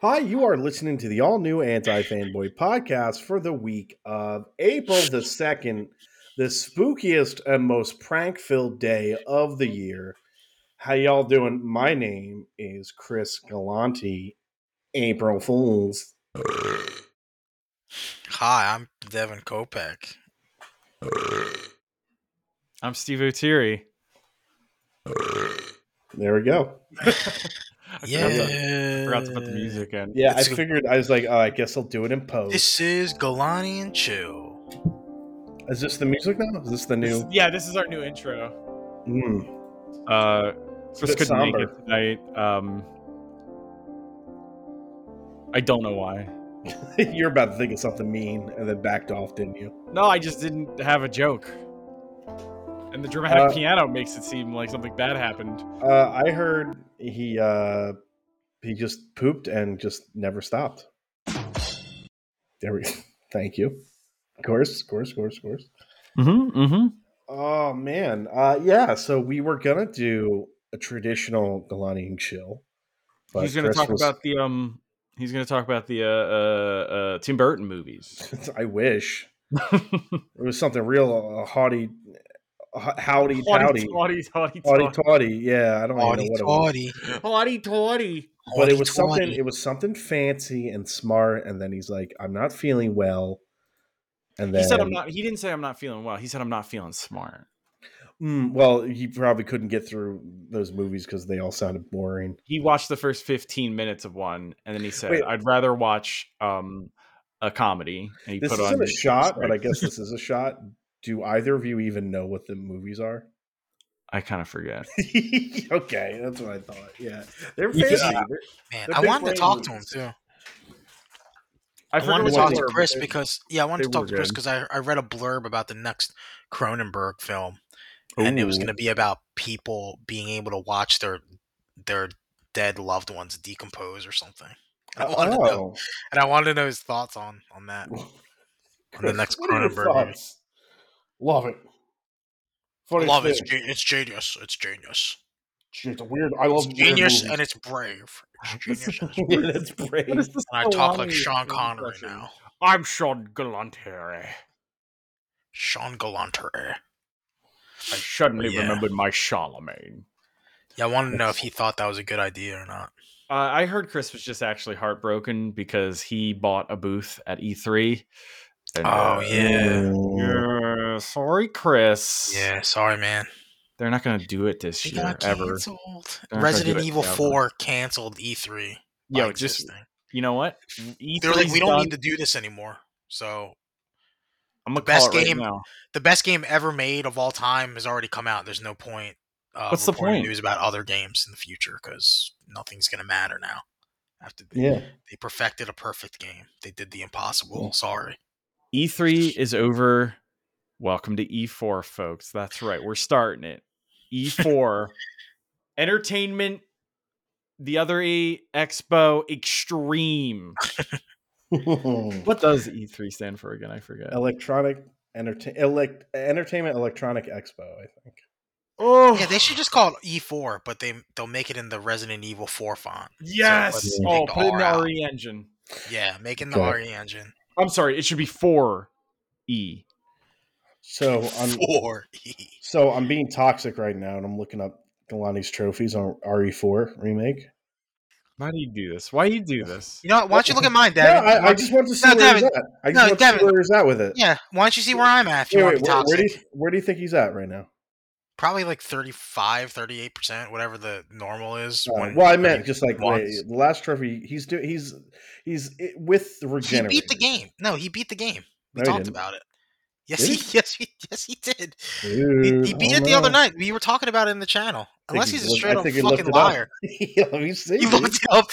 Hi, you are listening to the all new Anti Fanboy podcast for the week of April the 2nd, the spookiest and most prank filled day of the year. How y'all doing? My name is Chris Galante. April Fools. Hi, I'm Devin Kopeck. I'm Steve O'Teary. There we go. Yeah. I forgot to put the music in. Yeah, It's- I figured, I was like, oh, I guess I'll do it in post. This is Galani and Chill. is this the music now? Is this the This- new? yeah, this is our new intro. Mm. Uh, It's a Chris bit couldn't make somber. it tonight. Um, I don't know why. You're about to think of something mean and then backed off, didn't you? No, I just didn't have a joke. And the dramatic Uh, piano makes it seem like something bad happened. Uh, I heard he uh, he just pooped and just never stopped. There we Thank you. Of course, of course, of course, of course. Mm-hmm. Mm-hmm. Oh man, uh, yeah. So we were gonna do a traditional Galani and chill. He's going to Chris talk was- about the um. He's going to talk about the uh, uh, uh Tim Burton movies. I wish it was something real uh, haughty, uh, howdy, howdy, Haughty, haughty, haughty, tawdy. Yeah, I don't even Audie know what it was. Toddy. haughty, tawdy. but it was something it was something fancy and smart and then he's like i'm not feeling well and then He said I'm not. He didn't say I'm not feeling well. He said I'm not feeling smart. Mm, well he probably couldn't get through those movies because they all sounded boring He watched the first 15 minutes of one, and then he said, Wait. "I'd rather watch um a comedy." And he this put isn't on a shot but i guess this is a shot do either of you even know what the movies are I kind of forget. okay that's what i thought yeah they're Yeah. fancy Man, The I big wanted to brain talk to him movies. too. I, I forget wanted to what talk they to were. Chris they- because yeah, I wanted they to talk were to Chris good. because I, I read a blurb about the next Cronenberg film, and it was Ooh. going to be about people being able to watch their their dead loved ones decompose or something. And I wanted to oh know, and I wanted to know his thoughts on on that. On the next what are your Cronenberg movie. thoughts? love it Funny love it. thing. It's, ge- it's genius. It's genius. It's weird. I love It's genius weird and it's brave. It's genius and it's brave. movies. yeah, that's brave. What is this And I talk like Galante Sean impression? Connery now. I'm Sean Galanteri. Sean Gallanter. I suddenly Yeah. remembered my Charlemagne. Yeah, I want to know if he thought that was a good idea or not. Uh, I heard Chris was just actually heartbroken because he bought a booth at E3. And, Oh uh, yeah, Oh. yeah, sorry, Chris. yeah. Sorry, man. They're not going to do it this They year got ever. canceled. They're not gonna Resident do it Evil ever. Four canceled E3. by Yo, just existing. you know what? E3's they're like, we don't done. need to do this anymore. So I'm gonna best call it game- right now. the best game ever made of all time has already come out. There's no point. Uh, What's the reporting point? News about other games in the future because nothing's gonna matter now. After the, Yeah. they perfected a perfect game, they did the impossible. Yeah. Sorry. E3 E is over. Welcome to E4, folks. That's right. We're starting it. E4, entertainment. The other E, Expo Extreme. What does E3 stand for again? I forget. electronic entertain elect entertainment electronic expo, I think. Oh, Yeah, they should just call it E4, but they they'll make it in the Resident Evil 4 font. yes. So oh, let's take put it in R the out. RE engine. Yeah, making the Okay. RE engine I'm sorry. It should be E. 4E. So Oh, I'm 4E. so I'm being toxic right now and I'm looking up Galani's trophies on RE4 remake. Why do you do this? Why do you do this? You know what? Why don't you look at mine, No, Devin? Why I, I don't- just want to see No, where Devin. he's at. I just No, want to see Devin. where he's at with it. yeah, why don't you see where I'm at if you Wait, want to wait, be where, where toxic? do you, where do you think he's at right now? Probably like 35, 38%, whatever the normal is. Uh, when- well, I when meant he- just like wait, wants. the last trophy. He's doing. He's he's it, with the He regenerator. beat the game. No, he beat the game. No, We he talked didn't. about it. Yes, Did he, he? yes, he, yes, he did. He, Dude, he I oh beat don't it the other know. night. We were talking about it in the channel. I think Unless he he's a looked- I straight up think he fucking looked it up. liar. Yeah, let me see. He dude. looked it up.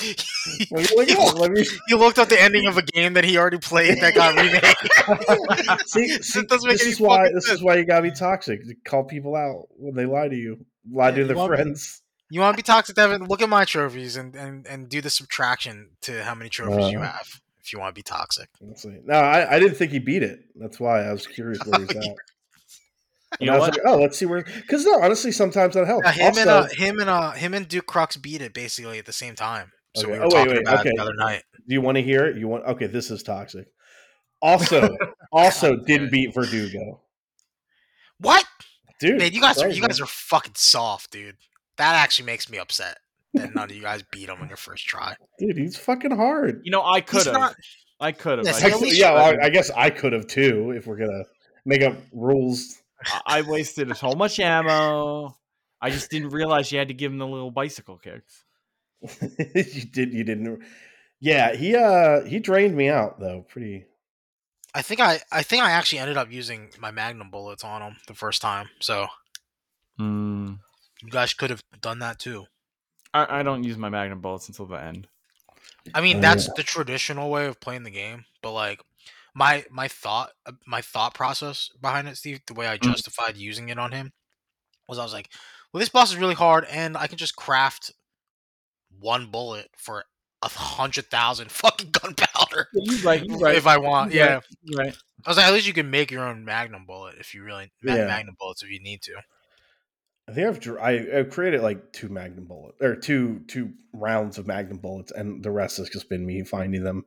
Let me look it up. Let me He looked up the ending of a game that he already played that got remade. see. This see, doesn't make this any is why. fucking This sense. is why you gotta be toxic. You Call people out when they lie to you. Lie Yeah, to you their want- friends. You want to be toxic, Devin? Look at my trophies and, and, and do the subtraction to how many trophies you Uh. have if you want to be toxic. Let's see. No, I, I didn't think he beat it. That's why I was curious where he's at. And You I was know what? like, oh, let's see where. Because no, honestly, sometimes that helps. Yeah, him Also, and uh, him and uh, him and Duke Crux beat it basically at the same time. So Okay. we were Oh, wait, talking wait, about it okay. the other night. Do you want to hear it? You want? Okay, this is toxic. Also, also God damn didn't it. beat Verdugo, What? dude. Man, you guys are sorry, you man. guys are fucking soft, dude. That actually makes me upset that none of you guys beat him on your first try. dude, he's fucking hard. You know, I He's could have. not. I could have. Yes, I, at just- least- yeah, well, I, I guess I could have too if we're gonna make up rules. I I wasted so much ammo. I just didn't realize you had to give him the little bicycle kick. you did. You didn't. Yeah, he uh he drained me out though. Pretty. I think I I think I actually ended up using my magnum bullets on him the first time. So Hmm. you guys could have done that too. I, I don't use my magnum bullets until the end. I mean, Oh, that's the traditional way of playing the game, but like my my thought uh, my thought process behind it, Steve, the way I Mm. justified using it on him was I was like, well, this boss is really hard, and I can just craft one bullet for a hundred thousand fucking gunpowder You right, if I want. Yeah, right. I was like, at least you can make your own magnum bullet if you really ma- Yeah. magnum bullets if you need to. I think I've dr- I, I've created like two magnum bullets or two two rounds of magnum bullets, and the rest has just been me finding them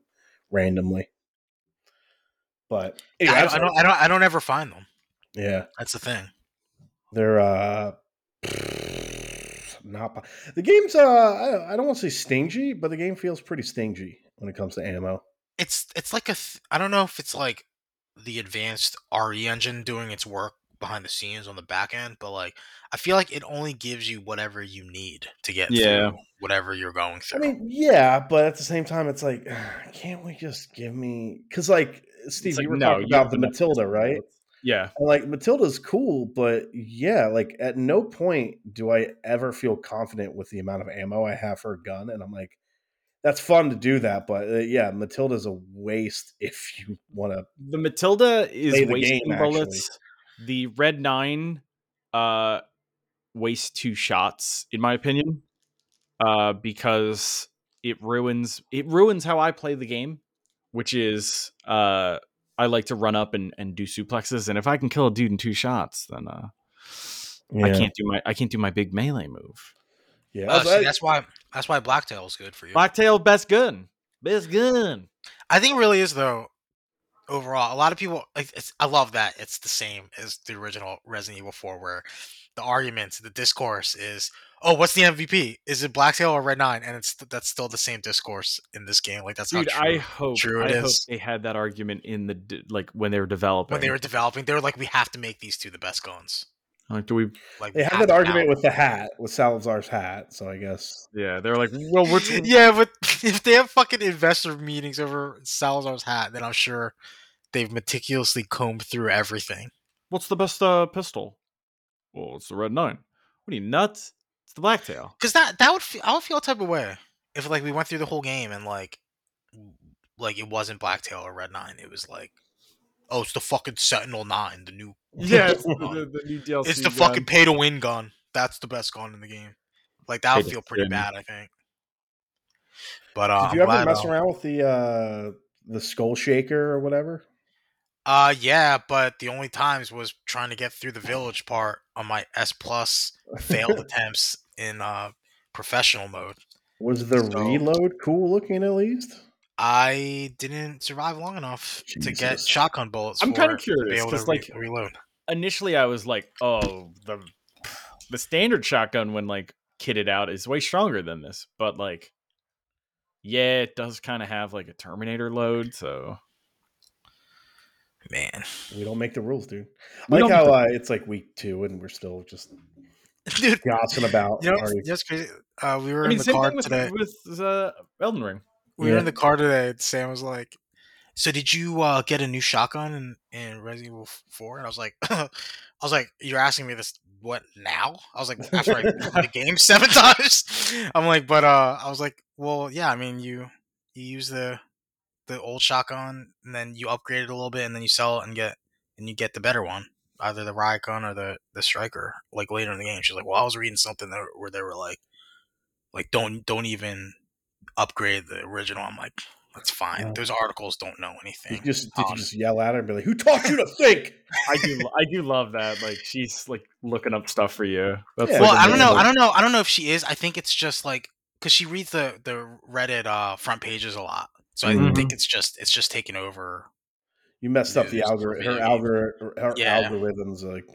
randomly. But anyway, I'm I, don't, I sorry. don't, I don't, I don't ever find them. yeah, That's the thing. they're uh not po- the game's uh I don't, I don't want to say stingy, but the game feels pretty stingy when it comes to ammo. it's it's like a th- I don't know if it's like the advanced RE engine doing its work behind the scenes on the back end, but like I feel like it only gives you whatever you need to get Yeah. through whatever you're going I through. mean, yeah, but at the same time, it's like, can't we just give me? Because like Steve, It's like, you were no, talking you about have the enough Matilda, magnum right? bullets. Yeah. And, like Matilda's cool, but yeah, like at no point do I ever feel confident with the amount of ammo I have for a gun, and I'm like, that's fun to do that, but uh, yeah, Matilda's a waste if you want to. the Matilda is Play the wasting game, actually. bullets. The Red Nine uh wastes two shots, in my opinion. Uh because it ruins it ruins how I play the game, which is uh I like to run up and, and do suplexes, and if I can kill a dude in two shots, then uh I Yeah. can't do my I can't do my big melee move. Yeah, Oh, that's- see, that's why that's why Blacktail is good for you. Blacktail best gun. Best gun. I think it really is though. Overall, a lot of people. like, It's, I love that it's the same as the original Resident Evil 4, where the argument, the discourse is, "Oh, what's the MVP? Is it Blacktail or Red 9? And it's that's still the same discourse in this game. Like that's Dude, not true. I hope True it I hope is. they had that argument in the d- like when they were developing. when they were developing, they were like, "We have to make these two the best guns." like, do we Like they we had have that to argument balance. with the hat, with Salazar's hat. So I guess Yeah, they're like, well, we're yeah, but if they have fucking investor meetings over Salazar's hat, then I'm sure they've meticulously combed through everything. what's the best uh, pistol? Well, it's the Red Nine. What are you nuts? It's the Blacktail. Because that that would feel, I would feel a type of way if like we went through the whole game and like like it wasn't Blacktail or Red Nine, it was like oh, it's the fucking Sentinel Nine, the new new DLC. it's the fucking pay to win gun. That's the best gun in the game. Like that would Pay to feel pretty win. bad, I think. But uh, did you I'm ever glad, mess uh, around with the uh the skull shaker or whatever? Uh, yeah, but the only times was trying to get through the village part on my S plus failed attempts in uh professional mode. Was the So- reload cool looking at least? I didn't survive long enough to get Jesus. shotgun bullets. I'm for kinda it to be curious, able 'cause, to like- re- reload. Initially, I was like, oh, the the standard shotgun when like kitted out is way stronger than this, but like, yeah, it does kind of have like a Terminator load. So Man, We don't make the rules, dude. I We like don't how uh, it's like week two and we're still just dude, gossiping about. you know our- that's crazy. Uh, we were I mean, in the same car thing with today. with uh, Elden Ring. we were Yeah. in the car today. And Sam was like, "So did you uh, get a new shotgun in, in Resident Evil 4?" And I was like, "I was like, you're asking me this what now?" I was like, "After I beat the game seven times." I'm like, "But uh, I was like, well, yeah. I mean, you you use the the old shotgun, and then you upgrade it a little bit, and then you sell it and get and you get the better one." Either the riot gun or the the striker, like later in the game. She's like, "Well, I was reading something that, where they were like, like don't don't even upgrade the original. I'm like, that's fine. Yeah. Those articles don't know Did anything. you just did you Um, just yell at her and be like, "Who taught you to think?" I do, I do love that. Like she's like looking up stuff for you. That's Yeah, like, well, I a don't know. man. I don't know. I don't know if she is. I think it's just like because she reads the the Reddit uh, front pages a lot, so I Mhm. think it's just it's just taking over. You messed up the News, algorithm. Her, maybe. algor- her Yeah. algorithms like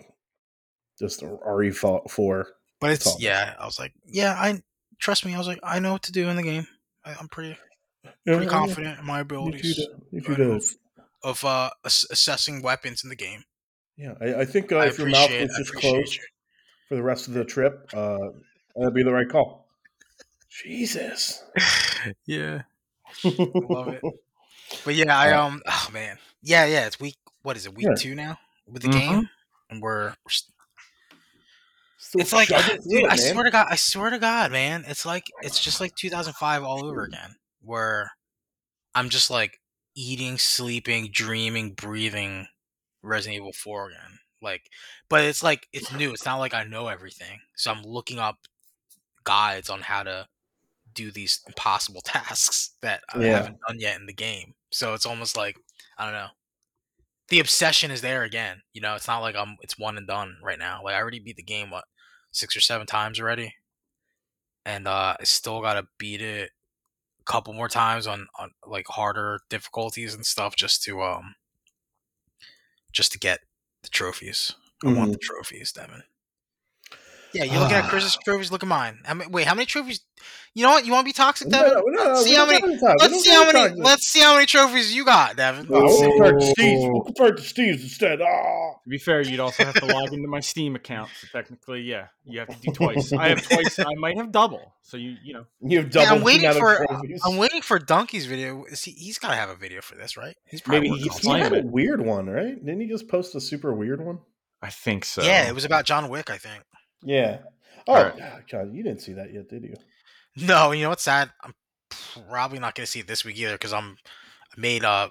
just RE four. But it's Solid. yeah. I was like, yeah, I trust me. I was like, I know what to do in the game. I, I'm pretty pretty confident in my abilities If you I know do, of- of uh, ass- assessing weapons in the game. yeah, I, I think uh, I if your mouth appreciate. was I just appreciate closed you. for the rest of the trip, uh, that'd be the right call. Jesus, yeah, love it. but yeah, I um, oh man, yeah, yeah. It's week. What is it? Week Yeah. Mm-hmm. two now with the Mhm. game, and we're. we're s- Still it's like, chugging through dude, it, I man. swear to God, I swear to God, man. It's like it's just like 2005 all over again, where I'm just like eating, sleeping, dreaming, breathing Resident Evil 4 again. Like, but it's like it's new. It's not like I know everything, so I'm looking up guides on how to do these impossible tasks that I Yeah. haven't done yet in the game. So it's almost like I don't know. The obsession is there again. You know, it's not like I'm it's one and done right now. Like I already beat the game what six or seven times already. And uh I still gotta beat it a couple more times on, on like harder difficulties and stuff just to um just to get the trophies. I want the trophies, Devin. Mm-hmm. Ah. Yeah, you look at Chris's trophies, look at mine. I mean, wait, how many trophies? You know what? You want to be toxic, No, Devin? no, no, Let's we see don't how many- got any time. We Let's don't see got how any many. time. Let's see how many trophies you got, Devin. No, we'll Oh. compare to Steve's. We'll compare to Steve's instead. Ah. To be fair, you'd also have to log into my Steam account. So technically, yeah, you have to do twice. I have twice. I might have double. So you, you know, You've Yeah, doubled I'm the waiting amount of for. trophies. I'm waiting for Donkey's video. Is he, he's got to have a video for this, right? He's Maybe working he's on He something. had a it. weird one, right? Didn't he just post a super weird one? I think so. Yeah, it was about John Wick, I think. Yeah. Oh, All right. God, John, you didn't see that yet, did you? No, you know what's sad? I'm probably not going to see it this week either because I'm I made uh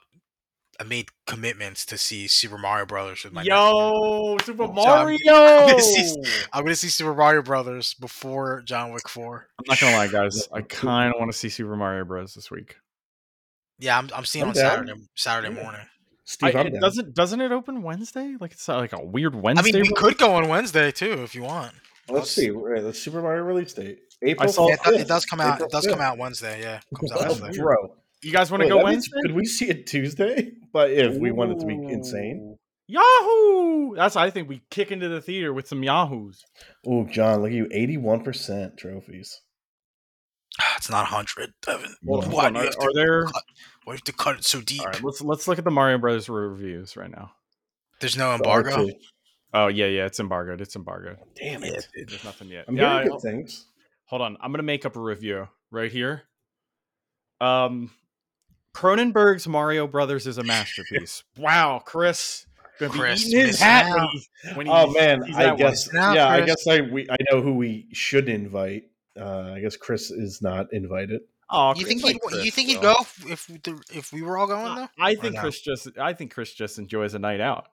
I made commitments to see Super Mario Brothers with my nephew. Yo, Super So I'm- Mario. gonna see- I'm going to see Super Mario Brothers before John Wick Four. I'm not gonna lie, guys. I kind of want to see Super Mario Bros. this week. Yeah, I'm, I'm seeing I'm on down. Saturday Saturday Yeah. morning. Steve, I, I, it doesn't doesn't it open Wednesday? Like it's not like a weird I Wednesday. mean, we release? could go on Wednesday too if you want. Let's see. Wait, Let's Super Mario release date. I April. saw- Yeah, it, do- 5th. it does come out. April It does come 5th. out Wednesday. Yeah, comes out That's Oh, Wednesday. weird. bro. You guys want to Wait, go that means- Wednesday? Could we see it Tuesday? But if we want it to be insane. Yahoo! That's I think we kick into the theater with some Yahoos. Oh, John, look at you. 81% trophies. It's not hundred, Devin. Hold on, Why Hold do you on, Are, have to, are there? why do you have to cut it so deep? All right, let's let's look at the Mario Bros. reviews right now. There's no The embargo. R2. Oh yeah, yeah, it's embargoed. It's embargoed. Damn Yeah, it. dude. There's nothing yet. I'm yeah, I- hearing good things. hold on. I'm gonna make up a review right here. Um, Cronenberg's Mario Brothers is a masterpiece. wow, Chris, gonna Chris, be eating his missing hat when out. he, when he Oh man, sees that I one. guess Now, yeah, I Chris. guess I we I know who we should invite. Uh, I guess Chris is not invited. Oh, You think he'd, like Chris, you think he'd though. go if if, the, if we were all going I, though? I think no? Chris just. I think Chris just enjoys a night out.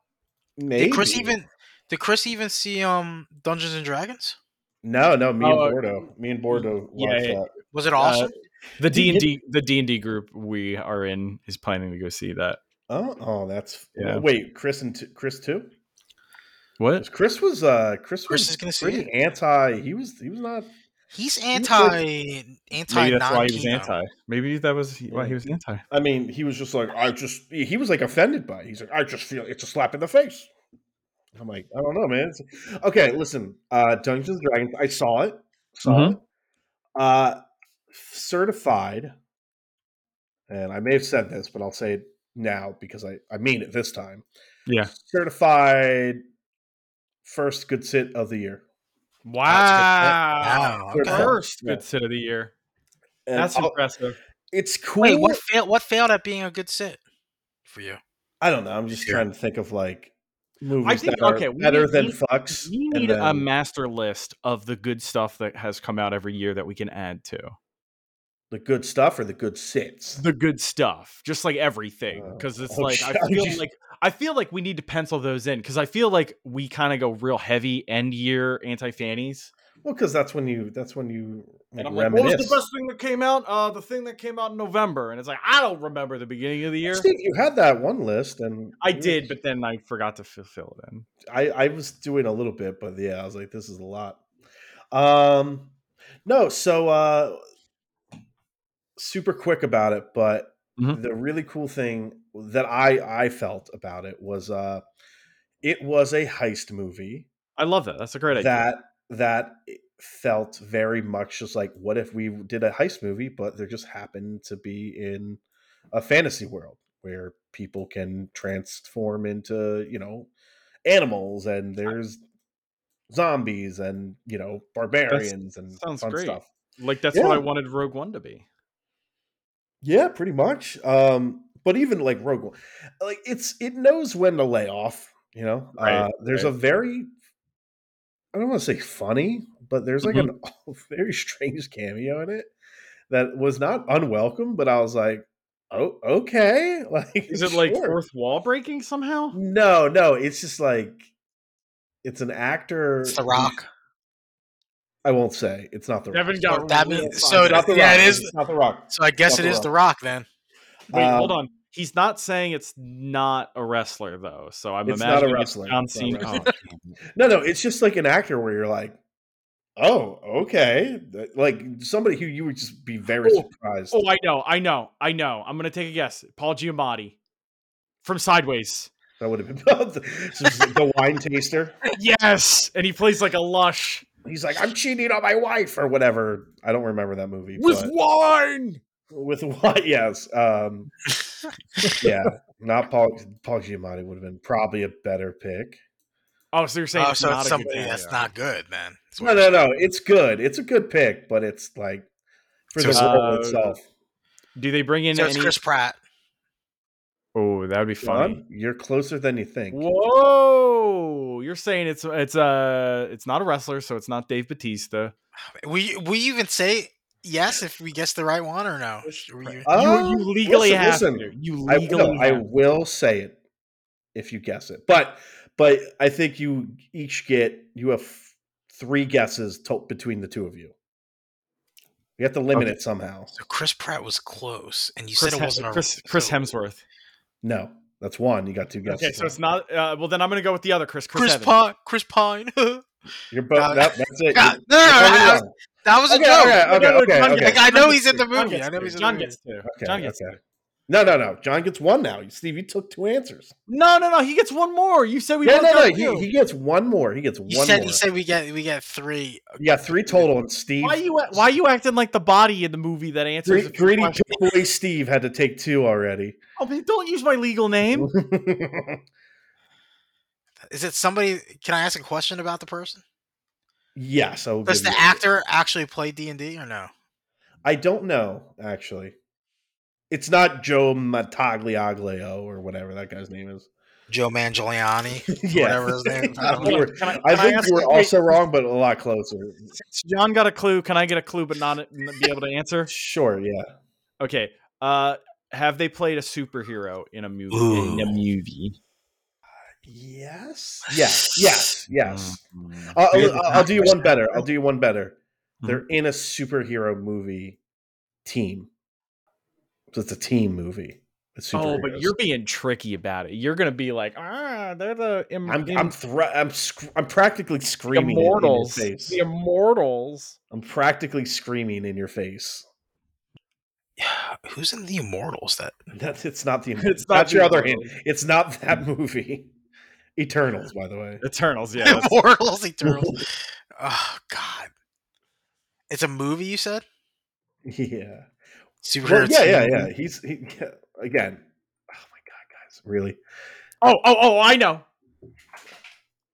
Maybe. Did Chris even did Chris even see um Dungeons and Dragons? No, no. Me and Oh, Bordeaux. Me and Bordeaux yeah, watched yeah. that. Was it Uh, awesome? The Did D you and D, the D and D group we are in is planning to go see that. Oh, oh, that's Yeah. wait. Chris and t- Chris too. What? Chris was uh, Chris, Chris was is gonna see pretty anti. He was he was not. He's was anti anti Maybe that's non why he was anti. Maybe that was he- why Yeah. he was anti. I mean, he was just like I just. He was like offended by. It. He's like I just feel it's a slap in the face. I'm like I don't know, man. It's- okay, listen. Uh, Dungeons and Dragons. I saw it. Saw Mhm. it. Uh, certified. And I may have said this, but I'll say it now because I I mean it this time. Yeah. Certified first good sit of the year. Wow. Wow, okay. First Yeah. good sit of the year. And oh, That's I'll- impressive. It's cool. Wait, what failed? What failed at being a good sit for you? I don't know. I'm just Sure. trying to think of like movies think- that are okay, we better need- than we- fucks. We and need a then master list of the good stuff that has come out every year that we can add to the good stuff or the good sits. the good stuff, just like everything. Oh, Because it's oh, like I shit. feel like I feel like we need to pencil those in. Because I feel like we kind of go real heavy end year anti fannies. Well, because that's when you that's when you like, And I'm like, what was reminisce. the best thing that came out? Uh, the thing that came out in November. And it's like, I don't remember the beginning of the year. Steve, you had that one list, and I did, but then I forgot to fulfill it in. I, I was doing a little bit, but yeah, I was like, this is a lot. Um, no, so uh, super quick about it, but Mhm. the really cool thing that I I felt about it was uh it was a heist movie I love that. That's a great idea. that that felt very much just like what if we did a heist movie but there just happened to be in a fantasy world where people can transform into you know animals and there's zombies and you know barbarians and sounds fun great. stuff Like that's what Yeah. I wanted Rogue One to be. yeah pretty much um but even like rogue one like it's it knows when to lay off you know Right, uh, there's a right. very i don't want to say funny but there's like Mhm. an very strange cameo in it that was not unwelcome but i was like oh okay like Is it like sure. fourth wall breaking somehow? no no it's just like it's an actor It's The Rock. i won't say it's not the Devin uh, rock got that real means- fun. so It's not the Yeah, rock. it is- It's not the rock So I guess Not it The is Rock. The Rock then. Wait, hold Um, on. He's not saying it's not a wrestler though, so I'm It's not a imagining wrestler. it's John It's not a Cena. wrestler. Oh, damn it. No, no, it's just like an actor where you're like, oh, okay, Th- like somebody who you would just be very Oh, surprised. oh, I know, I know, I know. I'm gonna take a guess. Paul Giamatti from Sideways. That would have been So it's like the wine taster. yes, and he plays like a lush He's like, I'm cheating on my wife or whatever. I don't remember that movie. with but- wine. with what? Yes, um, yeah, not Paul. Paul Giamatti would have been probably a better pick. Oh, so you're saying Oh, it's so not it's a somebody good that's idea. not good then. That's what No, no, you're no. It's good. It's a good pick, but it's like for the So- role Uh, itself. Do they bring in saying. So it's any? Chris Pratt. Oh, that would be funny. John, you're closer than you think. Whoa! You're saying it's it's uh it's not a wrestler, so it's not Dave Batista. We we even say yes if we guess the right one or no. Or you- Uh, you, you legally listen, have listen. to. You I legally. will, I have- will say it if you guess it. But but I think you each get you have three guesses to, between the two of you. You have to limit Okay. it somehow. So Chris Pratt was close, and you Chris, said it Hem- wasn't a- Chris, Chris so- Hemsworth. No, that's one. You got two guesses. Okay, so it's not. Uh, well, then I'm gonna go with the other Chris. Chris, Chris Evans. Pine. Chris Pine. God, You're both. Uh, that, that's it. no, no, You're- no, you're only I- I- one. that was a Okay, joke. okay, okay, No, no, okay, John okay. gets- Like, I know he's in the John movie. gets I know two. he's in the John movie. gets two. Okay, John gets okay. two. No, no, no. John gets one now. Steve, you took two answers. No, no, no. He gets one more. You said we yeah, both no, no. got He, two. he gets one more. He gets You one said more. you said we get we get three. yeah, three total. And Steve, why you act- why you acting like the body in the movie that answers? Gre- a few greedy questions? boy Steve had to take two already. Oh, but don't use my legal name. Is it somebody? Can I ask a question about the person? yes, I will Does give the you- actor actually play D and D or no? I don't know actually. It's not Joe Matagliaglio or whatever that guy's name is. Joe Mangiolani, yeah, whatever his name. I don't You know. were- Can I, I can I think ask you were wait, also wrong, but a lot closer. since John got a clue. Can I get a clue but not be able to answer? Sure, yeah. Okay. Uh, have they played a superhero in a movie? Ooh. movie. Yes, yes, yes, Hmm. yes. Mm. I'll, Here's I'll, the I'll do you controversy. one better. I'll do you one better. Hmm. They're in a superhero movie team, so it's a team movie. with Oh, but superheroes. you're being tricky about it. You're gonna be like, ah, they're the im- I'm im- I'm thre- I'm sc- I'm practically the screaming it immortals. in your face. The immortals. I'm practically screaming in your face. Who's in the Immortals? That That's it's not the It's not that's the your other hint. Immortals. It's not that movie. Eternals, by the way. Eternals. Yeah. that's- Immortals, Eternals. oh God, it's a movie. You said Yeah. Well, superhero. yeah, yeah, team? yeah. He's he, yeah, again. Oh my god, guys, really? oh, oh, oh! I know.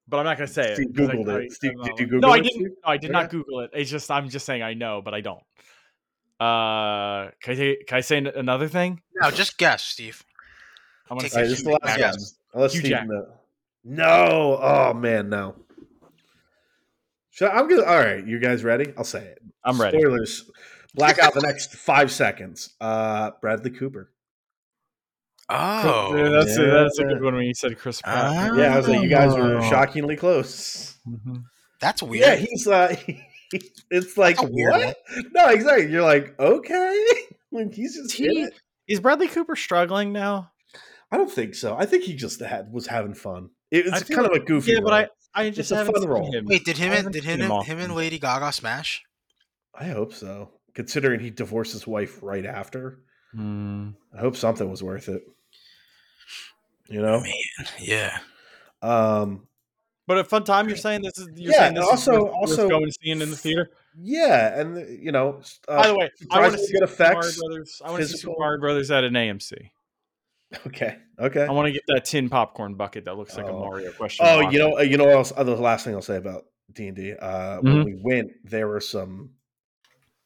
But I'm not gonna say it. Steve 'cause I- googled I- it. Steve, I don't did know. you Google No, I it, didn't. Steve? No, I did not Okay. Google it. It's just I'm just saying I know, but I don't. Uh, can I, say- can I say an- another thing? No, just guess, Steve. I'm gonna Take All say a right, this is the Hugh last Jackman. one. Unless Hugh Steve Jackman. kno- No. Oh man, no. So I'm gonna. All right, you guys ready? I'll say it. I'm ready. Spoilers. Black out the next five seconds. Uh, Bradley Cooper. Oh, Yeah, that's a, that's a Yeah. good one when you said Chris Pratt. Ah. Yeah, I was like, you guys were Oh. shockingly close. Mhm. that's weird. Yeah, he's uh, it's like That's a weird what? No, exactly. You're like okay. Like he's just. He- in it. Is Bradley Cooper struggling now? I don't think so. I think he just had was having fun. It I was feel kind of like- a goofy. Yeah, but role. I I just a haven't fun seen role. him. Wait, did I him and haven't did seen him and often. him and Lady Gaga smash? I hope so. considering he divorced his wife right after. Hmm. I hope something was worth it. You know? Yeah. Um But a fun time. You're saying this is you're Yeah, saying and this also- is worth- worth also- going and seeing in the theater. yeah, and you know, uh, By the way, I want surprisingly to see good Super Mario effects, Brothers. I want to see physical- Super Mario Brothers at an AMC. okay. Okay. I want to get that tin popcorn bucket that looks like a Oh. Mario question. Oh, box. you know, uh, you know what else? Uh, the last thing I'll say about D and D, uh, when we went, there were some.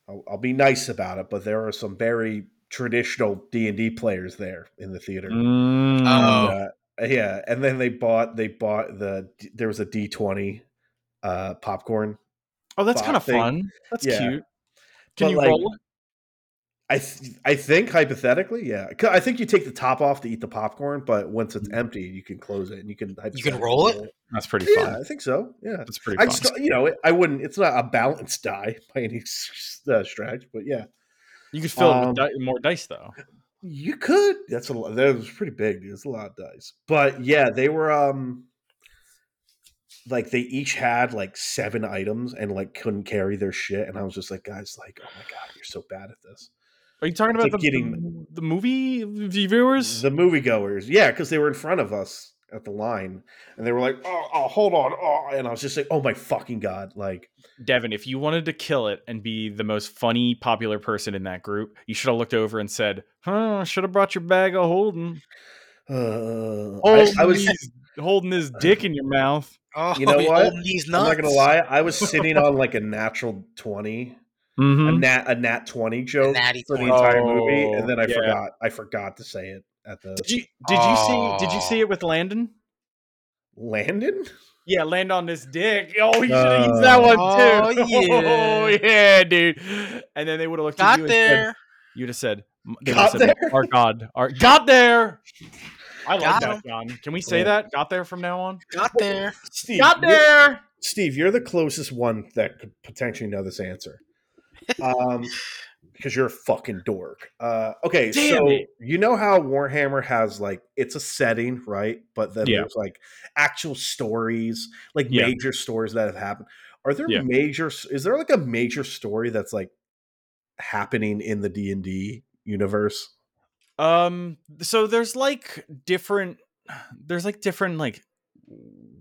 I'll, I'll be nice about it, but there were some very traditional D and D players there in the theater. Mm. Oh. And, uh, yeah, and then they bought they bought the there was a D twenty uh, popcorn. Oh, that's Bob kind of thing. fun. That's Yeah. cute. Can But, you like, roll it? I th- I think hypothetically, yeah, 'Cause I think you take the top off to eat the popcorn, but once it's empty, you can close it and you can hypothetically roll it? That's pretty Yeah, fun. I think so. Yeah. That's pretty I fun. just, you know, I wouldn't. It's not a balanced die by any s- uh, stretch, but yeah, you could fill it um, with di- more dice though. you could. That's a lot. That was pretty big. Dude. It's a lot of dice, but yeah, they were um, like they each had like seven items and like couldn't carry their shit, and I was just like, guys, like, oh my god, you're so bad at this. Are you talking I about the, think getting- the movie viewers? The moviegoers, yeah, because they were in front of us at the line, and they were like, oh, oh, hold on, oh, and I was just like, oh my fucking god, like, Devin, if you wanted to kill it and be the most funny, popular person in that group, you should have looked over and said, "Huh, I should have brought your bag of holding. uh, I, Holding, I was. these- holding this dick in your mouth." Oh, You know he what? holding These nuts. I'm not gonna lie. I was sitting on like a natural 20 a Mhm. nat a nat twenty joke natty for the 20. entire movie, Oh, and then I yeah. forgot. I forgot to say it at the Did you did you see did you see it with Landon? Landon. Yeah, land on this dick. Oh, you should have used that Oh. one too. Oh, yeah. Oh, yeah, dude. And then they would have looked at Got you and said, there. you'd have said, they Got would've said, there? Our God. Our, got there. I like Got that, him. John. Can we say Yeah. that? Got there from now on? Got there. Steve, Got you're- there. Steve, you're the closest one that could potentially know this answer, um, because you're a fucking dork. Uh, okay, Damn so it. you know how Warhammer has like it's a setting, right? But then Yeah. there's like actual stories, like Yeah. major stories that have happened. Are there Yeah. major? Is there like a major story that's like happening in the D and D universe? Um so there's like different there's like different like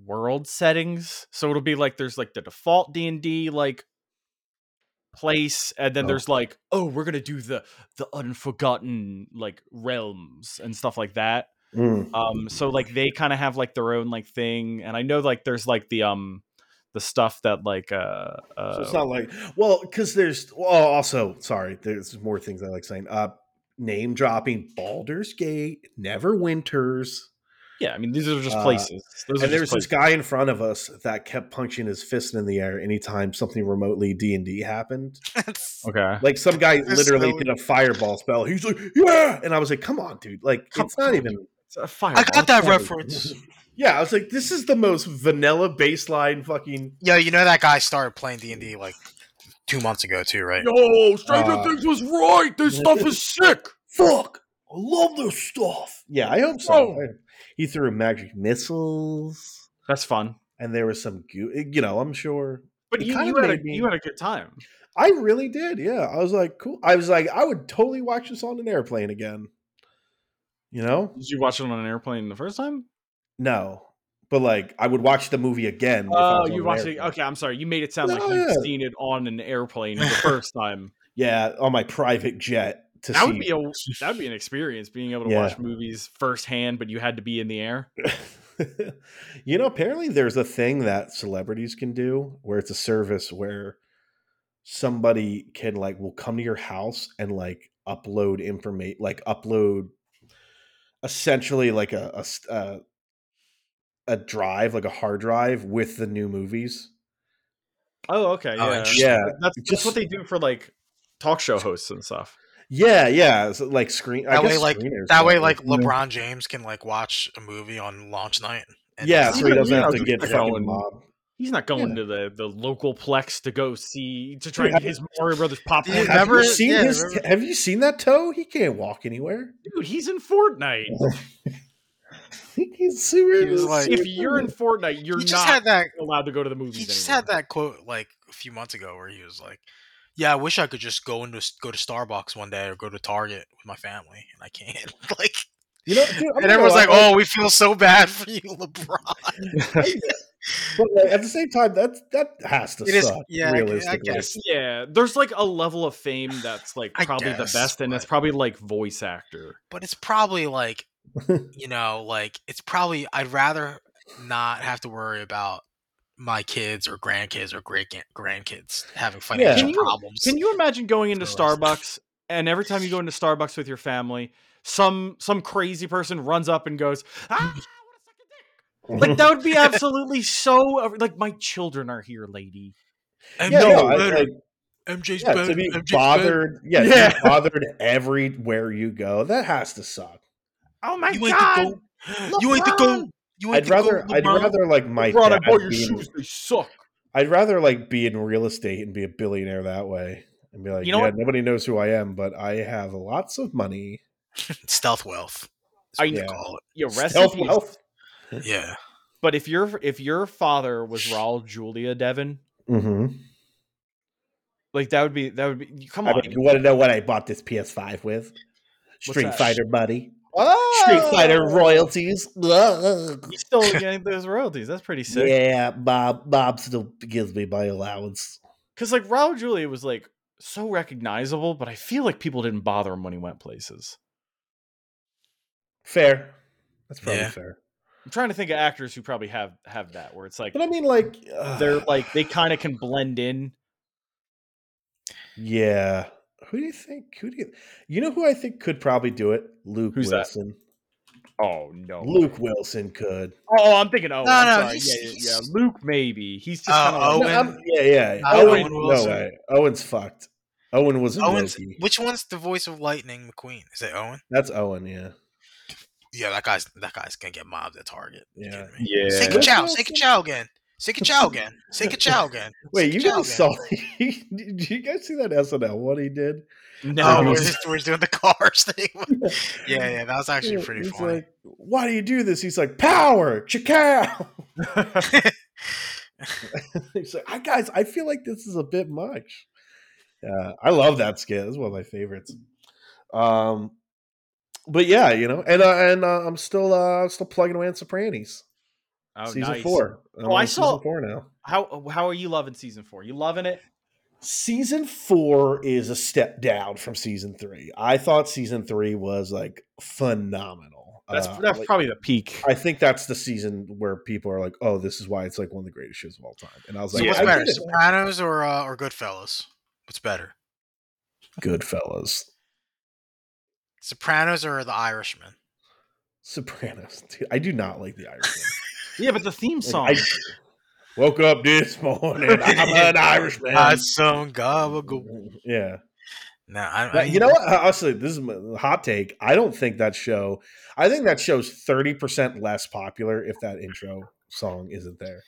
world settings. So it'll be like there's like the default D&D like place and then Oh. there's like oh we're going to do the the unforgotten like realms and stuff like that. Mm. Um so like they kind of have like their own like thing and I know like there's like the um the stuff that like uh, uh So it's not like well, because there's well, also sorry, there's more things I like saying. Uh, name dropping Baldur's Gate, Neverwinter's, yeah, I mean these are just uh, places. and Those are just there was this places. guy in front of us that kept punching his fist in the air anytime something remotely D and D happened. That's- Okay. Like some guy There's literally no- did a fireball spell. He's like, yeah, and I was like, come on, dude, like Come it's not on. even. It's a fire. I got that reference. Yeah, I was like, this is the most vanilla baseline fucking. Yo, you know that guy started playing D and D like two months ago too, right? Yo, Stranger Uh, Things was right. This stuff is sick. Fuck, I love this stuff. Yeah, I hope so. Whoa. I- he threw magic missiles. That's fun. and there was some goo eh, you know i'm sure But It you, kinda you, had a, made me- you had a good time. i really did yeah i was like cool i was like i would totally watch this on an airplane again you know Did you watch it on an airplane the first time? no but like i would watch the movie again if I Oh, was on you an watched it. airplane. Okay, I'm sorry. You made it sound like No, you've yeah. seen it on an airplane the first time. yeah on my private jet to That see would be a that would be an experience being able to Yeah. watch movies firsthand, but you had to be in the air. you know apparently there's a thing that celebrities can do where it's a service where somebody can like will come to your house and like upload information like upload essentially like a, a s- uh, a drive like a hard drive with the new movies Oh, okay, Oh, yeah, interesting. yeah That's, that's Just- what they do for like talk show hosts and stuff. yeah yeah so, like screen I That guess way, like- screeners That probably. way, like LeBron James can like watch a movie on launch night. yeah just- so he doesn't have to Yeah, get just fucking going- mobbed He's not going Yeah. to the the local plex to go see to try Dude, and get his Mario Brothers popcorn. Dude, have you remember- seen yeah, his remember- have you seen that toe he can't walk anywhere Dude, he's in Fortnite. He can see where He was this- like- if you're in Fortnite, you're he just not had that. allowed to go to the movies. He just anymore. had that quote like a few months ago where he was like, Yeah, I wish I could just go into go to Starbucks one day or go to Target with my family, and I can't. Like, You know, dude, I'm and not everyone's gonna like, lie, "Oh, we feel so bad for you, LeBron." but like, at the same time, that's that has to It is- suck. yeah, I- I realistically, guess. yeah, there's like a level of fame that's like I probably guess, the best, and it's but- probably like voice actor. But it's probably like, you know, like it's probably I'd rather not have to worry about my kids or grandkids or great gran- grandkids having financial Can you- problems. Can you imagine going into It's the worst. Starbucks and every time you go into Starbucks with your family, some some crazy person runs up and goes, "Ah, like that would be absolutely so like my children are here, lady." MJ, yeah, no, I- better. I- MJ's yeah, better. to be MJ's better. bothered, yeah, To Yeah. be bothered everywhere you go, that has to suck. Oh my You ain't god! the goat. You ain't the goat. You ain't I'd the rather, goat, I'd LeBron. rather like my LeBron, I dad bought your be in- shoes. They suck. I'd rather like be in real estate and be a billionaire that way and be like, You know yeah, what? nobody knows who I am, but I have lots of money. stealth wealth. is I- what they Yeah. call it. Your Health, recipes. wealth. Yeah. But if your if your father was Raul Julia Devon, hmm like that would be that would be. Come I on. mean, you want to know what I bought this PS5 with? Street that? Fighter buddy. Oh! Street Fighter royalties. Ugh. He's still getting those royalties. That's pretty sick. Yeah, Bob. Bob still gives me my allowance. Because like Raul Julia was like so recognizable, but I feel like people didn't bother him when he went places. Fair. That's probably Yeah. fair. I'm trying to think of actors who probably have have that where it's like But I mean, like uh, they're like they kind of can blend in. yeah. Who do you think? Who do you? You know who I think could probably do it? Luke Who's that? Wilson. Oh no, Luke Wilson could. Oh, I'm thinking. Oh, No, I'm no, sorry. he's- Yeah, yeah, yeah. he's- Luke maybe. He's just Uh, kind of. No, Owen. I'm- yeah, yeah. Not Owen, Owen no Wilson. way. Owen's fucked. Owen was in Owen's Loki. which one's the voice of Lightning McQueen? Is it Owen? That's Owen. Yeah, Yeah, that guy's that guy's gonna get mobbed at Target. You yeah. kidding me? Sick yeah. of chow, Wilson- sick of chow again. Sick of chow again. Sick of chow again. Wait, Sick you of guys chow saw? did you guys see that SNL? What he did? again. Oh, Oh, No, we're he's- just we're doing the cars thing. yeah, yeah, that was actually pretty He's funny. like, why do you do this? He's like, power, chakao. He's like, I guys, I feel like this is a bit much. Uh, I love that skit. It's one of my favorites. Um, but yeah, you know, and uh, and uh, I'm still uh, still plugging away on Sopranos oh, season nice. four. I'm Oh, I on saw- season four now. How how are you loving season four? You loving it? season four is a step down from season three. I thought season three was like phenomenal. That's Uh, that's like, probably the peak. I think that's the season where people are like, "Oh, this is why it's like one of the greatest shows of all time." And I was So like, what's I better, get it. Sopranos or uh, or Goodfellas? What's better, Goodfellas, Sopranos or The Irishman? Sopranos." Dude, I do not like the Irishman. yeah, but the theme song. Like, I woke up this morning. I'm an Irishman. Uh, some gobble. yeah. No, I, I But mean, you know what? I- I'll say this is my hot take. I don't think that show. I think that show's thirty percent less popular if that intro song isn't there.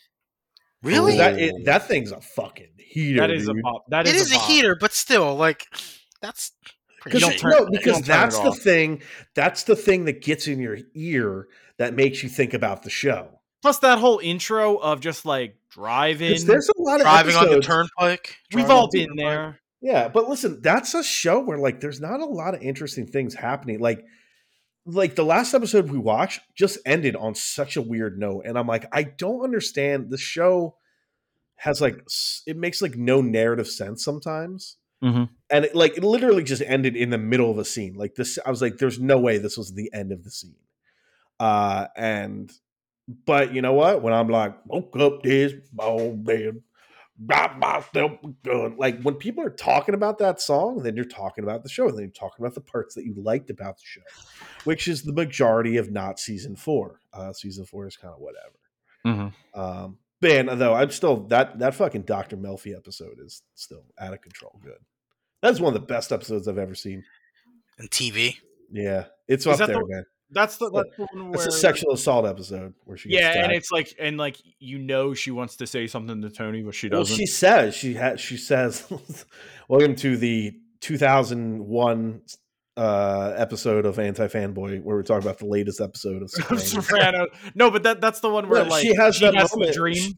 'Cause Really, That it, that thing's a fucking heater. that is a dude. bop. That it is, is a bop. heater, but still, like that's pretty. 'Cause- You don't shitty. turn- no, you because don't turn it that's the off. thing. That's the thing that gets in your ear that makes you think about the show. Plus that whole intro of just like 'Cause driving. There's a lot of driving on the episodes- turnpike. We've driving all on the been turnpike. there. Yeah, but listen, that's a show where like there's not a lot of interesting things happening. Like like the last episode we watched just ended on such a weird note and I'm like I don't understand the show has like s- it makes like no narrative sense sometimes. Mhm. And it like it literally just ended in the middle of a scene. Like this I was like there's no way this was the end of the scene. Uh and but you know what? When I'm like woke up this morning got myself a gun. Like when people are talking about that song, then you're talking about the show, and then you're talking about the parts that you liked about the show, which is the majority of not season four. Uh, season four is kind of whatever. Mhm. Um, man, though, I'm still that that fucking Dr. Melfi episode is still out of control. Good. That's one of the best episodes I've ever seen. And TV. Yeah, it's Is up that there, the- man. That's the, But that's the one It's where a sexual assault episode where she gets Yeah, and stabbed. it's like and like you know she wants to say something to Tony, but she Well, doesn't. she says she has. She says, "Welcome to the 2001 uh, episode of Anti Fanboy, where we talk about the latest episode of." Sopranos." Soprano. No, but that that's the one where No, like she has that moment. the dream.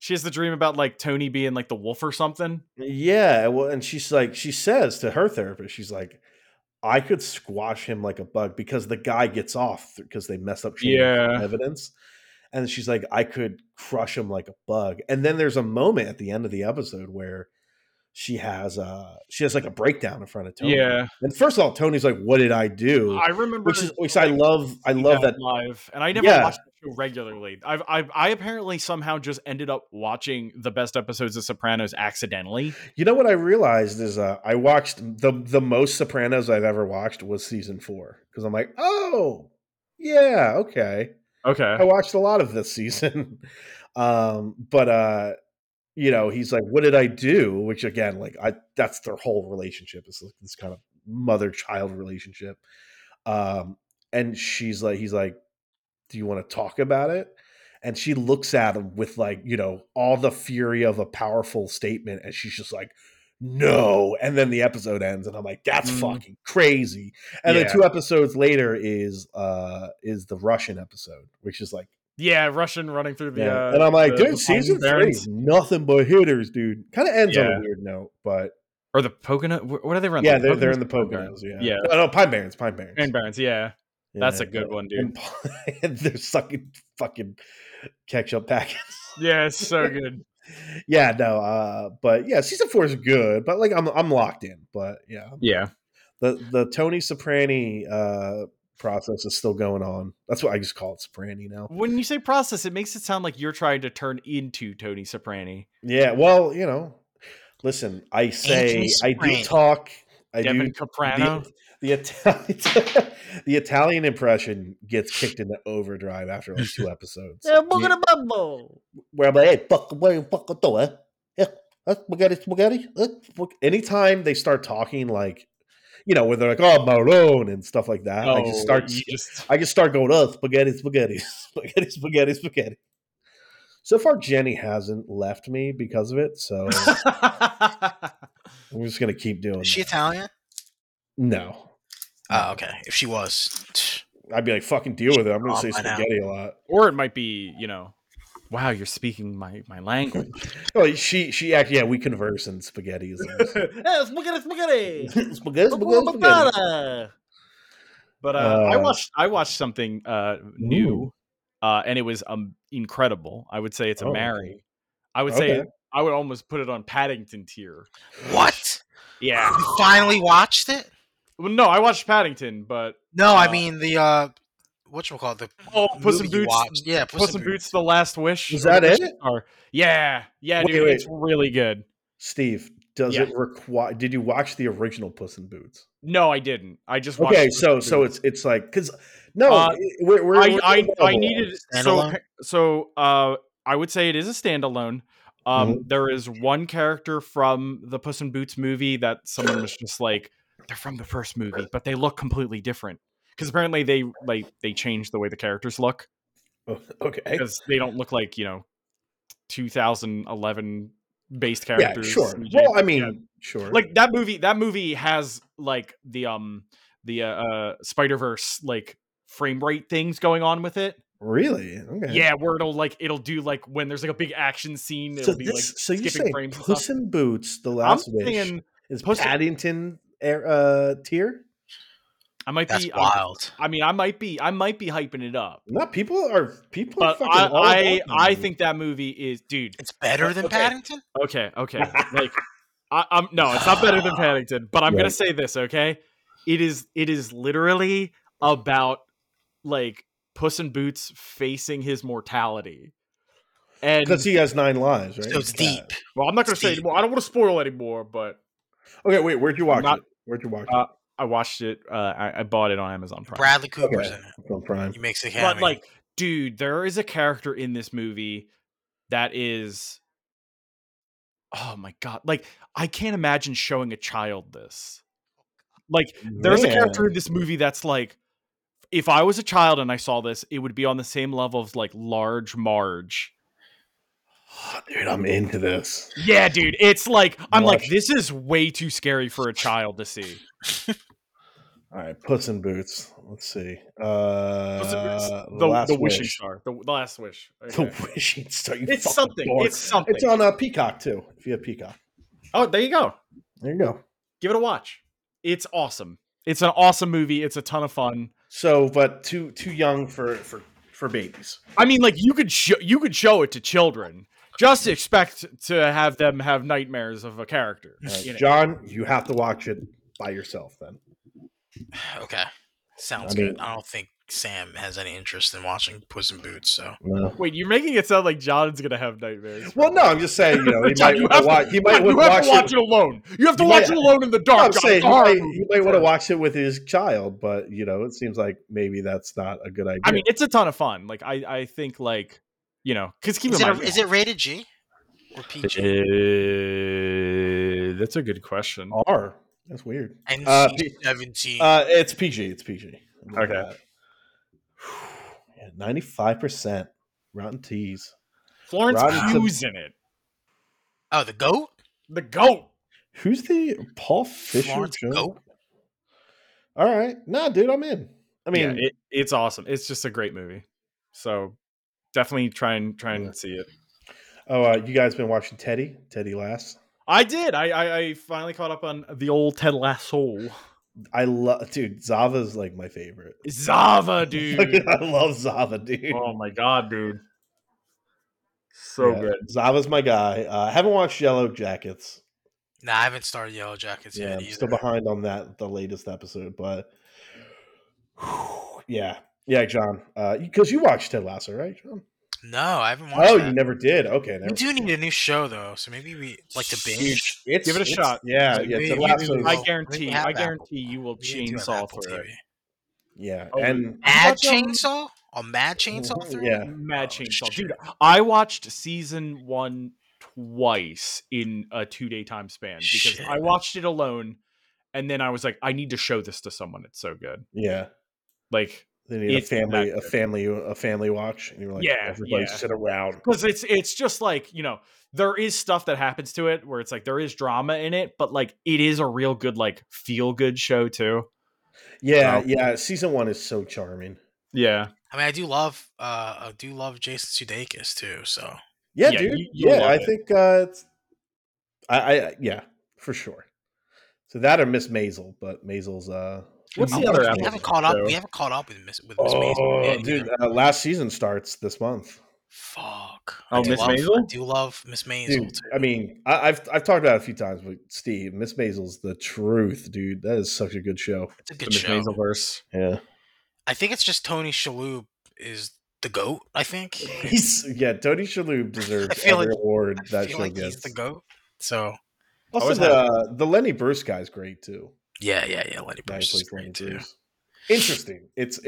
She has the dream about like Tony being like the wolf or something. Yeah, well, and she's like, she says to her therapist, she's like, I could squash him like a bug because the guy gets off because they messed up chain of Yeah. evidence. And she's like, I could crush him like a bug. And then there's a moment at the end of the episode where she has uh she has like a breakdown in front of Tony. Yeah, And first of all, Tony's like, What did I do? I remember. which is which I love I love that live, and I never Yeah. watched the show regularly. I've, I've I apparently somehow just ended up watching the best episodes of Sopranos accidentally. You know what I realized is uh, I watched the the most Sopranos I've ever watched was season four because I'm like, oh yeah, okay. Okay, I watched a lot of this season, um, but uh, you know, he's like, what did I do? Which again, like, I that's their whole relationship is like this kind of mother child relationship. Um, and she's like, he's like, do you want to talk about it? And she looks at him with like, you know, all the fury of a powerful statement, and she's just like, no. And then the episode ends, and I'm like, that's Mm. fucking crazy. And Yeah. then two episodes later is uh is the Russian episode, which is like, yeah, Russian running through the. yeah. Uh, and I'm like, the- dude, the season Biden three, barons. is nothing but hitters, dude. Kind of ends on Yeah. a weird note, but or the Pocono. wh- What are they running? yeah, they're they're in Poconos? the Poconos, yeah, Oh, Yeah. No, no, Pine Barrens, Pine Barrens, Grand Barons, yeah, that's a good one, dude. And, Pine- and they're sucking fucking ketchup packets. yeah, it's so good. yeah, no, uh, but yeah, season four is good, but like I'm I'm locked in, but yeah, Yeah, the the Tony Soprani uh process is still going on. That's what I just call it Soprani now. when you say process, it makes it sound like you're trying to turn into Tony Soprani. Yeah, well, you know, listen, I say Anthony I do Soprani. talk. I do Devin Caprano. the Italian the Italian impression gets kicked into overdrive after like two episodes. Yeah, bubble. Where I'm like, hey, fuck, what you fuck do, eh? Yeah, uh, spaghetti, spaghetti. uh, fuck." Anytime they start talking like, you know, where they're like, oh, Marone and stuff like that, I just start, Oh, you just I just start going, oh, spaghetti, spaghetti, spaghetti, spaghetti, spaghetti. So far, Jenny hasn't left me because of it, so I'm just gonna keep doing. Is she That. Italian? No, Oh, okay. If she was, I'd be like, fucking deal with it. I'm gonna Oh, say by now. spaghetti a lot. or it might be, you know, wow, you're speaking my my language. Oh, she she act yeah. We converse in spaghetti. Is spaghetti, spaghetti, spaghetti. spaghetti, spaghetti. But uh, I Uh, watched I watched something uh, new, uh, and it was um, incredible. I would say it's a Oh, okay. Mary. I would say Okay. I would almost put it on Paddington tier. what? Yeah. You finally watched it? well, no, I watched Paddington, but No, I Uh, mean the uh, what you call the oh, Puss movie in you Boots. watched. Yeah, Puss, in Boots: The Last Wish. Is or The that Wish it? Star. Yeah, yeah, Wait, dude, wait. it's really good. Steve, does Yeah. it require? Did you watch the original Puss in Boots? No, I didn't. I just watched Okay, Puss so in so Boots. it's it's like because no, Uh, it- we're, we're, I we're I, I available. needed so Standalone? so uh I would say it is a standalone. Um Mm-hmm. there is one character from the Puss in Boots movie that someone was just like they're from the first movie but they look completely different because apparently they like they changed the way the characters look Oh, okay. because they don't look like, you know, 2011 based Yeah, characters. sure. CJ. Well, I mean, Yeah. sure. like that movie that movie has like the um the uh, uh Spider-Verse like frame rate things going on with it. really? Okay. Yeah, where it'll like it'll do like when there's like a big action scene, it'll So be this, like so you skipping say frames and Puss stuff. in Boots, the I'm last wish saying is Puss in- Paddington air, uh, tier? I might That's be. I- wild. I mean, I might be. I might be hyping it up, No, people are people. but are I fucking all I, about that I movie. think that movie is, dude. It's better than Okay. Paddington. Okay, okay. Like, I, I'm no, it's not better than Paddington, but I'm gonna Right. say this. Okay, it is. It is literally about like Puss in Boots facing his mortality. And because he has nine lives, right? So it's Yeah. deep. well, I'm not gonna say Steve. anymore. I don't want to spoil anymore, but Okay, wait, where'd you watch Not- it? Where'd you watch Uh, I watched it. Uh, I, I bought it on Amazon Prime. Bradley Cooper's Okay. in it. it? From Prime. He makes the but Academy. like, dude, there is a character in this movie that is, oh my god, like I can't imagine showing a child this. Like, there's a character in Man. this movie that's like, if I was a child and I saw this, it would be on the same level of like large Marge. Dude, I'm into this. Yeah, dude, it's like I'm like Marge. this is way too scary for a child to see. All right, Puss in Boots. Let's see. Uh, Puss in Boots, The, the, Last the wishing Wish. star. The, the last wish. Okay. The wishing star. you It's fucking something. dork. It's something. It's on uh, Peacock too. If you have Peacock, oh, there you go. there you go. Give it a watch. It's awesome. It's an awesome movie. It's a ton of fun. So, but too too young for for for babies. I mean, like you could show you could show it to children. Just expect to have them have nightmares of a character. All right, you know. John, you have to watch it by yourself then. Okay, sounds I mean- good. I don't think Sam has any interest in watching Puss in Boots, so No. Wait, you're making it sound like John's gonna have nightmares. Well, no, I'm just saying. You know, he John, might you want to have to- watch. He might John, you wanna watch have to watch it. it alone. You have to You watch might- it alone in the No, dark. I'm John. saying It's a you horror might, movie. you might want to watch it with his child, but you know, it seems like maybe that's not a good idea. I mean, it's a ton of fun. Like I, I think like you know, because keep is in it, mind, a, is it rated G or PG? Uh, that's a good question. R. That's weird. Uh, P- NC seventeen. Uh, it's PG. It's PG. Okay. Ninety-five percent rotten teas. Florence Rotten Pugh's in it. oh, the goat. The goat. Who's the Paul Fisher? Florence Jones? Goat. All right, nah, dude, I'm in. I I mean, mean, it, it's awesome. It's just a great movie. So definitely try and try and Yeah. see it. oh, uh, you guys been watching Teddy? Teddy Last. I did. I, I I finally caught up on the old Ted Lasso. I love, dude. Zava's like my favorite. Zava, Fucking- dude. I love Zava, dude. oh my god, dude. So Yeah, good. Zava's my guy. Uh, I haven't watched Yellow Jackets. Nah, I haven't started Yellow Jackets yeah, yet. I'm either. still behind on that the latest episode, but yeah, yeah, John, because you watched Ted Lasso, right, John? No, I haven't watched. Oh, that. you never did. Okay, we never. do need a new show though, so maybe we like to binge. It's, Give it a it's- shot. Yeah, Like, yeah, we- Ted we- Lasso. we- is- I Well, guarantee. we have I Apple. guarantee you will We do have chainsaw Apple through it. TV. yeah, Oh, and Mhm, Mad Watch out. Chainsaw? Oh, Mad Chainsaw Three? Mm-hmm, yeah, Mad Oh, Chainsaw, shit. dude. I watched season one twice in a two day time span because Shit. I watched it alone, and then I was like, I need to show this to someone. It's so good. yeah. Like, They need a It's that family, a good. family, a family watch, and you're like, Yeah, everybody yeah. sit around. because it's it's just like you know there is stuff that happens to it where it's like there is drama in it, but like it is a real good like feel good show too. Yeah, Wow. yeah. Season one is so charming. Yeah, I mean, I do love, uh, I do love Jason Sudeikis too. So Yeah, Yeah, dude. you- you'll yeah, love I it. think uh, it's. I, I yeah, for sure. So that or Miss Maisel, but Maisel's uh. What's the Miss other Maisel's- we Apple haven't caught up. show. We haven't caught up with Miss with Miss Maisel. Oh, yet dude, either. uh, last season starts this month. fuck. Oh, do Miss love- Maisel? I do love Miss Maisel. Dude, too. I mean, I, I've I've talked about it a few times with Steve. Miss Maisel's the truth, dude. That is such a good show. it's a the good Miss show. Maiselverse. Yeah, I think it's just Tony Shalhoub is the goat. I think. he's yeah. Tony Shalhoub I deserves feel every like- award I that feel show like gets. he's the goat. So Also, Always the, uh, the Lenny Bruce guy's great too. yeah, yeah, yeah. Lenny Guy who Bruce is plays Lenny great too. Bruce. Interesting. It's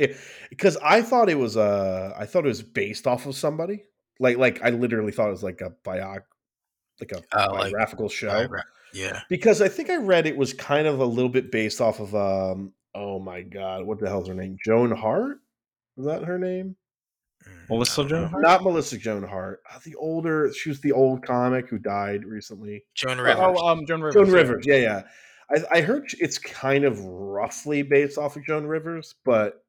because I thought it was uh I thought it was based off of somebody. Like like I literally thought it was like a biog like a Uh, like, biographical show. right, right. yeah. Because I think I read it was kind of a little bit based off of um oh my god, what the hell's her name? Joan Hart? Is that her name? Mm, Melissa I don't Joan know. Hart? Not Melissa Joan Hart. Uh, The older she was the old comic who died recently. Joan Rivers. Oh, um, Joan Rivers. Joan yeah. Rivers, yeah, yeah. I, I heard it's kind of roughly based off of Joan Rivers, but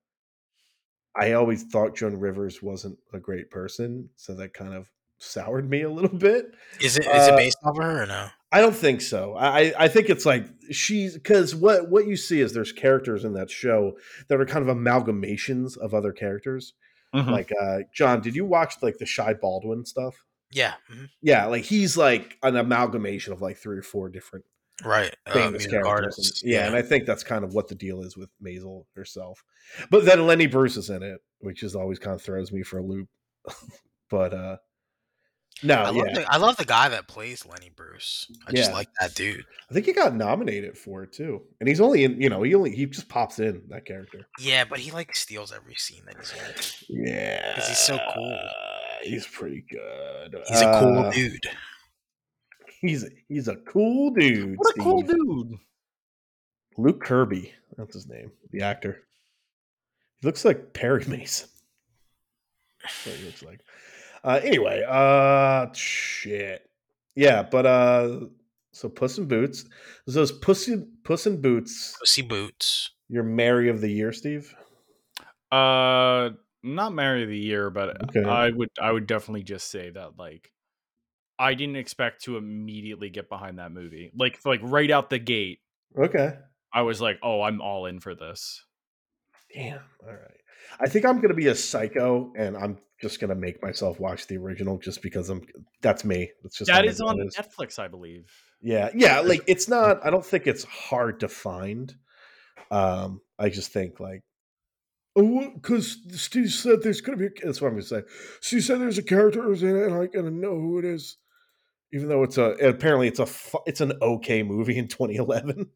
I always thought Joan Rivers wasn't a great person, so that kind of soured me a little bit. Is it is Uh, it based off of her or no? I don't think so. I, I- I think it's like she's because what what you see is there's characters in that show that are kind of amalgamations of other characters. Mhm. Like uh, John, did you watch like the Shy Baldwin stuff? Yeah. mhm. Yeah, like he's like an amalgamation of like three or four different Right. Uh, famous music characters. artists, And- uh, yeah, and I think that's kind of what the deal is with Maisel herself. But then Lenny Bruce is in it, which is always kind of throws me for a loop. but uh no, I, yeah. love the, I love the guy that plays Lenny Bruce. I just Yeah. like that dude. I think he got nominated for it too. And he's only in, you know, he only he just pops in that character. Yeah, but he like steals every scene that he's in. Yeah. 'Cause he's so cool. He's pretty good. He's a cool Uh, dude. He's he's a cool dude. What a cool Steve. dude. Luke Kirby, that's his name, the actor. He looks like Perry Mason. That's what he looks like. Uh, anyway, uh, shit, yeah, but uh, so Puss in Boots. There's those Puss in, Puss in Boots Pussy Boots. Your Mary of the Year, Steve? Uh, not Mary of the Year, but Okay. I would I would definitely just say that like I didn't expect to immediately get behind that movie. Like like right out the gate, Okay. I was like, oh, I'm all in for this. Damn. All right. I think I'm gonna be a psycho, and I'm just gonna make myself watch the original just because I'm. That's me. That's just how that my is brain on Netflix, I believe. Yeah, yeah. Like it's not. I don't think it's hard to find. Um, I just think like, "Oh, because Steve said there's gonna be. That's what I'm gonna say. Steve said there's a character who's in it, and I gotta know who it is. Even though it's a apparently it's a fu- it's an okay movie in 2011.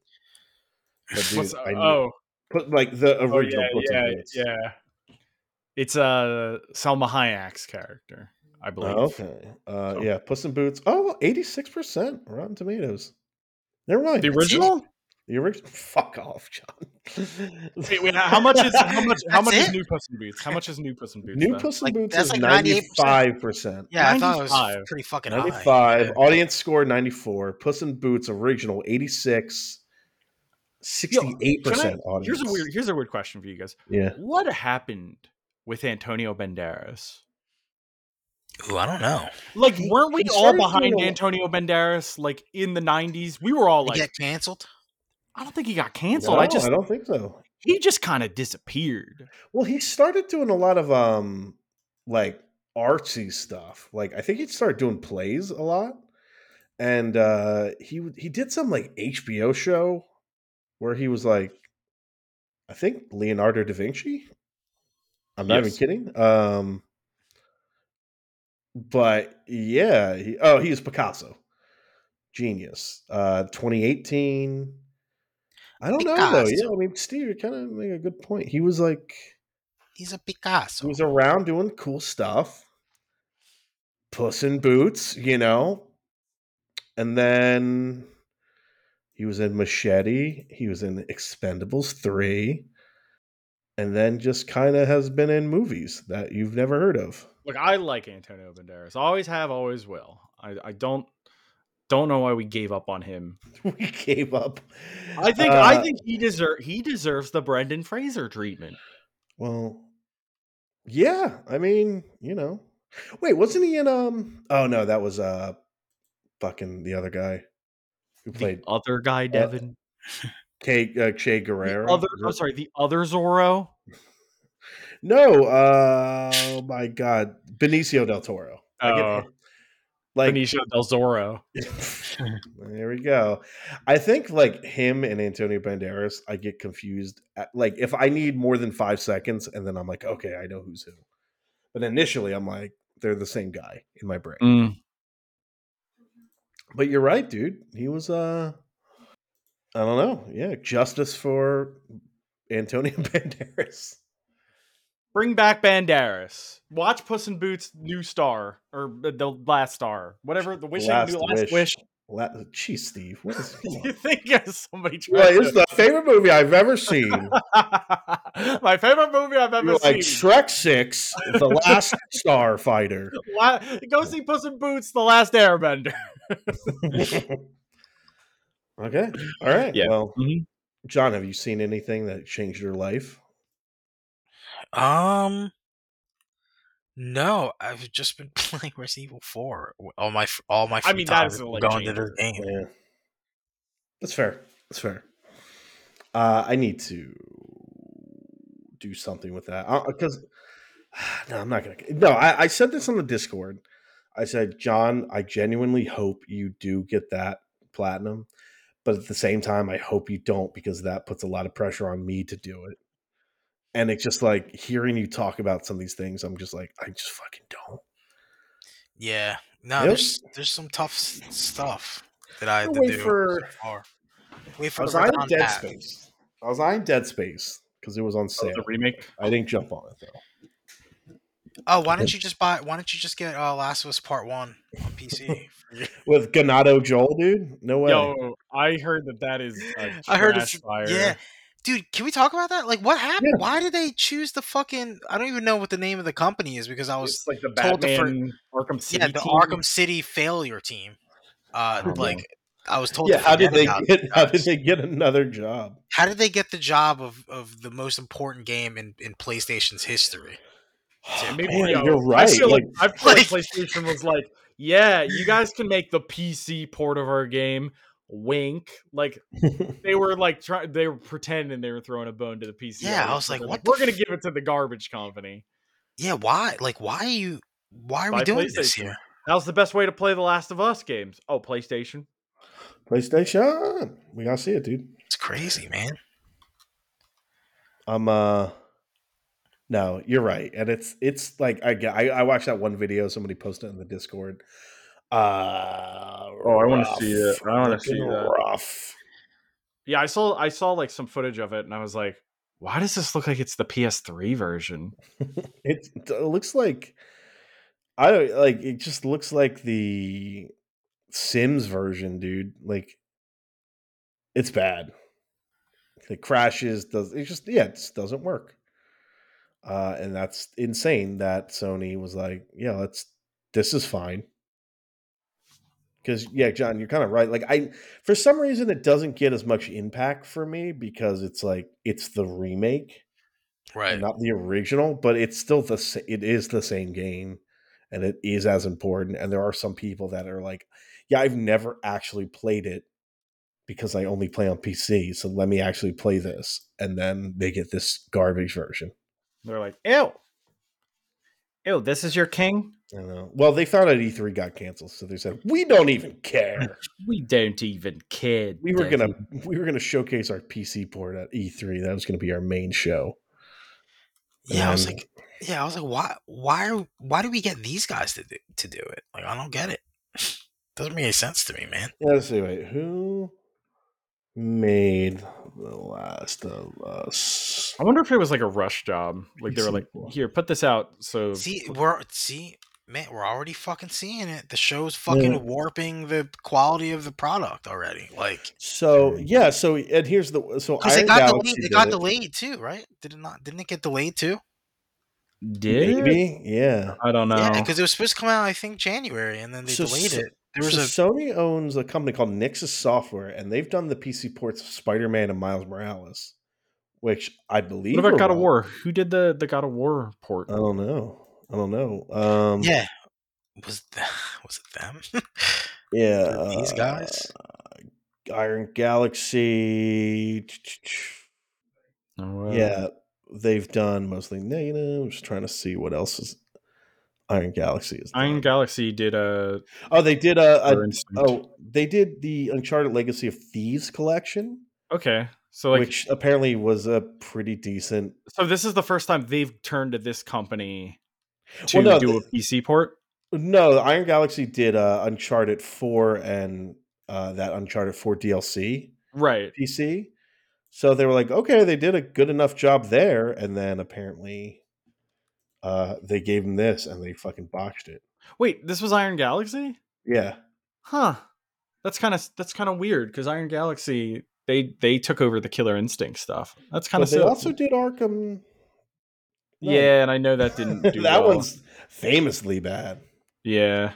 But dude, What's- I knew- oh, but like the oh original. yeah, Puts and yeah, Puts. yeah. It's uh Selma Hayek's character, I believe. Oh, okay. Uh, So- Yeah, Puss in Boots. Oh, 86% Rotten Tomatoes. Never mind. The original? The original. Fuck off, John. Wait, wait, how much is how much how That's much is it? New Puss in Boots? How much is New Puss in Boots? New then? Puss in Like, Boots that's is like 95%. 98%. Yeah, I thought it was 95. pretty fucking high. 95. Audience score 94. Puss in Boots original 86. 68% Can audience. Here's a weird here's a weird question for you guys. Yeah. What happened with Antonio Banderas? Ooh, I don't know. Like, He- weren't we he all started behind doing a- Antonio Banderas like in the '90s? We were Oh, all Did like, he get canceled. I don't think he got canceled. No, I just I don't think so. he just kind of disappeared. Well, he started doing a lot of um like artsy stuff. Like I think he'd start doing plays a lot. And uh he w- he did some like HBO show where he was like I think Leonardo da Vinci. I'm not Yes. even kidding. Um but yeah, he, oh, he was Picasso. Genius. Uh 2018. I don't know though. Yeah, Picasso. I mean, Steve, you kind of make a good point. He was like He's a he Picasso. was around doing cool stuff. Puss in Boots, you know. And then he was in Machete. He was in Expendables 3. And then just kind of has been in movies that you've never heard of. Look, I like Antonio Banderas. Always have, always will. I, I don't don't know why we gave up on him. we gave up. I think Uh, I think he deserve he deserves the Brendan Fraser treatment. Well, yeah. I mean, you know. Wait, wasn't he in um? Oh no, that was uh, fucking the other guy who The played other uh, guy, Devin. K, uh, Che The Guerrero. other, Is I'm it- sorry, the other Zorro. No, uh, oh my God, Benicio del Toro. I get- Oh. like Benicio del Zorro. there we go. I think like him and Antonio Banderas, I get confused. At, like if I need more than five seconds, and then I'm like, okay, I know who's who. But initially, I'm like, they're the same guy in my brain. Mm. But you're right, dude. He was uh I don't know. Yeah, justice for Antonio Banderas. Bring back Banderas. Watch Puss in Boots' new star or the- the last star, whatever the wishing Last last, new, last wish. wish. La- Jeez, Steve. What is going you on? think there's somebody You're like, trying this is the favorite movie I've ever seen. to... My favorite movie I've ever You're like seen. Shrek Six, the last starfighter. La- Go see Puss in Boots: The Last Airbender. okay. All right. Yeah. Well, Mhm. John, have you seen anything that changed your life? Um, no, I've just been playing Resident Evil Four. All my fr- all my free I mean, that time is a life going to changer. this game. Yeah. That's fair. That's fair. Uh, I need to do something with that because no, I'm not gonna. No, I, I said this on the Discord. I said, John, I genuinely hope you do get that platinum, but at the same time, I hope you don't because that puts a lot of pressure on me to do it. And it's just like hearing you talk about some of these things, I'm just like, I just fucking don't. Yeah, no, Yep. there's there's some tough s- stuff that I I'll have to wait do. for- so far. wait I for was the eyeing Verdant Dead app. Space. I was eyeing Dead Space because it was on Oh, sale. the remake. I didn't jump on it though. Oh, why don't you just buy? Why don't you just get uh, Last of Us Part One on PC? With Ganado Joel, dude, no way. Yo, I heard that that is. A I heard trash it's- fire. yeah, dude. Can we talk about that? Like, what happened? Yeah. Why did they choose the fucking? I don't even know what the name of the company is because I was It's like the told the fir- Batman Arkham City. yeah the team. Arkham City failure team. Uh, Oh, no. like I was told. yeah, to how did forget they about get? How did jobs. they get another job? How did they get the job of, of the most important game in, in PlayStation's history? Yeah, Oh, Man, yo, you're right. I feel like, Like, I feel like Like- PlayStation was like, yeah, you guys can make the PC port of our game. Wink. Like they were like trying, they were pretending they were throwing a bone to the PC. Yeah, I audience, was like, but they're what the We're gonna f- give it to the garbage company. Yeah, why? Like, why are you? Why are Buy we doing this PlayStation. here? How's the best way to play the Last of Us games? Oh, PlayStation. PlayStation. We gotta see it, dude. It's crazy, man. I'm uh no, you're right. And it's it's like I get- I, I watched that one video somebody posted in the Discord. Uh Oh, I wanna see it. I wanna rough, see fucking that. Rough. Yeah, I saw I saw like some footage of it, and I was like, why does this look like it's the PS3 version? It, it looks like I don't like it just looks like the Sims version, dude. Like it's bad. It crashes, does it just yeah, it just doesn't work. Uh and that's insane that Sony was like, yeah, let's this is fine. Cause yeah, John, you're kind of right. Like I for some reason it doesn't get as much impact for me because it's like it's the remake Right. not the original, but it's still the sa- it is the same game, and it is as important. And there are some people that are like, "Yeah, I've never actually played it because I only play on PC, so let me actually play this." And then they get this garbage version. They're like, ew, ew, this is your king. I know. Well, they found out E3 got canceled, so they said, "We don't even care. We don't even care. We were Daddy." gonna we were gonna showcase our PC port at E3. That was gonna be our main show." Yeah, I was And- like, yeah, I was like, why, why, are- why do we get these guys to do, to do it? Like, I don't get it. Doesn't make any sense to me, man. Yeah, let's see. Wait, who made The Last of Us? I wonder if it was like a rush job. Like they were like, Sequel. here, put this out. So See, we're see, man, we're already fucking seeing it. The show's fucking Yeah. warping the quality of the product already. Like, So yeah, so and here's the so because it Iron got Galaxy delayed. It did got delayed too, right? Did it not? Didn't it get delayed too? did it? Maybe, yeah. I don't know. Yeah, because it was supposed to come out, I think, January, and then they So delayed so- it. There was so a Sony owns a company called Nixus Software, and they've done the PC ports of Spider-Man and Miles Morales, which I believe. what are about God of right. War? Who did the the God of War port? I don't know. I don't know. Um, yeah. Was th- was it them? yeah. These guys? uh, Iron Galaxy. Oh, uh, Yeah, they've done mostly negative. I'm just trying to see what else is Iron Galaxy is. Iron Galaxy did a. oh, they did a, for a instance. oh they did the Uncharted Legacy of Thieves collection, okay. So Oh, like, which apparently was a pretty decent. so this is the first time they've turned to this company to Well, no, do a PC port. No, Iron Galaxy did uh, Uncharted Four and uh, that Uncharted Four DLC Right. PC. So they were like, okay, they did a good enough job there, and then apparently, uh, they gave them this, and they fucking botched it. Wait, this was Iron Galaxy? Yeah. Huh. That's kind of that's kind of weird because Iron Galaxy they they took over the Killer Instinct stuff. That's kind of but they silly. also did Arkham. No. yeah, and I know that didn't do that well. one's famously bad. yeah.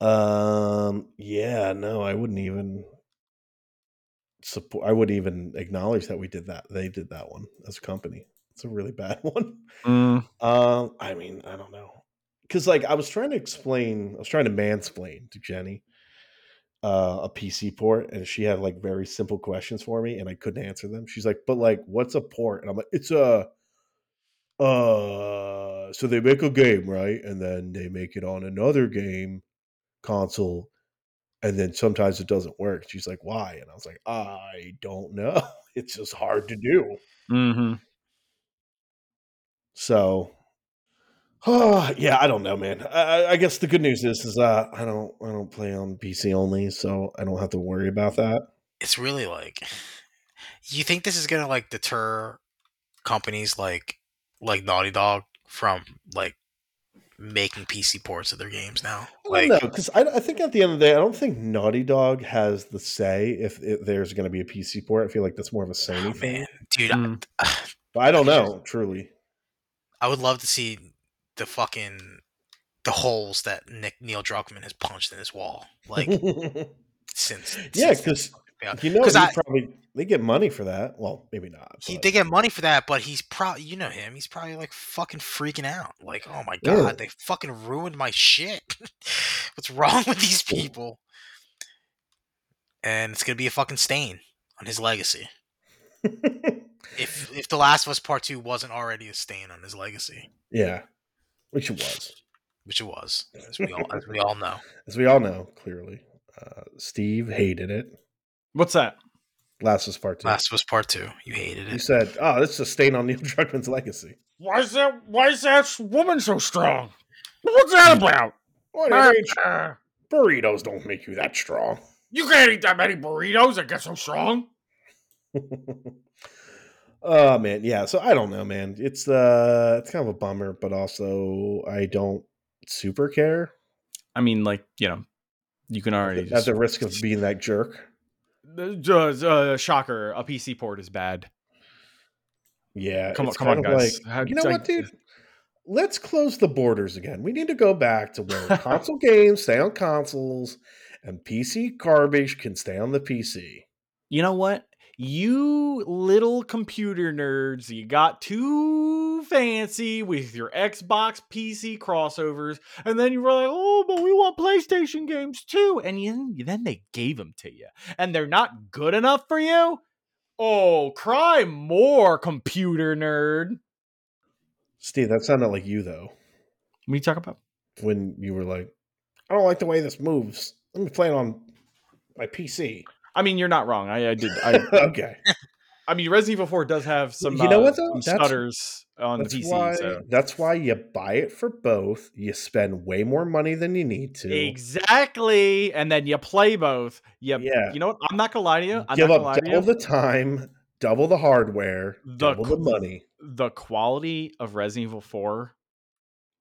Um, yeah, no, I wouldn't even support. I wouldn't even acknowledge that we did that. They did that one as a company. It's a really bad one. Mm. Um, I mean, I don't know, because like I was trying to explain, I was trying to mansplain to Jenny uh, a PC port, and she had like very simple questions for me, and I couldn't answer them. She's like, "But like, what's a port?" And I'm like, "It's a." Uh, so they make a game, right? And then they make it on another game console, and then sometimes it doesn't work. She's like, "Why?" And I was like, "I don't know. It's just hard to do." Mm-hmm. So, yeah, I don't know, man. I, I- I guess the good news is, is uh, I don't, I don't play on PC only, so I don't have to worry about that. it's really like you think this is gonna like deter companies like like Naughty Dog from like making PC ports of their games now. I Like don't know, because I, I think at the end of the day, I don't think Naughty Dog has the say if, if there's going to be a PC port. I feel like that's more of a Sony oh, thing, man, dude, Mm. I, but I don't know, truly. I would love to see the fucking the holes that Nick Neil Druckmann has punched in his wall. Like yeah, since Yeah, since they 'cause fucking failed. You know, 'Cause he I- probably they get money for that. Well, maybe not. he but- they get money for that, but he's probably you know him. He's probably like fucking freaking out. Like, oh my Yeah. god, they fucking ruined my shit. What's wrong with these people? And it's gonna be a fucking stain on his legacy. If if The Last of Us Part Two wasn't already a stain on his legacy, yeah, which it was, which it was, as we all as we all know. as we all know clearly. Uh, Steve hated it. What's that? Last was part two. Last of Us Part Two, you hated You it. said, "Oh, this is a stain on Neil Druckmann's legacy." Why is that? Why is that woman so strong? What's that Hmm. about? What age? Uh, Burritos don't make you that strong. you can't eat that many burritos and get so strong. oh man, yeah. So I don't know, man. It's uh, it's kind of a bummer, but also I don't super care I mean, like you know, you can already at just, the risk of being that jerk. Uh, just uh, shocker. A PC port is bad. Yeah, Come on, it's come on, kind of guys. How- Like, you know I- what, dude? Let's close the borders again. We need to go back to where console games stay on consoles, and PC garbage can stay on the PC. You know what? You little computer nerds, you got too fancy with your Xbox PC crossovers, and then you were like, "Oh, but we want PlayStation games too," and you, then they gave them to you, and they're not good enough for you. Oh, cry more, computer nerd. Steve, that sounded like you though What are you talking about? when you were like, "I don't like the way this moves. Let me play it on my PC." I mean, you're not wrong. I, I did. I, okay, I mean, Resident Evil 4 does have some. You know uh, what, though? some That's- stutters on the that's PC. why so. that's why you buy it for both. You spend way more money than you need to. Exactly. And then you play both. You, Yeah. you know what? I'm not gonna lie to you. I'm Give not gonna lie up to you. double the time, double the hardware, The double the qu- money. the quality of Resident Evil 4,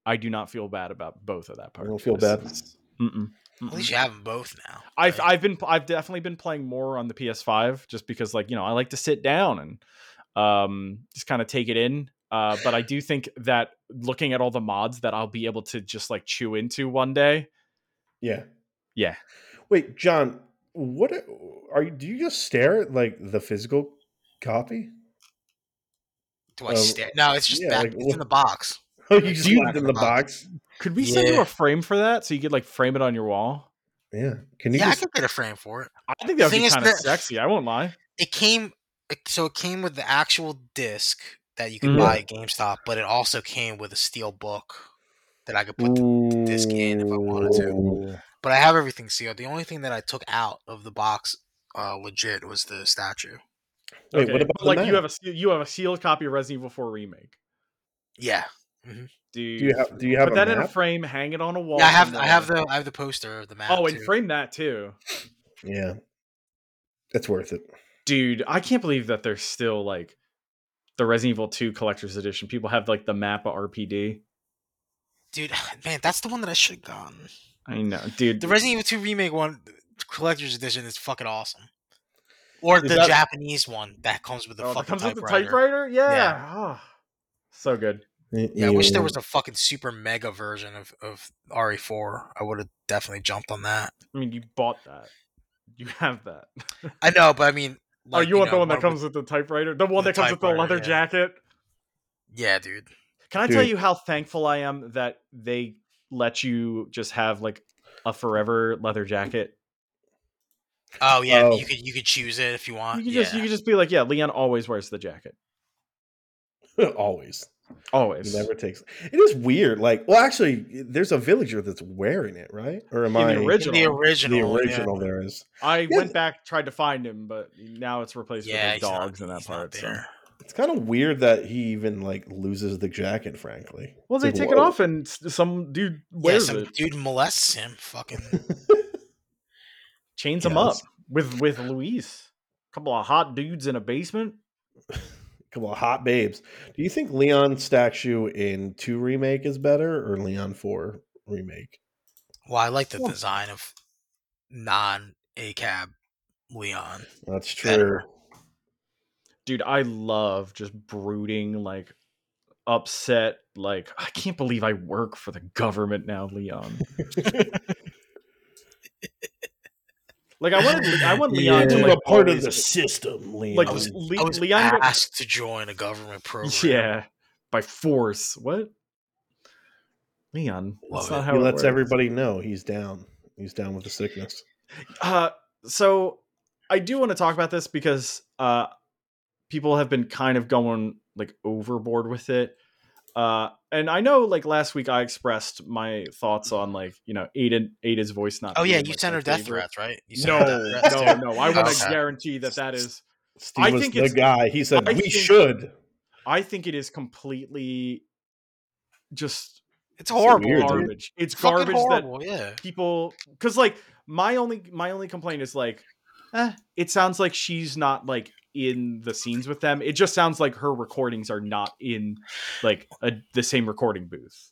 I do not feel bad about both of that part. don't feel This bad? is- Mm-mm. At Mm-mm. least you have them both now. I've right? I've been I've definitely been playing more on the PS5 just because like you know I like to sit down and um just kind of take it in. Uh, but I do think that looking at all the mods that I'll be able to just like chew into one day. Yeah. Yeah. Wait, John, what are you? Do you just stare at like the physical copy? Do I uh, stare? No, it's just yeah, back. like, it's what- in the box. Oh, you just Do you- left in the box. Could we send you Yeah. a frame for that so you could like frame it on your wall? Yeah. Can you Yeah, I just? could get a frame for it. I think that would Thing be is kind of that- sexy. I won't lie. it came it- so it came with the actual disc that you could Mhm. buy at GameStop, but it also came with a steel book that I could put. The, disc in if I wanted to. Ooh. but I have everything sealed. The only thing that I took out of the box, uh, legit, was the statue. Wait, what Okay, but, about like the you have a se- you have a sealed copy of Resident Evil 4 remake? Yeah, Do you, Do you have? Do you have put a that map? in a frame, hang it on a wall? yeah I have I somewhere. have the I have the poster of the map. Oh, and too. frame that too, yeah. It's worth it. dude. I can't believe that there's still like the Resident Evil 2 Collector's Edition. People have like the map of RPD. dude, man, that's the one that I should have gotten. I know, dude. The Resident Evil 2 remake one, collector's edition, is fucking awesome. Or Is the that- Japanese one that comes with the oh, that fucking comes with the typewriter. typewriter. Yeah, Yeah. Ah, so good. Yeah, I wish there was a fucking super mega version of, of RE4. I would have definitely jumped on that. I mean, you bought that. You have that. I know, but I mean, oh, like, you want know, the one that with- comes with the typewriter? The one the that comes with the typewriter, leather yeah. jacket? yeah, dude. Can I tell Dude. you how thankful I am that they let you just have like a forever leather jacket? Oh yeah, Oh. you could you could choose it if you want. You can Uh, yeah. just you can just be like, yeah, Leon always wears the jacket. always. It Always. never takes. It is weird. Like, well, actually, there's a villager that's wearing it, right? Or am In the I original- In the original, The yeah. original there is. I Yeah. went back, tried to find him, but now it's replaced Yeah, with he's like, dogs not, in that he's not part. so- there. It's kind of weird that he even like loses the jacket. Frankly, Well, they It's like, take it whoa. off, and s- some dude Yeah, wears some it, dude molests him. Fucking chains Yeah, him up that's- with with Luis. A couple of hot dudes in a basement. Come on, hot babes. Do you think Leon statue in two remake is better or Leon four remake? well, I like the Well- design of non ACAB Leon. That's Better. true. dude i love just brooding like upset like i can't believe i work for the government now leon Like I wanted, I want You Leon to became like a part of always- the system, Leon. like I was- Le- I was Leon. got- asked to join a government program. Yeah, by force. What? Leon. Love That's not it. how he it lets works. everybody know he's down. He's down with the sickness. Uh, so I do want to talk about this because uh, people have been kind of going like overboard with it. Uh, and I know like last week I expressed my thoughts on like you know Aiden Ada's voice not. Oh yeah, being, you like, sent my her death favorite. threats, right? You No, sent her death threats, no, no. I want to Okay. guarantee that that is Steve I was think the it's- guy. He said I we think- should. I think it is completely just It's horrible. Weird, dude. garbage. It's Fucking garbage horrible, yeah. that people because like my only my only complaint is like eh, it sounds like she's not like in the scenes with them. It just sounds like her recordings are not in like a, the same recording booth.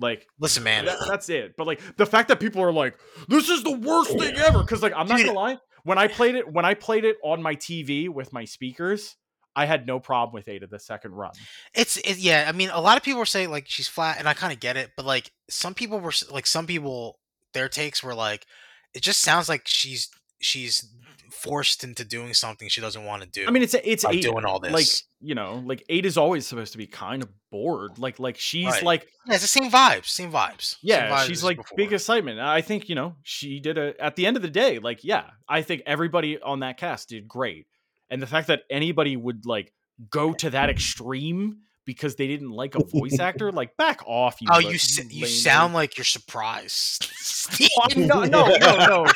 Like Listen, man. that- that's it. But like the fact that people are like, this is the worst thing ever. Because like I'm not Dude. gonna lie, when I played it, when I played it on my TV with my speakers, I had no problem with Ada the second run. It's it, yeah. I mean, a lot of people were saying like she's flat, and I kind of get it. But like some people were s- like some people their takes were like it just sounds like she's she's forced into doing something she doesn't want to do. I mean, it's it's by eight. doing all this. Like you know, like eight is always supposed to be kind of bored. Like like she's Right. like yeah, it's the same vibes, same vibes. same yeah, vibes she's as like before. big excitement. I think you know she did a. At the end of the day, like yeah, I think everybody on that cast did great, and the fact that anybody would like go to that extreme because they didn't like a voice actor, like back off. You Oh, lo- you s- you lame sound like you're surprised. Steve. Oh, I know, no, no, no,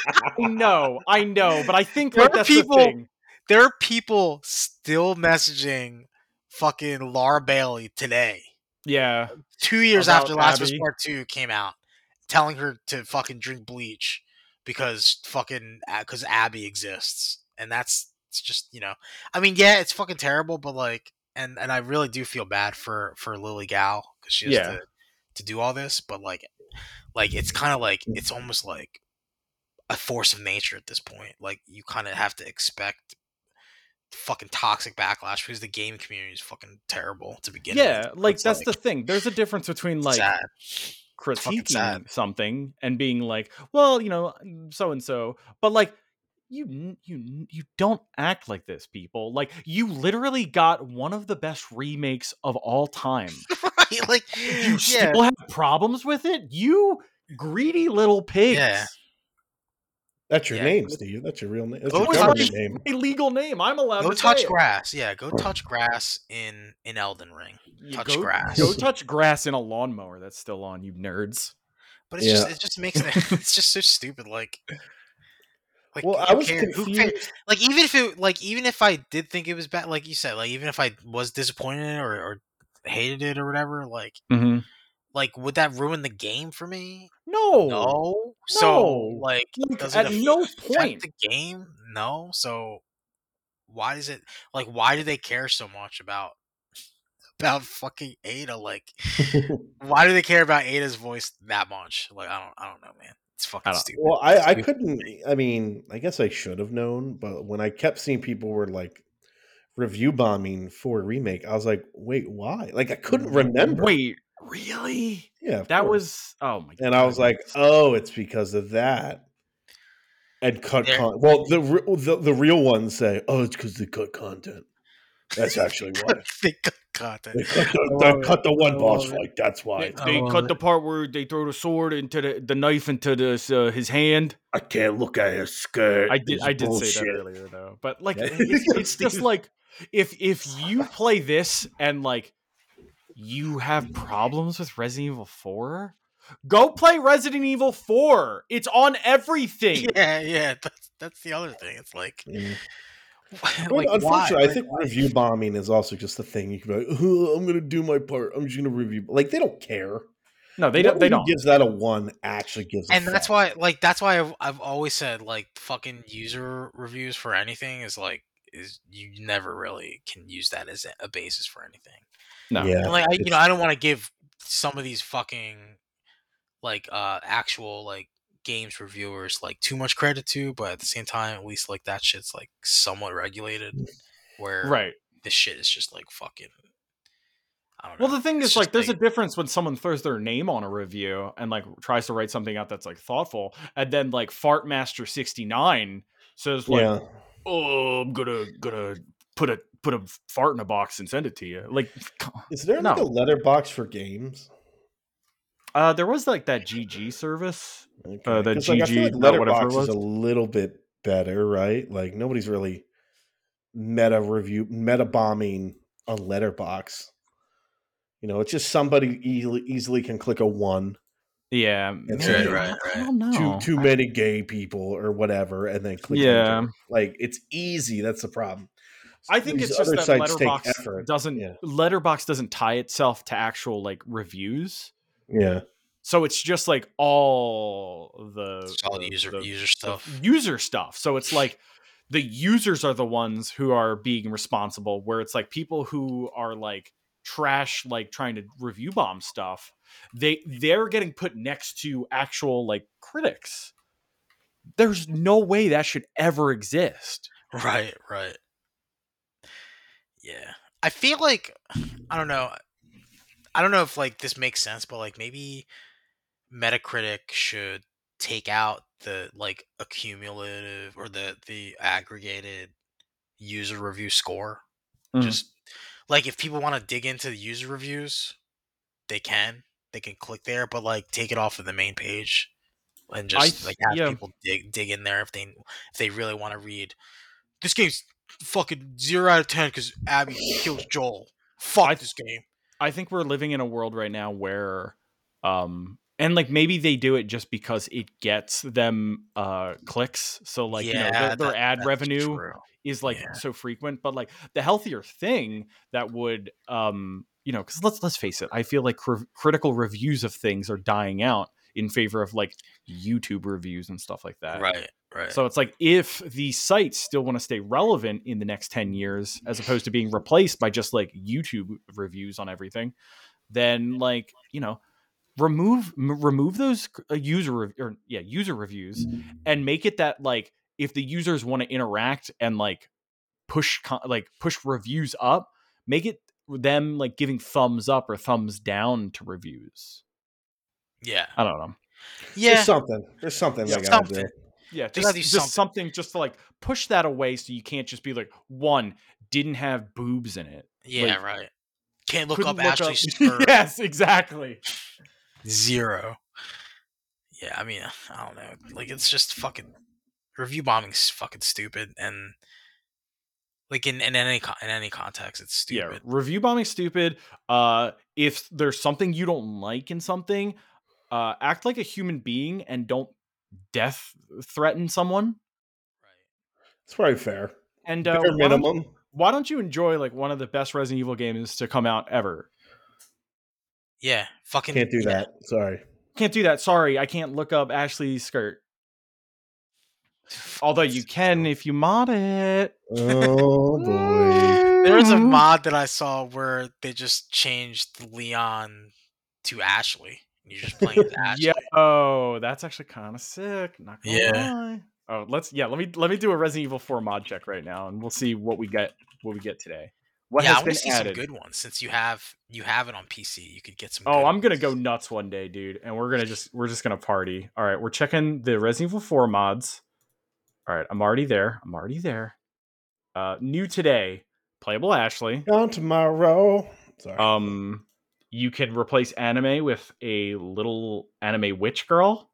I know, I know, but I think There like are that's people- the thing. there are people still messaging fucking Laura Bailey today, Yeah, two years About after Last of Us Abby. Part Two came out, telling her to fucking drink bleach because fucking because Abby exists, and that's it's just you know, I mean, yeah, it's fucking terrible, but like, and and I really do feel bad for for Lily Gal because she has Yeah. to to do all this, but like, like it's kind of like it's almost like a force of nature at this point. Like you kind of have to expect fucking toxic backlash because the game community is fucking terrible to begin with. yeah, So like it's that's the thing. There's a difference between like sad. fucking sad. critiquing something and being like, well, you know, so and so, but like you n- you n- you don't act like this people. Like you literally got one of the best remakes of all time. right? Like You yeah. still have problems with it? You greedy little pigs. Yeah. That's your Yeah. name, Steve. That's your real name. That's Oh, your it's government like- name. A legal name. I'm allowed Go to touch say it. grass. Yeah, go touch grass in in Elden Ring. You touch go, grass. Go touch grass in a lawnmower that's still on, you nerds. But it's just it just makes it it's just so stupid. Like, like Well, I who was care- who care- confused. Like even if it like even if I did think it was bad, like you said, like even if I was disappointed in it or, or hated it or whatever, like Mm-hmm. like would that ruin the game for me? No. No. So No. like Like, does it at affect no point. affect the game? No. So why does it like why do they care so much about about fucking Ada? Like why do they care about Ada's voice that much? Like I don't I don't know, man. It's fucking I don't- stupid. Well, I, I Stupid. couldn't. e, I mean, I guess I should have known, but when I kept seeing people were like review bombing for a remake, I was like, wait, why? Like, I couldn't remember. Mm, Wait, really? yeah, of That course. was oh my and I was like, goodness. oh, it's because of that. And cut There- con- well, the, re- the the real ones say, oh, it's because they cut content. That's actually why. They cut content. They cut the, they I Oh, love it. cut the I one boss love it. fight. That's why. they, they love cut it. the part where they throw the sword into the, the knife into this uh, his hand. I can't look at his skirt. I did It's I did say bullshit. that earlier though, but like Yeah. it's, it's just like if if you play this and like you have problems with Resident Evil Four, go play Resident Evil Four. It's on everything. Yeah, yeah. That's that's the other thing. It's like, Yeah. like But why? unfortunately, I Like, think review bombing is also just the thing. You can be like, "Oh, I'm going to do my part. I'm just going to review. Like they don't care. No, they don't. Nobody They don't. Gives that a one actually gives. and that's why like that's why I've, I've always said like fucking user reviews for anything is like is you never really can use that as a- a basis for anything No. Yeah. and like I, you it's- know i don't want to give some of these fucking like uh actual like games reviewers like too much credit to but at the same time at least like that shit's like somewhat regulated where Mm. Right. this shit is just like fucking I don't know. Well, the thing It's is, like, just there's a difference when someone throws their name on a review and like tries to write something out that's like thoughtful, and then like Fart Master sixty nine says like, yeah. "Oh, I'm gonna gonna put a put a fart in a box and send it to you." Like, Is there like No. a letterbox for games? uh, there was like that GG service. Okay. Uh, the 'Cause, like, I feel GG, like uh, whatever it letterbox is was. a little bit better, right? Like nobody's really meta review meta bombing a letterbox. You know, it's just somebody easily, easily can click a one Yeah, It's maybe- like- Right, right, Oh, I right. don't know. too too many gay people or whatever, and then click yeah, enter. like it's easy. That's the problem. I think These it's just other that sites take Letterbox effort. doesn't Yeah. Letterbox doesn't tie itself to actual like reviews. Yeah, So it's just like all the It's all the- user the- user the stuff. user stuff. So it's like the users are the ones who are being responsible. Where it's like people who are like trash, like trying to review bomb stuff. They they're getting put next to actual like critics. There's no way that should ever exist. Right, right. Yeah. I feel like I don't know. I don't know if like this makes sense, but like maybe Metacritic should take out the like accumulative or the the aggregated user review score. Mhm. Just like if people want to dig into the user reviews, they can. They can click there, but like take it off of the main page and I just th- like have yeah. people dig dig in there if they if they really want to read this game's fucking zero out of ten because Abby kills Joel. Fuck I- this game. I think we're living in a world right now where um and like maybe they do it just because it gets them uh clicks so like you know their, their that- ad that's revenue true. is like Yeah. so frequent but like the healthier thing that would um you know cuz let's let's face it I feel like cr- critical reviews of things are dying out in favor of like YouTube reviews and stuff like that. Right, right. So it's like if the sites still want to stay relevant in the next 10 years, as opposed to being replaced by just like YouTube reviews on everything, then like, you know, remove m- remove those uh, user rev- or yeah, user reviews and make it that like if the users want to interact and like push co- like push reviews up, make it them like giving thumbs up or thumbs down to reviews. yeah, I don't know. yeah. there's something. There's something Yeah, they gotta do. something. Yeah, They just, gotta do just something. something. just to like push that away so you can't just be like, one, didn't have boobs in it. yeah, like, right. Can't look up couldn't Ashley Stern. yes, exactly. Zero. Yeah, I mean, I don't know. Like, it's just fucking review bombing's fucking stupid, and like in, in any con- in any context, it's Yeah, stupid. review bombing stupid. Uh, if there's something you don't like in something, uh, act like a human being and don't death threaten someone. It's probably fair. And uh, Bare why don't- minimum. why don't you enjoy like one of the best Resident Evil games to come out ever? Yeah, fucking Can't do yeah. that. Sorry. Can't do that. Sorry, I can't look up Ashley's skirt. Although you can if you mod it. Oh boy. There was a Mm-hmm. mod that I saw where they just changed Leon to Ashley. and You're just playing as Ashley. Yeah. Oh, that's actually kind of sick. Not gonna Yeah. lie. Oh, let's yeah. Let me let me do a Resident Evil 4 mod check right now, and we'll see what we get. What we get today. What yeah, I has want been to see added? some good ones since you have you have it on PC. You could get some. oh, good I'm gonna ones. go nuts one day, dude, and we're gonna just we're just gonna party. All right, we're checking the Resident Evil 4 mods. All right, I'm already there. I'm already there. Uh, new today, playable Ashley. On tomorrow. Sorry. Um, you can replace anime with a little anime witch girl.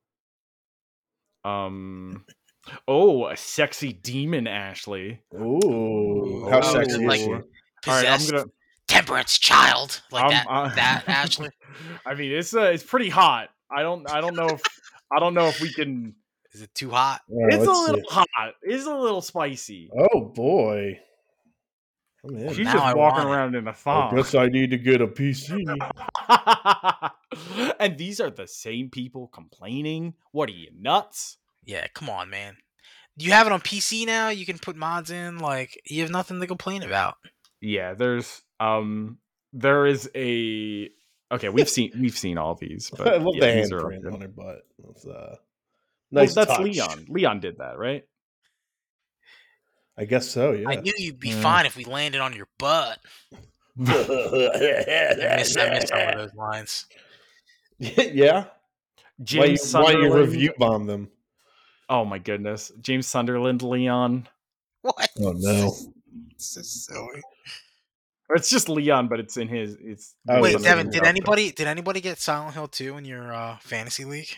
Um, oh, a sexy demon, Ashley. Ooh. How Oh, sexy like- is she? Possessed All right, I'm gonna. temperance child like I'm, uh, that. I- that Ashley. I mean, it's uh, it's pretty hot. I don't I don't know if I don't know if we can. Is it too hot? Yeah, It's a let's little see. hot. It's a little spicy. Oh boy. I'm in. She's Oh, now just I walking want it. Oh, around in a I thong. guess I need to get a PC. and these are the same people complaining. What are you nuts? Yeah, come on, man. You have it on PC now. You can put mods in. Like you have nothing to complain about. yeah there's um there is a okay we've seen we've seen all these but I love yeah, the these are all handprint good. on her butt. That's uh, Well, nice. that's touch. leon leon did that right I guess so. Yeah. I knew you'd be Yeah. Mm. fine if we landed on your butt. I missed, I missed some of those lines. yeah. Why you, James why you Sunderland. review bomb them? Oh my goodness, James Sunderland, Leon. What? Oh no. This is silly. Or it's just Leon, but it's in his. It's Oh, Wait, it's Devin, in did Okay. anybody did anybody get Silent Hill 2 in your uh, fantasy league?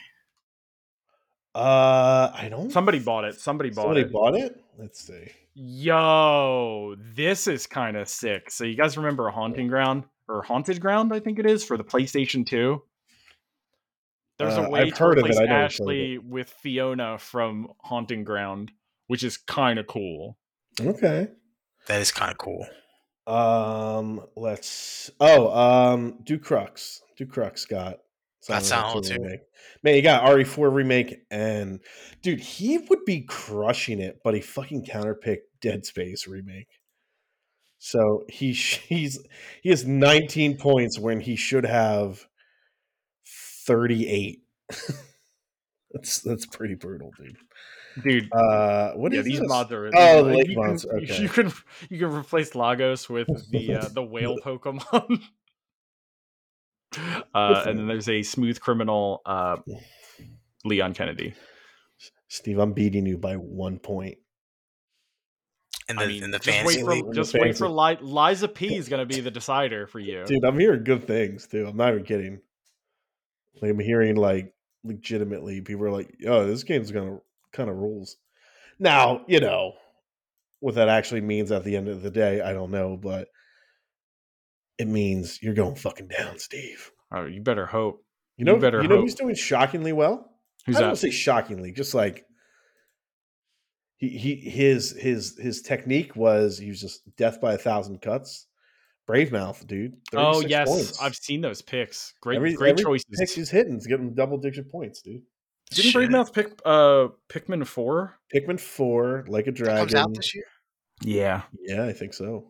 Uh, I don't. Somebody bought it. Somebody bought Somebody it. bought it. Let's see. Yo, this is kind of sick. So you guys remember Haunting Ground or Haunted Ground? I think it is for the PlayStation Two. There's Uh, a way I've to heard of it, replace I never played it. Ashley with Fiona from Haunting Ground, which is kind of cool. Okay. That is kind of cool. Um, let's. Oh, um, do Crux. Do Crux got. Got Silent Hill 2. remake. Man, you got RE4 remake and dude, he would be crushing it, but he fucking counterpicked Dead Space remake. So he sh- he's he has 19 points when he should have 38. that's that's pretty brutal, dude. Dude, Uh, what yeah, is these this? mods are Oh, like, late you mods, Can, okay. You can you can replace Lagos with the uh, the whale Pokemon. uh, and then there's a smooth criminal uh, Leon Kennedy. Steve, I'm beating you by one point. In the I mean, in the just wait fantasy league. for, league. just In the wait for Li- Liza P is going to be the decider for you. Dude, I'm hearing good things, dude. I'm not even kidding. Like I'm hearing like legitimately people are like, oh, this game's gonna kind of rules. Now, you know, what that actually means at the end of the day, I don't know, but it means you're going fucking down, Steve. Oh, you better hope. You know, You better you know hope. who's doing shockingly well? Who's I don't that? say shockingly, just like he, he his his his technique was he was just death by a thousand cuts. Brave mouth, dude. Oh 36 yes, points. I've seen those picks. Great, Every- great every choices. Pick is hitting. It's getting double digit points, dude. Didn't Shit. Bravemouth pick uh Pikmin four? Pikmin four, like a That dragon. comes out this year? Yeah. yeah, I think so.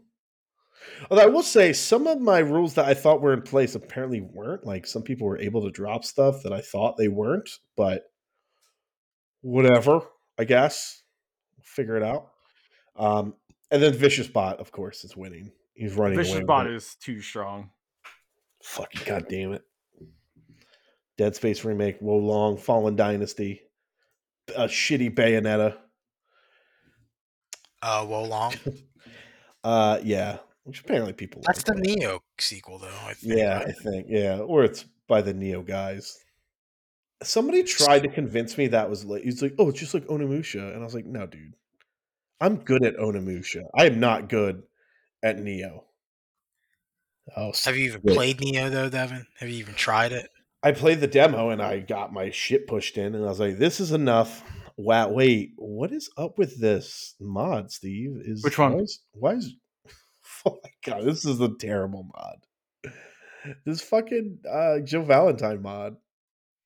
Although I will say, some of my rules that I thought were in place apparently weren't. Like some people were able to drop stuff that I thought they weren't, but whatever. I guess figure it out. Um, and then Vicious Bot, of course, is winning. He's running. away Vicious with Bot it. is too strong. Fucking goddamn it. Dead Space remake, Wulong, Fallen Dynasty, a shitty Bayonetta. Uh Wolong. Uh, yeah, which apparently people. That's the like that. Neo sequel though, I think. Yeah, I think. Yeah, or it's by the Neo guys. Somebody tried to convince me that was like he's like, oh, it's just like Onimusha, and I was like, no, dude, I'm good at Onimusha. I am not good at Neo. Oh, s- Have you even Wait. played Neo though, Devin? Have you even tried it? I played the demo and I got my shit pushed in, and I was like, "This is enough." Wow, wait, what is up with this mod, Steve? Is Which one? Why is, why is oh my god, this is a terrible mod. This fucking uh, Joe Valentine mod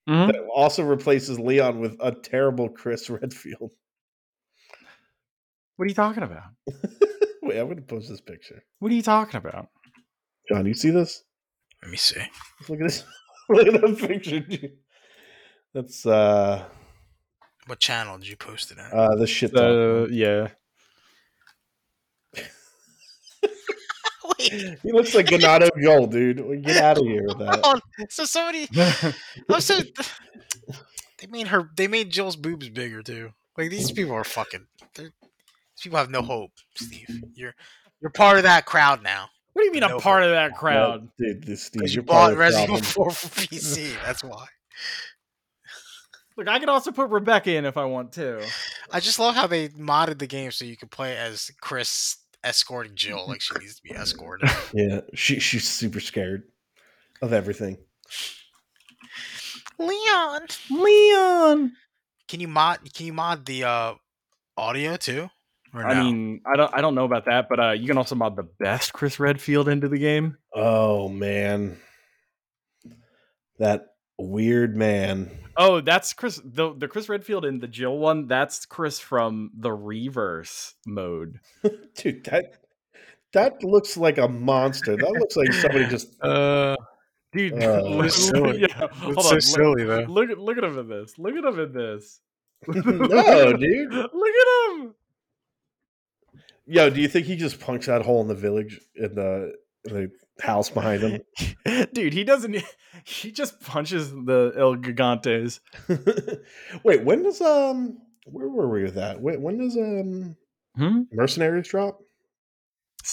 Mhm. that also replaces Leon with a terrible Chris Redfield. What are you talking about? wait, I'm gonna post this picture. What are you talking about? John, you see this? Let me see. Look at this. Look at that picture. dude. That's uh, What channel did you post it on? uh the shit. talk Uh, one. yeah. Wait, He looks like Ganado Joel, dude. Get out of here with that. hold on. So somebody I'm so they made her they made Jill's boobs bigger too. Like these people are fucking they're, these people have no hope, Steve. You're you're part of that crowd now. What do you mean I'm No, part of that Yeah, crowd? dude, this Steve, Because you you're part bought of the Resident Evil problem. 4 for PC. That's why. Look, I could also put Rebecca in if I want to. I just love how they modded the game so you could play as Chris escorting Jill like she needs to be escorted. Yeah, she she's super scared of everything. Leon, Leon. can you mod can you mod the uh audio too? Or I no? mean, I don't I don't know about that, but uh you can also mod the best Chris Redfield into the game. Oh man, that weird man. Oh, that's Chris the the Chris Redfield and the Jill one, that's Chris from the reverse mode. Dude, that that looks like a monster. That looks like somebody just. uh Dude, Uh, look- It's silly. yeah, hold on, look- though. Look, at look at him in this. Look at him in this. no, dude. Look at him. Yo, do you think he just punks that hole in the village in the the house behind him. Dude, he doesn't. He just punches the El Gigantes. Wait, when does um where were we with that? Wait, when does um Hmm? mercenaries drop?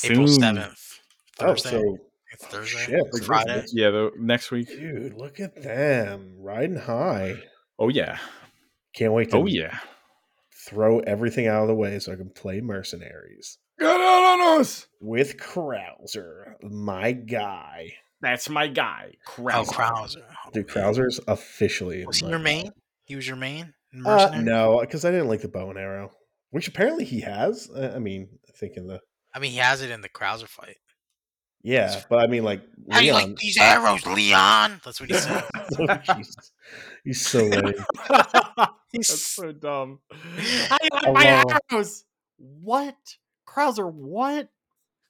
April Soon. seventh. Thursday. Oh, so It's Thursday. shit, so this- Friday. this- Yeah, the next week. dude, look at them riding high. Oh yeah. Can't wait to Oh yeah. throw everything out of the way so I can play mercenaries with Krauser, my guy. That's my guy. Oh, Krauser. Krauser. Dude, Krauser's officially Was he my your guy. main? He was your main? in Uh, Mercenary? no, because I didn't like the bow and arrow, which apparently he has. Uh, I mean, I think in the I mean, he has it in the Krauser fight. yeah, but I mean like How do you Leon. like these arrows, Leon? That's what he said. oh, Jesus. He's so lame. That's He's so dumb. Oh, How do you I my love- arrows? What? Krauser, what?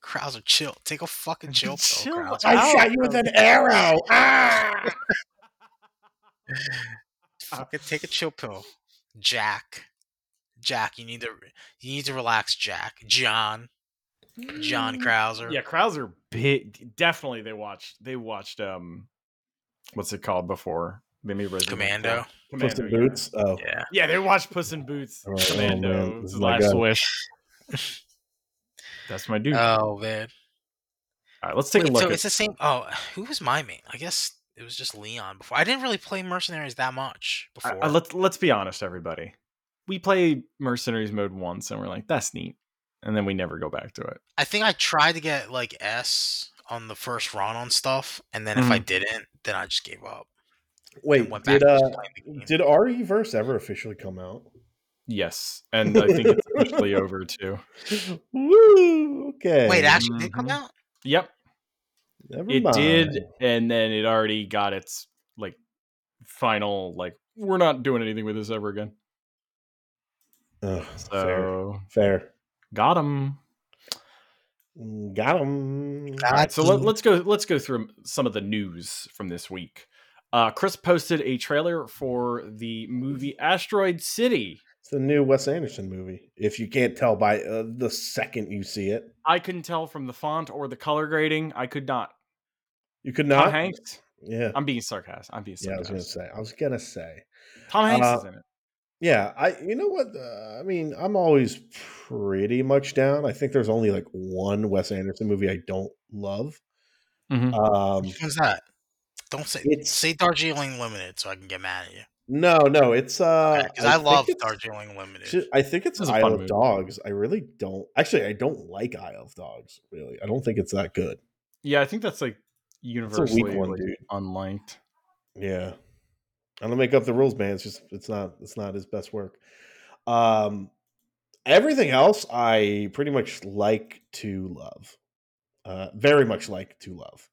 Krauser, chill. Take a fucking chill pill, Chill Krauser. out. I shot you with an arrow. Ah! Fucking take a chill pill, Jack. Jack, you need to you need to relax, Jack. John, Mm. John Krauser. Yeah, Krauser big definitely they watched they watched um what's it called before? Maybe Resident Evil. Commando. Puss Commando, in yeah. Boots. Oh, Yeah. Yeah, they watched Puss in Boots. Oh, oh, man, Commando. this It's is his my last guy. wish. That's my dude. Oh man. All right, let's take a Wait, look so at it's the same. Oh, who was my main? I guess it was just Leon before. I didn't really play mercenaries that much I- before. I- uh, let's let's be honest, everybody. We play Mercenaries mode once, and we're like, "That's neat," and then we never go back to it. I think I tried to get like S on the first run on stuff, and then if Mm-hmm. I didn't, then I just gave up. wait. and went back Did to uh, just playing the game. did RE Verse ever officially come out? Yes, and I think it's officially over too. Woo! Okay. Wait, actually, did it come Mhm. out? Yep, Never it mind. did, and then it already got its like final like we're not doing anything with this ever again. Ugh, fair. So fair. Mm, got him. Got him. Got All right, so let, Mm. let's go. Let's go through some of the news from this week. Uh, Chris posted a trailer for the movie Asteroid City. It's the new Wes Anderson movie. If you can't tell by uh, the second you see it, I couldn't tell from the font or the color grading. I could not. you could Tom not. Hanks. Oh, Yeah. I'm being sarcastic. I'm being yeah, I was gonna sarcastic. say. I was gonna say. Tom Hanks Uh, is in it. Yeah, I. You know what? Uh, I mean, I'm always pretty much down. I think there's only like one Wes Anderson movie I don't love. Mhm. Um, Which one's that? Don't say It's- say Darjeeling Limited, so I can get mad at you. no, no, it's uh, Because I, think love it's- Darjeeling Limited. Ju- I think it's This is a fun Isle of movie. Dogs. I really don't. Actually, I don't like Isle of Dogs. Really, I don't think it's that good. Yeah, I think that's like universally one, like, dude. unliked. Yeah, I don't make up the rules, man. It's just it's not it's not his best work. Um, everything else I pretty much like to love, uh, very much like to love.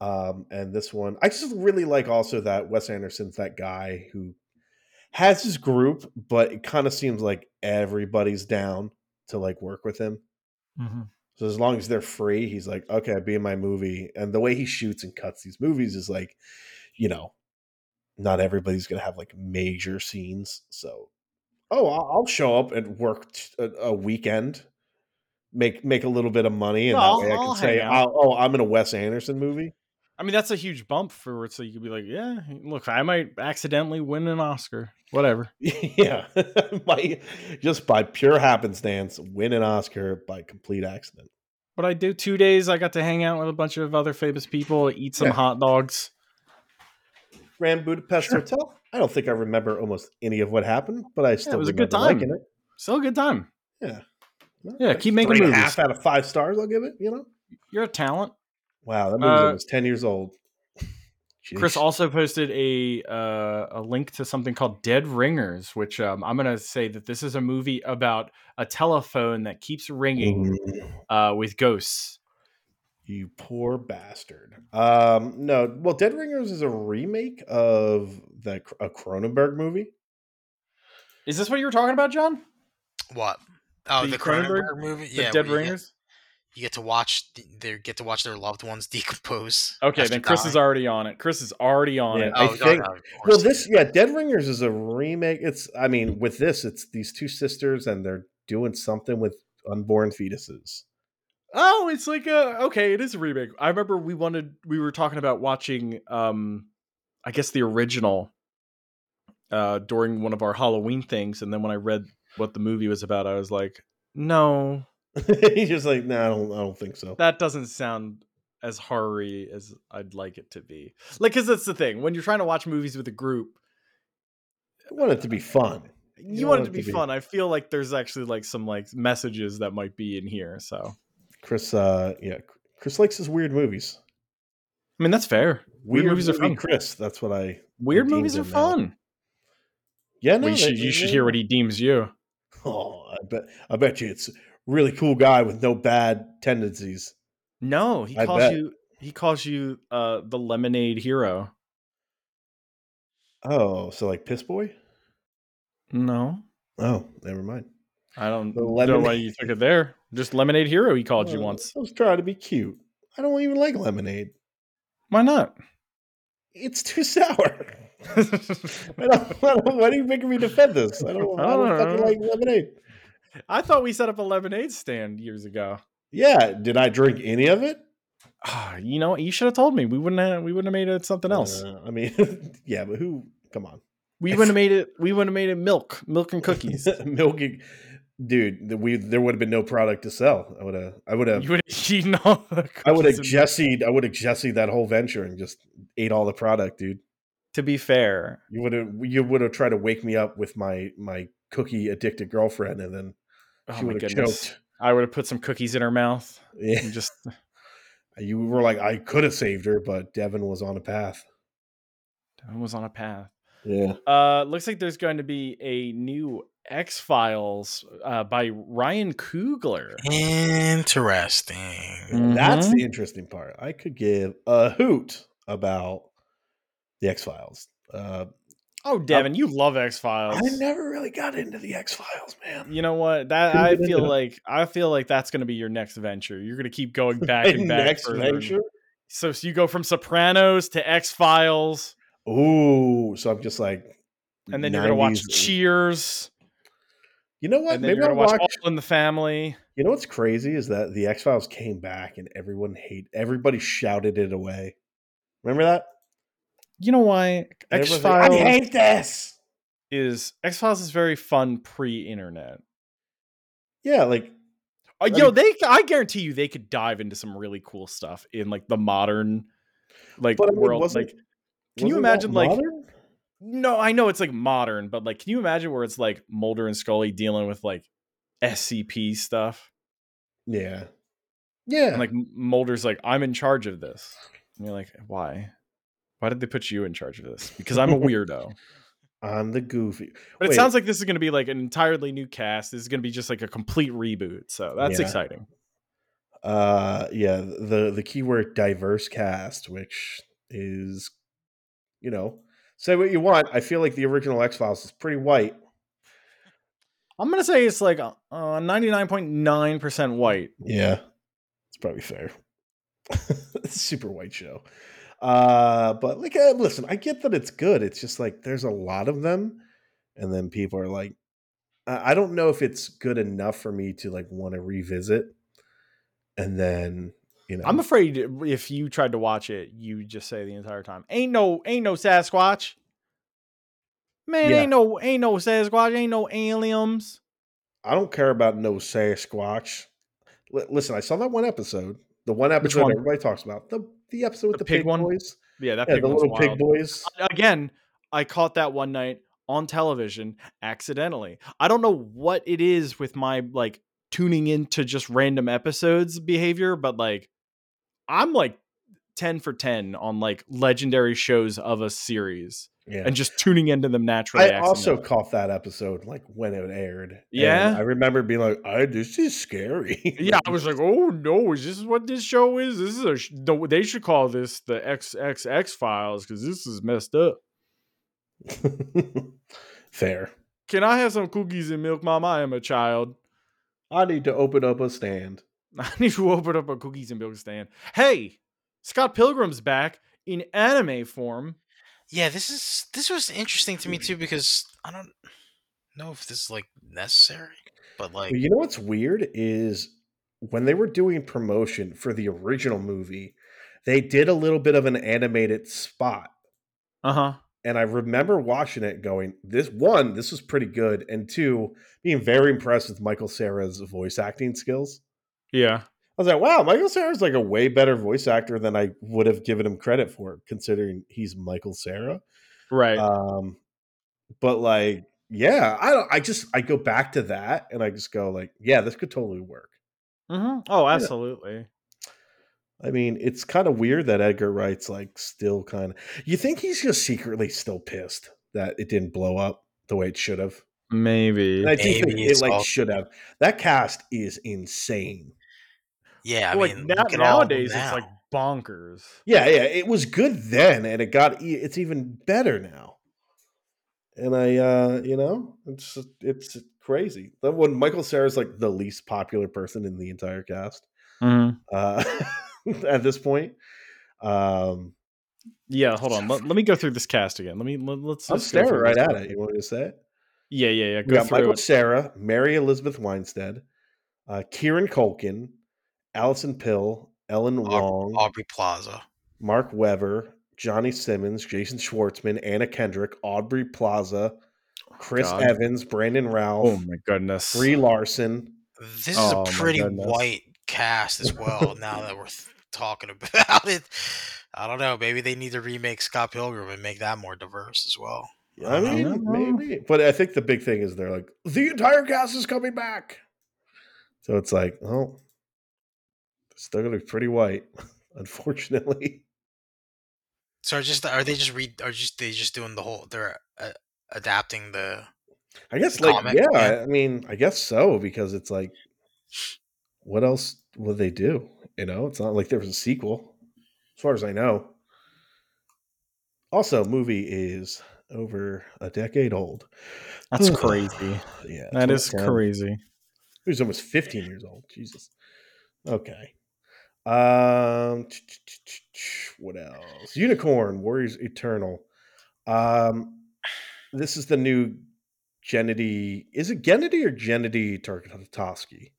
Um, and this one, I just really like also that Wes Anderson's that guy who has his group, but it kind of seems like everybody's down to like work with him. So as long as they're free, he's like, okay, be in my movie. And the way he shoots and cuts these movies is like, you know, not everybody's gonna have like major scenes. So, oh, I'll I'll show up and work t- a, a weekend, make make a little bit of money, and Well, that way i I'll- I'll can say, hang out. I'll, oh, I'm in a Wes Anderson movie. I mean, that's a huge bump for it. So you could be like, yeah, look, I might accidentally win an Oscar. Whatever. yeah, by, just by pure happenstance, win an Oscar by complete accident. But I do two days. I got to hang out with a bunch of other famous people, eat some Yeah. hot dogs. Grand Budapest Sure. Hotel. I don't think I remember almost any of what happened, but I still was a good remember liking time. it. Still a good time. No, Yeah, that's keep making three and a movies. half out of five stars. I'll give it. You know, You're a talent. wow, that movie's Uh, almost ten years old. Chris Jeez. also posted a uh, a link to something called Dead Ringers, which um, I'm going to say that this is a movie about a telephone that keeps ringing Mm, uh, with ghosts. you poor bastard. Um, no, well, Dead Ringers is a remake of the a Cronenberg movie. Is this what you were talking about, John? what? Oh, The the, Cronenberg- Cronenberg, movie. The yeah, Dead where you get- Ringers. You get to watch th- their get to watch their loved ones decompose. Okay, then Chris is already on it. Chris is already on Yeah. it. I Oh, think- no, no, of Well, course. this yeah, Dead Ringers is a remake. It's I mean, with this, it's these two sisters and they're doing something with unborn fetuses. Oh, it's like a okay, it is a remake. I remember we wanted we were talking about watching um I guess the original uh during one of our Halloween things and then when I read what the movie was about, I was like, "No, He's just like, no, I don't, I don't think so. that doesn't sound as horror-y as I'd like it to be." Like cuz that's the thing, when you're trying to watch movies with a group, I want it to be fun. you, want it to be fun. I feel like there's actually like some like messages that might be in here, so. I Chris, uh, yeah, Chris likes his weird movies. mean, that's fair. Weird, movies are movie fun. Chris, that's what I. Weird Deems movies are him now. fun. Yeah, no, Well, you, should, that- you should hear what he deems you. Oh, I bet, I bet you it's a really cool guy with no bad tendencies. No, he I calls bet. you. He calls you uh, the lemonade hero. Oh, so like piss boy? No, Oh, never mind. I don't The know why lemonade- you took it there. Just lemonade hero. He called you Oh, once. I was trying to be cute. I don't even like lemonade. Why not? It's too sour. I don't, I don't, why do you making me defend this? I don't, I don't I don't fucking know. like lemonade. I thought we set up a lemonade stand years ago. Yeah, did I drink any of it? Ah, you know, you should have told me. We wouldn't. Have, we wouldn't have made it something else. Uh, I mean, yeah, but who? Come on, we wouldn't have made it. We wouldn't have made it milk, milk and cookies. milking, dude. The, we there would have been no product to sell. I would have. I would You have. would have eaten all the. I would cookies have and- jessied. I would have jessied that whole venture and just ate all the product, dude. To be fair, You would have. You would have tried to wake me up with my my cookie addicted girlfriend, and then oh she my would have goodness, choked. I would have put some cookies in her mouth Yeah, and just you were like, I could have saved her, but Devin was on a path. was on a path. Yeah. Uh, looks like there's going to be a new X Files uh, by Ryan Coogler. Interesting. That's Mhm. the interesting part. I could give a hoot about the X Files. Uh, Oh, Devin, you love X Files. I never really got into the X Files, man. You know what? That Couldn't I get into feel it. like I feel like that's going to be your next venture. You're going to keep going back and back. Next further. venture. So, so you go from Sopranos to X Files, Ooh, so I'm just like, and then you're going to watch 90s. Cheers, You know what? and then Maybe you're I'll going to watch watch. All in the Family. You know what's crazy is that the X Files came back and everyone hate. Everybody shouted it away. Remember that? You know why X Everyone's like, Files I hate this. is X Files is very fun pre-internet. Yeah, like I Uh, yo, mean- they I guarantee you they could dive into some really cool stuff in like the modern like but I mean, world. wasn't- like can you wasn't that imagine, like- modern? no, I know it's like modern, but like can you imagine where it's like Mulder and Scully dealing with like SCP stuff? Yeah, yeah. And like M- Mulder's like, I'm in charge of this. And you're like, why? Why did they put you in charge of this? Because I'm a weirdo. I'm the goofy. But Wait. it sounds like this is gonna be like an entirely new cast. This is gonna be just like a complete reboot. So that's Yeah. exciting. uh yeah the the keyword diverse cast which is you know say what you want i feel like the original x-files is pretty white I'm gonna say it's like uh, 99.9% white. yeah it's probably fair It's a super white show uh but like uh, listen i get that it's good it's just like there's a lot of them and then people are like i, I don't know if it's good enough for me to like want to revisit and then you know I'm afraid if you tried to watch it, you just say the entire time, "Ain't no, ain't no Sasquatch, man, Yeah. ain't no, ain't no Sasquatch, ain't no aliens." I don't care about no Sasquatch. L- listen, I saw that one episode. The one episode one? everybody talks about. The the episode with the, The pig pig, one? boys. Yeah, that Yeah, pig the one's little pig wild. boys. Again, I caught that one night on television accidentally. I don't know what it is with my like tuning into just random episodes behavior, but like I'm like ten for ten on like legendary shows of a series Yeah. and just tuning into them naturally. I also accidentally. caught that episode like when it aired. and Yeah? I remember being like, "I this is scary." Yeah, I was like, oh no, is this what this show is? This is a sh- no, they should call this the XXX Files because this is messed up. fair. Can I have some cookies and milk, Mom? I am a child. I need to open up a stand. I need to open up a cookies and milk stand. Hey, Scott Pilgrim's back in anime form. Yeah, this is this was interesting to me too because I don't know if this is like necessary, but like But you know what's weird is when they were doing promotion for the original movie, they did a little bit of an animated spot. Uh huh. And I remember watching it going, this one, this was pretty good. And two, being very impressed with Michael Sarah's voice acting skills. Yeah. I was like, wow, Michael Sarah's like a way better voice actor than I would have given him credit for, considering he's Michael Sarah. Right. Um, but like, yeah, I don't, I just I go back to that and I just go like, yeah, this could totally work. hmm Oh, absolutely. I mean, it's kind of weird that Edgar Wright's like still kind of. You think he's just secretly still pissed that it didn't blow up the way it should have? Maybe. And I think Maybe it, it it's like all- should have. That cast is insane. Yeah, I like mean, now- look at all of them nowadays, it's now. like bonkers. Yeah, yeah, it was good then, and it got e- it's even better now. And I, uh, you know, it's it's crazy. That when Michael Sarah's like the least popular person in the entire cast Mhm. uh, at this point. Um, Yeah. Hold on. Let, let me go througugh this cast again. Let me. Let, us I'm staring right at it. You want me to say it? Yeah. Yeah. Yeah. We Go got through Michael it. Sarah, Mary Elizabeth Weinstead, uh, Kieran Culkin, Allison Pill, Ellen Wong, Aubrey Plaza. Mark Weber, Johnny Simmons, Jason Schwartzman, Anna Kendrick, Aubrey Plaza, Chris Oh, God. Evans, Brandon Oh Ralph, my goodness. Brie Larson. This Oh, my is a pretty goodness. white cast as well. now that we're th- talking about it, I don't know. Maybe they need to remake Scott Pilgrim and make that more diverse as well. I I mean, don't know. maybe. But I think the big thing is they're like, the entire cast is coming back. So it's like, oh, it's still going to be pretty white, unfortunately. So are just are they just read are just they just doing the whole they're uh, adapting the I guess the like comic, yeah, yeah. I mean, I guess so because it's like what else would they do? You know, it's not like there was a sequel as far as I know. Also, movie is over a decade old. That's crazy. yeah. That is 2010. crazy. He was almost 15 years old. Jesus. Okay. Um what else? Unicorn Warriors Eternal. Um this is the new Genity. Is it Genity or Genity Tarkovsky?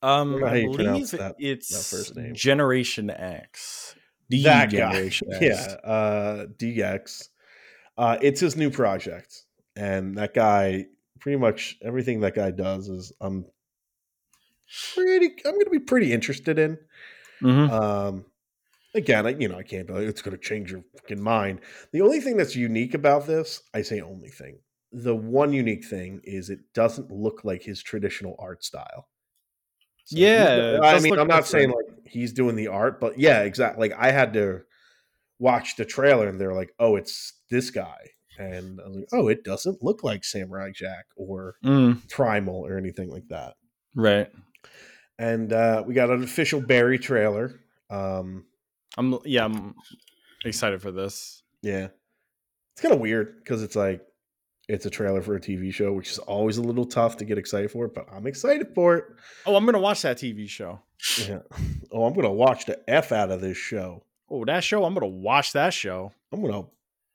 don't Um, know how I you pronounce believe that- it's first name. Generation X. The That guy. Generation X. Yeah, uh DX. Uh it's his new project. And that guy pretty much everything that guy does is I'm pretty I'm going to be pretty interested in. Mhm. Um, again, I, you know, I can't be like, it's going to change your fucking mind. The only thing that's unique about this, I say only thing, the one unique thing is it doesn't look like his traditional art style. So he's- Yeah, it I does mean, look I'm not saying like he's doing the art, but yeah, exactly. Like I had to watch the trailer and they're like, oh, it's this guy. And I was like, oh, it doesn't look like Samurai Jack or Mm, Primal or anything like that right. and uh, we got an official Barry trailer. Um, I'm. Yeah. I'm excited for this. yeah, it's kind of weird because it's like it's a trailer for a TV show, which is always a little tough to get excited for, but I'm excited for it. Oh, I'm gonna watch that TV show. Yeah. Oh, I'm gonna watch the f out of this show. Oh, that show. I'm gonna watch that show. I'm gonna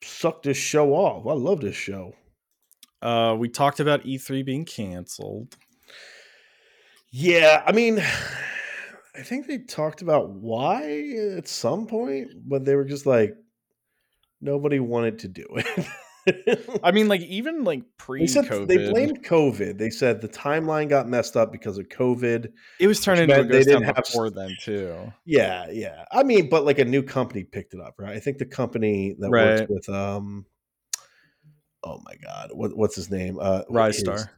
suck this show off. I love this show. Uh, we talked about E3 being canceled. Yeah, I mean, I think they talked about why at some point, but they were just like nobody wanted to do it. I mean, like even like pre They said COVID, they blamed COVID. They said the timeline got messed up because of COVID. it was turned which into a meant they ghost didn't town have- before then too. Yeah, yeah. I mean, but like a new company picked it up, right? I think the company that Right. works with um oh my god, what, what's his name? Uh Rise his- Star.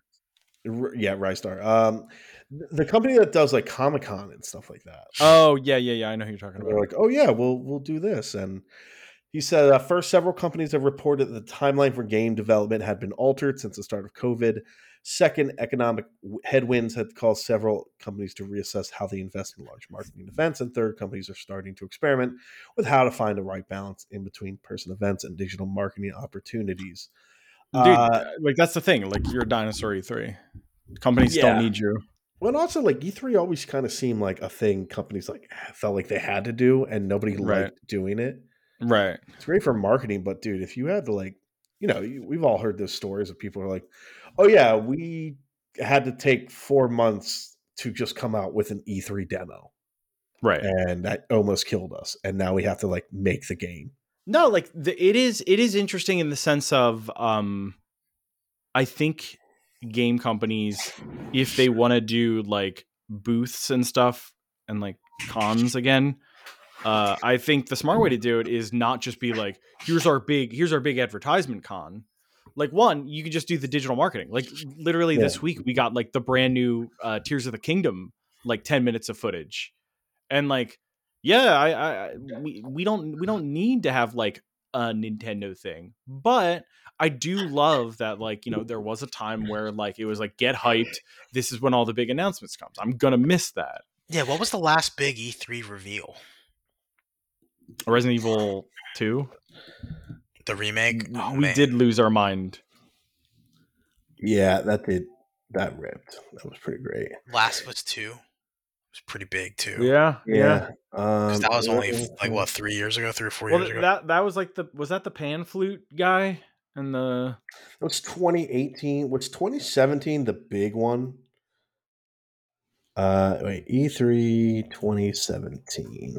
R- yeah, Rystar. Um th- the company that does like Comic Con and stuff like that. Oh yeah, yeah, yeah. I know who you're talking And they're about. like, oh yeah, we'll we'll do this. And he said, uh, first, several companies have reported that the timeline for game development had been altered since the start of COVID. Second, economic w- headwinds had caused several companies to reassess how they invest in large marketing events. And third, companies are starting to experiment with how to find the right balance in between person events and digital marketing opportunities. Dude, Uh, like that's the thing. Like you're a dinosaur E3. Companies Yeah. don't need you. Well, and also like E3 always kind of seemed like a thing companies like felt like they had to do, and nobody Right. liked doing it. Right. it's great for marketing, but dude, if you had to like, you know, you- we've all heard those stories of people who are like, oh yeah, we had to take four months to just come out with an E3 demo. Right. And that almost killed us. And now we have to like make the game. No, like the, it is it is interesting in the sense of um I think game companies if they want to do like booths and stuff and like cons again, uh I think the smart way to do it is not just be like here's our big here's our big advertisement con. Like one, you can just do the digital marketing. Like literally this week we got like the brand new uh Tears of the Kingdom like 10 minutes of footage. And like yeah I, I I- we, we don't we don't need to have like a nintendo thing but i do love that like you know there was a time where like it was like get hyped this is when all the big announcements comes i'm gonna miss that Yeah, what was the last big E3 reveal? resident evil 2 The remake. Oh, we man. did lose our mind Yeah, that did that ripped. That was pretty great. Last of Us Two. It was pretty big too. yeah Um, 'Cause that was only yeah. like what three years ago, three or four well years th- ago. that that was like the was that the pan flute guy and the What's 2018? What's 2017? The big one. Uh, wait, E3 2017.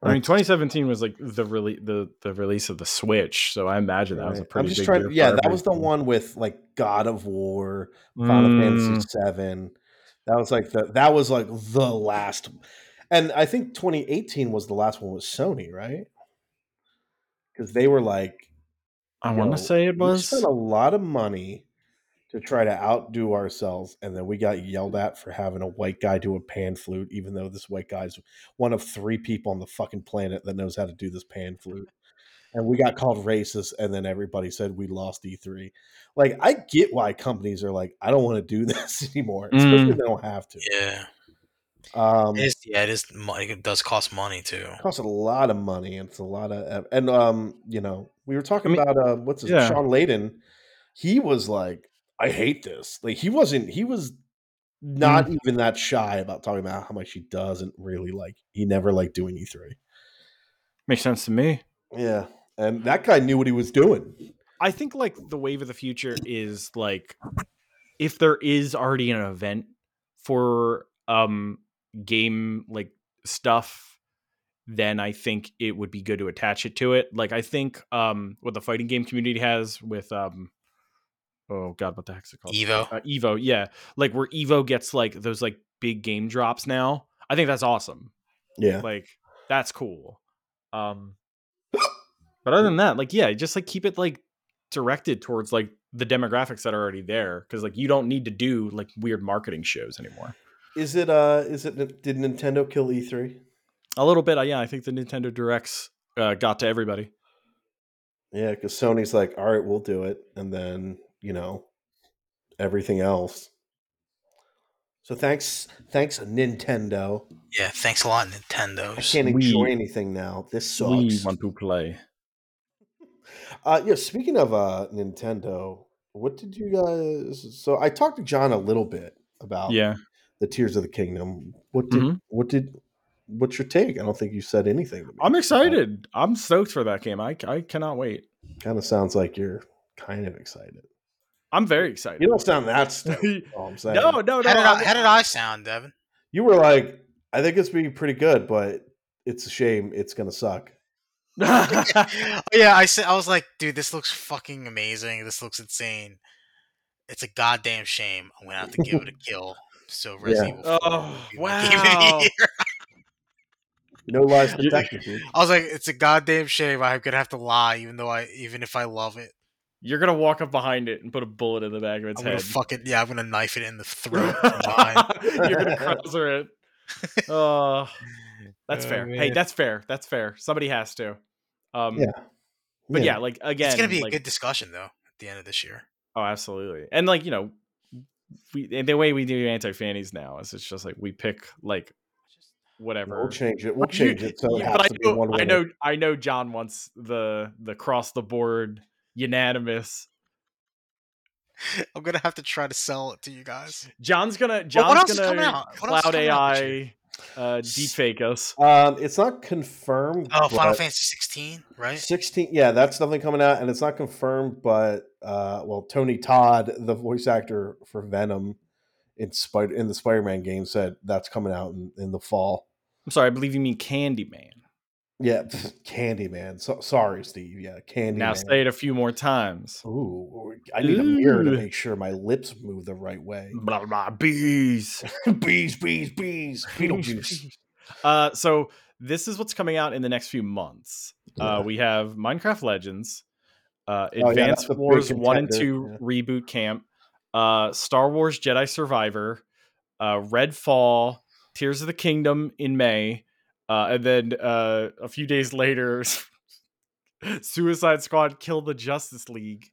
I mean, 2017 was like the rele- the the release of the Switch, so I imagine that was a Right. pretty I'm just big trying. year for yeah, that was the everything. one with like God of War, Final Mm. Fantasy Seven. That was like the that was like the last, and I think 2018 was the last one with Sony, right? Because they were like, I you want know, to say it we was spent a lot of money to try to outdo ourselves, and then we got yelled Mm. at for having a white guy do a pan flute, even though this white guy's one of three people on the fucking planet that knows how to do this pan flute. And we got called racist, and then everybody said we lost E3. Like, I get why companies are like, I don't want to do this anymore, especially Mm. if they don't have to. yeah, Um, it is, yeah, it is. mo- It does cost money too. it costs a lot of money. and It's a lot of and um, you know, we were talking I mean, about uh, what's his yeah. Sean Layden. He was like, I hate this. Like he wasn't. He was not Mm. even that shy about talking about how much he doesn't really like. He never liked doing E three. Makes sense to me. Yeah, and that guy knew what he was doing. I think like the wave of the future is like if there is already an event for um game like stuff, then I think it would be good to attach it to it. Like I think um what the fighting game community has with um oh god, what the heck's it called? Evo. Uh, Evo, yeah. Like where Evo gets like those like big game drops now. I think that's awesome. Yeah, like that's cool um but other than that like yeah just like keep it like directed towards like the demographics that are already there because like you don't need to do like weird marketing shows anymore is it? uh Is it? Did Nintendo kill E three? a little bit uh, yeah i think the nintendo directs uh, got to everybody Yeah, because Sony's like, all right, we'll do it, and then you know everything else. So thanks, thanks Nintendo. Yeah, thanks a lot, I Nintendo. can't We- enjoy anything now. This we sucks. want to play Uh, yeah, speaking of uh, Nintendo, what did you guys? So I talked to John a little bit about Oh, yeah the Tears of the Kingdom. What did? Mhm. What did? What's your take? I don't think you said anything. To me. i'm excited i'm stoked for that game i, I cannot wait Kind of sounds like you're kind of excited. i'm very excited You don't sound that stoked. is all I'm saying. no no no How did, I, I'm- how did I sound, Devin? you were like, I think it's be pretty good, but it's a shame it's gonna suck. Oh, yeah, I said I was like, dude, this looks fucking amazing. This looks insane. It's a goddamn shame. I'm gonna have to give it a kill. So Resident Evil 4 will Oh, be my game of the wow. year. No lies You- detected. dude. I was like, it's a goddamn shame. I'm gonna have to lie, even though I, even if I love it, you're gonna walk up behind it and put a bullet in the back of its I'm head gonna fuck it. Yeah, I'm gonna knife it in the throat. from behind. You're gonna Krauser it. Uh, that's Oh, fair. Hey, man. that's fair. That's fair. Somebody has to. Um, Yeah. But yeah, like again, it's gonna be like- a good discussion though. At the end of this year, Oh, absolutely. And like you know, we and the way we do anti fannies now is it's just like we pick like whatever. We'll change it. We'll You- change it. So it you- has but I to be know, one I winner. know, I know. John wants the the cross the board unanimous. I'm gonna have to try to sell it to you guys. John's gonna. Well, John's what else is coming gonna out? What else is cloud coming out this year? AI uh, deepfake us. Um, it's not confirmed. Oh, Final but Fantasy 16, right? Sixteen. Yeah, that's nothing coming out, and it's not confirmed. But uh, well, Tony Todd, the voice actor for Venom, in Spider in the Spider-Man game said that's coming out in, in the fall. I'm sorry, I believe you mean Candyman. Yeah, pff, Candyman. So, sorry, Steve. Yeah, Candyman. Now say it a few more times. Ooh, I need a mirror to Ooh. make sure my lips move the right way. Blah blah bees. bees, bees, bees. Beetlejuice. Uh, so this is what's coming out in the next few months. Uh, we have Minecraft Legends, uh, Oh, yeah, Advanced that's a big Wars One and Two contender, Reboot Camp, uh, Star Wars Jedi Survivor, uh, Redfall, Tears of the Kingdom in May, uh, and then uh, a few days later, Suicide Squad Kill the Justice League,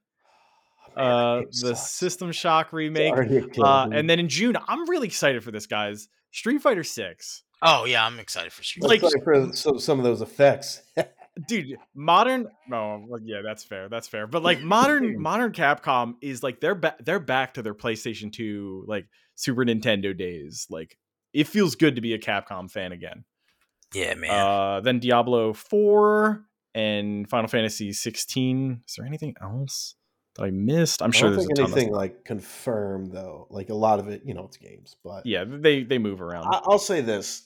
Oh, uh, the System Shock remake, uh, and then in June, I'm really excited for this, guys. Street Fighter Six. Oh yeah, I'm excited for Street. like- like for some, some of those effects. dude modern no well, yeah that's fair that's fair but like modern modern capcom is like they're back they're back to their playstation 2 like super nintendo days like it feels good to be a capcom fan again yeah, man. uh then diablo 4 and final fantasy 16 is there anything else that i missed i'm I sure don't there's think a ton of anything like confirmed though. Like a lot of it, you know, it's games, but yeah they they move around I, I'll say this.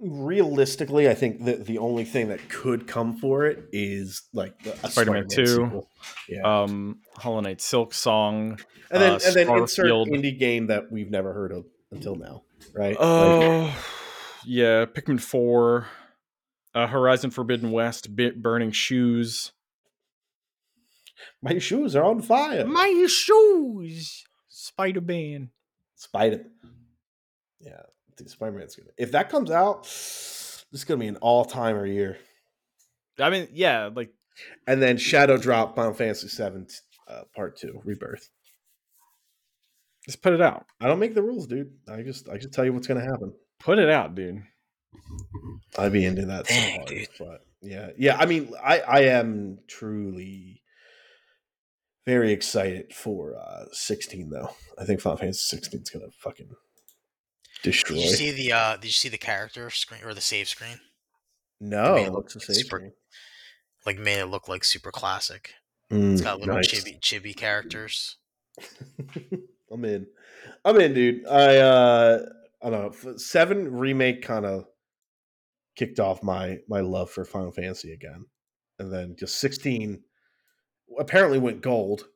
Realistically, I think that the only thing that could come for it is like the, a Spider-Man Spider-Man, 2. sequel. Yeah, um hollow knight silk song and then uh, and then insert Starfield. indie game that we've never heard of until now, right? Like, Oh, yeah, Pikmin Four, uh, Horizon Forbidden West, Bit Burning Shoes. my shoes are on fire. My shoes, Spider Man. Spider. Yeah, dude, Spider-Man's gonna. If that comes out, this is gonna be an all-timer year. I mean, yeah, like And then Shadow Drop, Final Fantasy VII, uh, Part Two, Rebirth. just put it out, I don't make the rules, dude. I just I just tell you what's gonna happen. put it out, dude. I'd be into that. so Dang, hard, dude. But yeah, yeah. I mean, I I am truly very excited for uh 16 though. I think Final Fantasy 16 is gonna fucking destroy. did you see the uh, did you see the character screen or the save screen? no, I mean, looks the it's same. super- to me. Like made it look like super classic. Mm, It's got little nice. chibi chibi characters. I'm in. I'm in, dude. I uh I don't know. F- Seven remake kind of kicked off my my love for Final Fantasy again, and then just sixteen apparently went gold,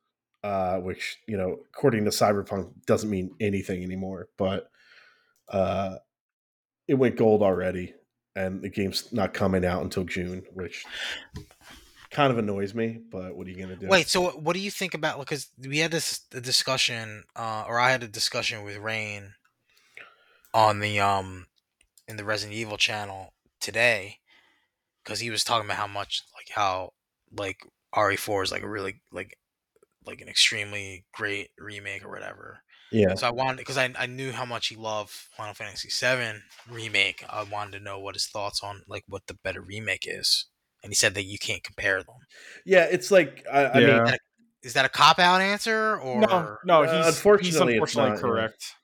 uh, which you know, according to Cyberpunk, doesn't mean anything anymore. But uh, it went gold already, and the game's not coming out until June, which kind of annoys me. But what are you gonna do? Wait, so what, what do you think about? Because we had this the discussion, uh, or I had a discussion with Rain on the um in the Resident Evil channel today, because he was talking about how much like how like RE4 is like a really like like an extremely great remake or whatever. yeah, So I wanted because I, I knew how much he loved Final Fantasy VII remake. I wanted to know what his thoughts on like what the better remake is, and he said that you can't compare them. yeah. It's like I, I mean. Yeah. Is that a cop out answer or No, Uh, no, he's he's unfortunately, unfortunately, it's not, yeah. correct.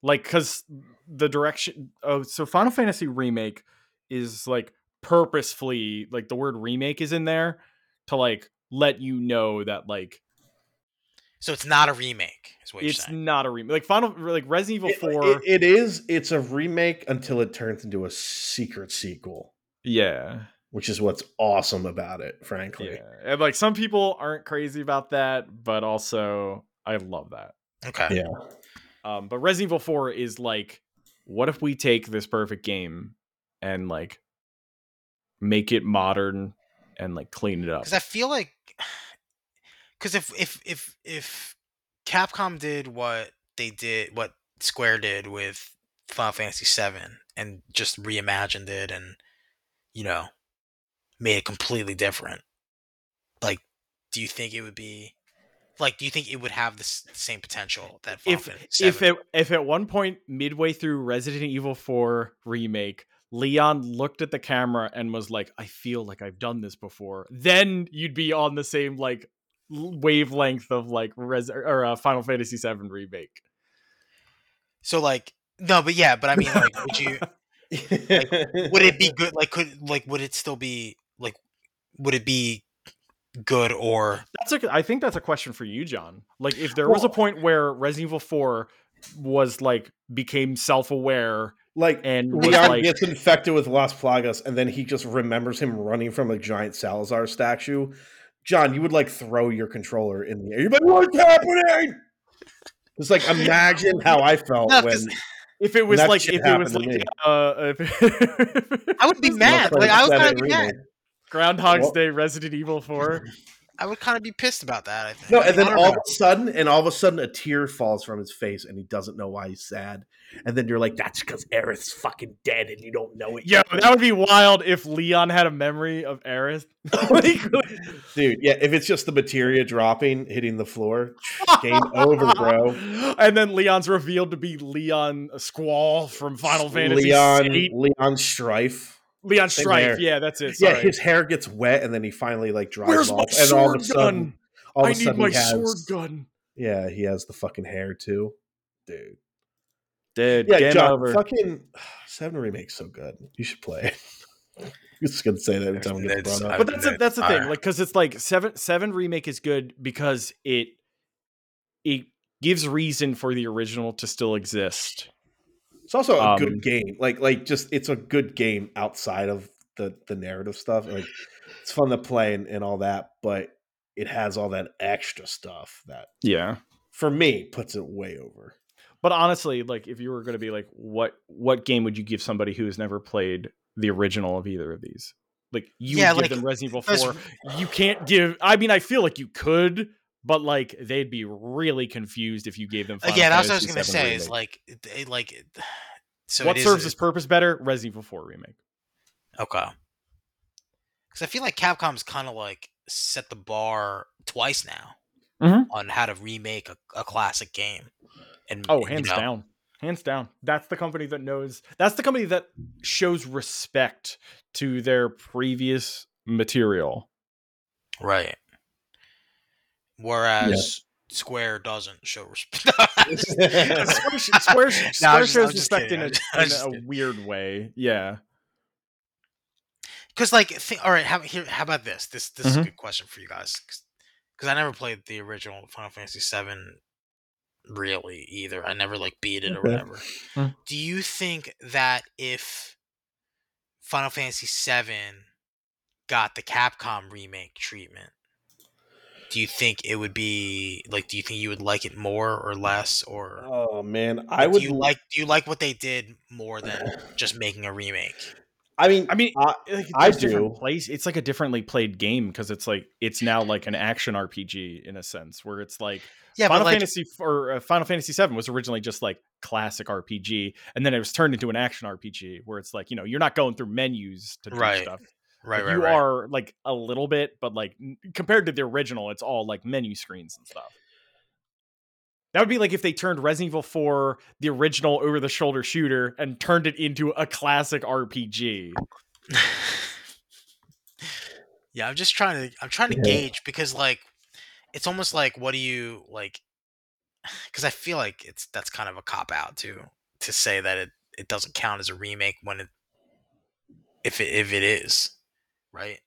Like, because the direction. Oh, so Final Fantasy remake is like purposefully like the word remake is in there to like let you know that like So it's not a remake, is what it's you're saying. not a remake. Like Final like Resident Evil It- Four. it- it is. It's a remake until it turns into a secret sequel, yeah. which is what's awesome about it, frankly. Yeah. And like some people aren't crazy about that, but also I love that. Okay. Yeah. Um, but Resident Evil 4 is like, what if we take this perfect game and like make it modern and like clean it up? Because I feel like, because if if if if Capcom did what they did, what Square did with Final Fantasy VII, and just reimagined it, and you know, made it completely different, like, do you think it would be, like, do you think it would have the s- same potential that Final if Fantasy if VII? it, if at one point midway through Resident Evil 4 remake, Leon looked at the camera and was like, "I feel like I've done this before," then you'd be on the same like l- wavelength of like Res or uh, Final Fantasy 7 remake. so like no, but yeah, but I mean, like, would you? would it be good like could like would it still be like would it be good or That's a, I think that's a question for you, John. Like, if there was a Well- point where Resident Evil 4 was like became self-aware Like and was Leon like gets infected with Las Plagas, and then he just remembers him running from a giant Salazar statue. John, you would like throw your controller in the air. You'd be like, "What's happening?" It's like imagine how I felt No, when 'cause if it was that like shit if it was happened to like me. uh if I would be mad. Left Like I would Right kind of Dead be mad. remake. Groundhog's Well- Day Resident Evil 4 I would kind of be pissed about that. I think. No, I'd and be then honored all by of a sudden, and all of a sudden, a tear falls from his face, and he doesn't know why he's sad. And then you're like, "That's because Aerith's fucking dead, and you don't know it." Yo, yet." that would be wild if Leon had a memory of Aerith. Like, dude. Yeah, if it's just the materia dropping, hitting the floor, game over, bro. and then Leon's revealed to be Leon Squall from Final Fantasy Leon, VII. Leon Strife. Leon Same Strife. hair. Yeah, that's it. Yeah, Sorry. his hair gets wet, and then he finally like dries Where's off. my and all of sword a sudden, gun? all of I a need sudden, my he has, sword gun. yeah, he has the fucking hair too, dude. Dude, Yeah, game John, over. fucking Seven Remake's so good. You should play. it. I'm just gonna say that every time we get It's- brought up. I- but that's a, that's the thing, Alright. like because it's like seven seven remake is good because it it gives reason for the original to still exist. It's also a Um, good game. Like like just it's a good game outside of the the narrative stuff. Like it's fun to play and, and all that, but it has all that extra stuff that Yeah, for me puts it way over. but honestly, like if you were going to be like, what what game would you give somebody who has never played the original of either of these? Like you Yeah, would like, give them Resident Evil those- Four. You can't give. I mean, I feel like you could, but like they'd be really confused if you gave them. Final yeah, that's what I was Fantasy gonna VII say. remake. Is like, it, it- like, it- so what it is- serves this purpose better? Resident Evil Four remake. Okay. Because I feel like Capcom's kind of like set the bar twice now Mhm. on how to remake a, a classic game. And Oh, you hands know, down. Hands down. That's the company that knows that's the company that shows respect to their previous material. right? Whereas Square doesn't show respect. Square, sh- Square, sh- No, I Square was just- I was shows just respect kidding. in, I was- a, I was in just a kidding. weird way. Yeah. Because like, thi- all right, how here, how about this? This this is a Mhm. good question for you guys. Because I never played the original Final Fantasy VII really either. I never like beat it or Okay. whatever. Mm. Do you think that if Final Fantasy VII got the Capcom remake treatment, do you think it would be like? Do you think you would like it more or less, or Oh man, I would do you like do you like what they did more than just making a remake? I mean, I mean, Uh, I- like, I there's different do. Place. It's like a differently played game because it's like it's now like an action RPG in a sense where it's like Yeah, Final but like, Fantasy f- or uh, Final Fantasy VII was originally just like classic RPG, and then it was turned into an action RPG where it's like you know you're not going through menus to do Right. stuff. right, Like, right, you right. are like a little bit, but like n- compared to the original, it's all like menu screens and stuff. That would be like if they turned Resident Evil 4, the original over the shoulder shooter, and turned it into a classic RPG. yeah, I'm just trying to I'm trying to Yeah. gauge because like it's almost like what do you like cuz I feel like it's that's kind of a cop out to to say that it it doesn't count as a remake when it if it if it is, right?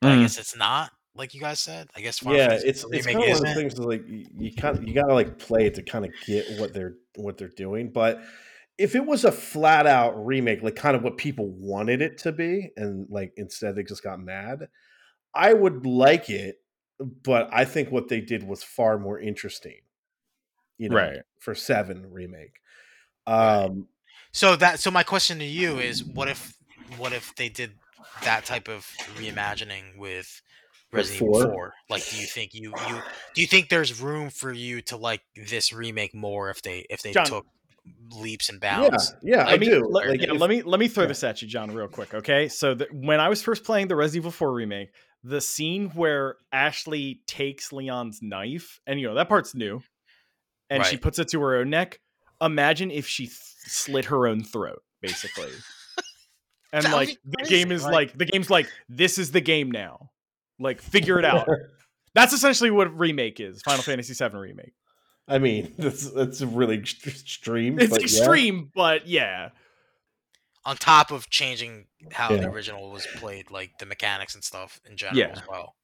But I Mm. guess it's not like you guys said. I guess Final yeah, Fantasy it's a it's remake, kind of one of isn't the it? things is like you, you kind you gotta like play it to kind of get what they're what they're doing. But if it was a flat out remake, like kind of what people wanted it to be, and like instead they just got mad, I would like it. But I think what they did was far more interesting, you know, Right. for seven remake. Right. Um, So that so my question to you is what if what if they did that type of reimagining with With Resident Evil four? 4? Like do you think you you do you think there's room for you to like this remake more if they if they John. took leaps and yeah, bounds? yeah, I, let me, do. Let, Like, yeah, if- let me let me throw yeah. this at you, John, real quick. Okay, so the, when I was first playing the Resident Evil 4 remake, the scene where Ashley takes Leon's knife, and you know that part's new, and she Right. puts it to her own neck. Imagine if she th- slit her own throat, basically. and That would like be the crazy, game is like- like the game's like this is the game now. Like figure it out. That's essentially what remake is. Final Fantasy 7 remake. I mean, that's that's really ext- extreme. It's but yeah. extreme, but yeah. On top of changing how Yeah. the original was played, like the mechanics and stuff in general Yeah. as well.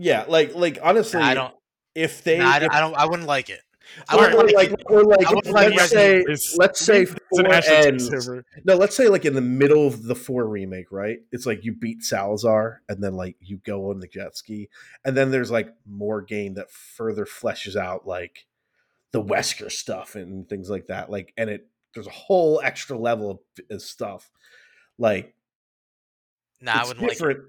Yeah, like like honestly, I don't if they nah, I if don't I don't I wouldn't like it. I All We're would right. we're like, like, we're like I would like let's say Resident let's say It's an four Ashley ends. crossover. No, let's say like in the middle of the four remake, right? It's like you beat Salazar and then like you go on the jet ski, and then there's like more game that further fleshes out like the Wesker stuff and things like that. Like, and it there's a whole extra level of, of stuff. Like, nah, I it's wouldn't like. different.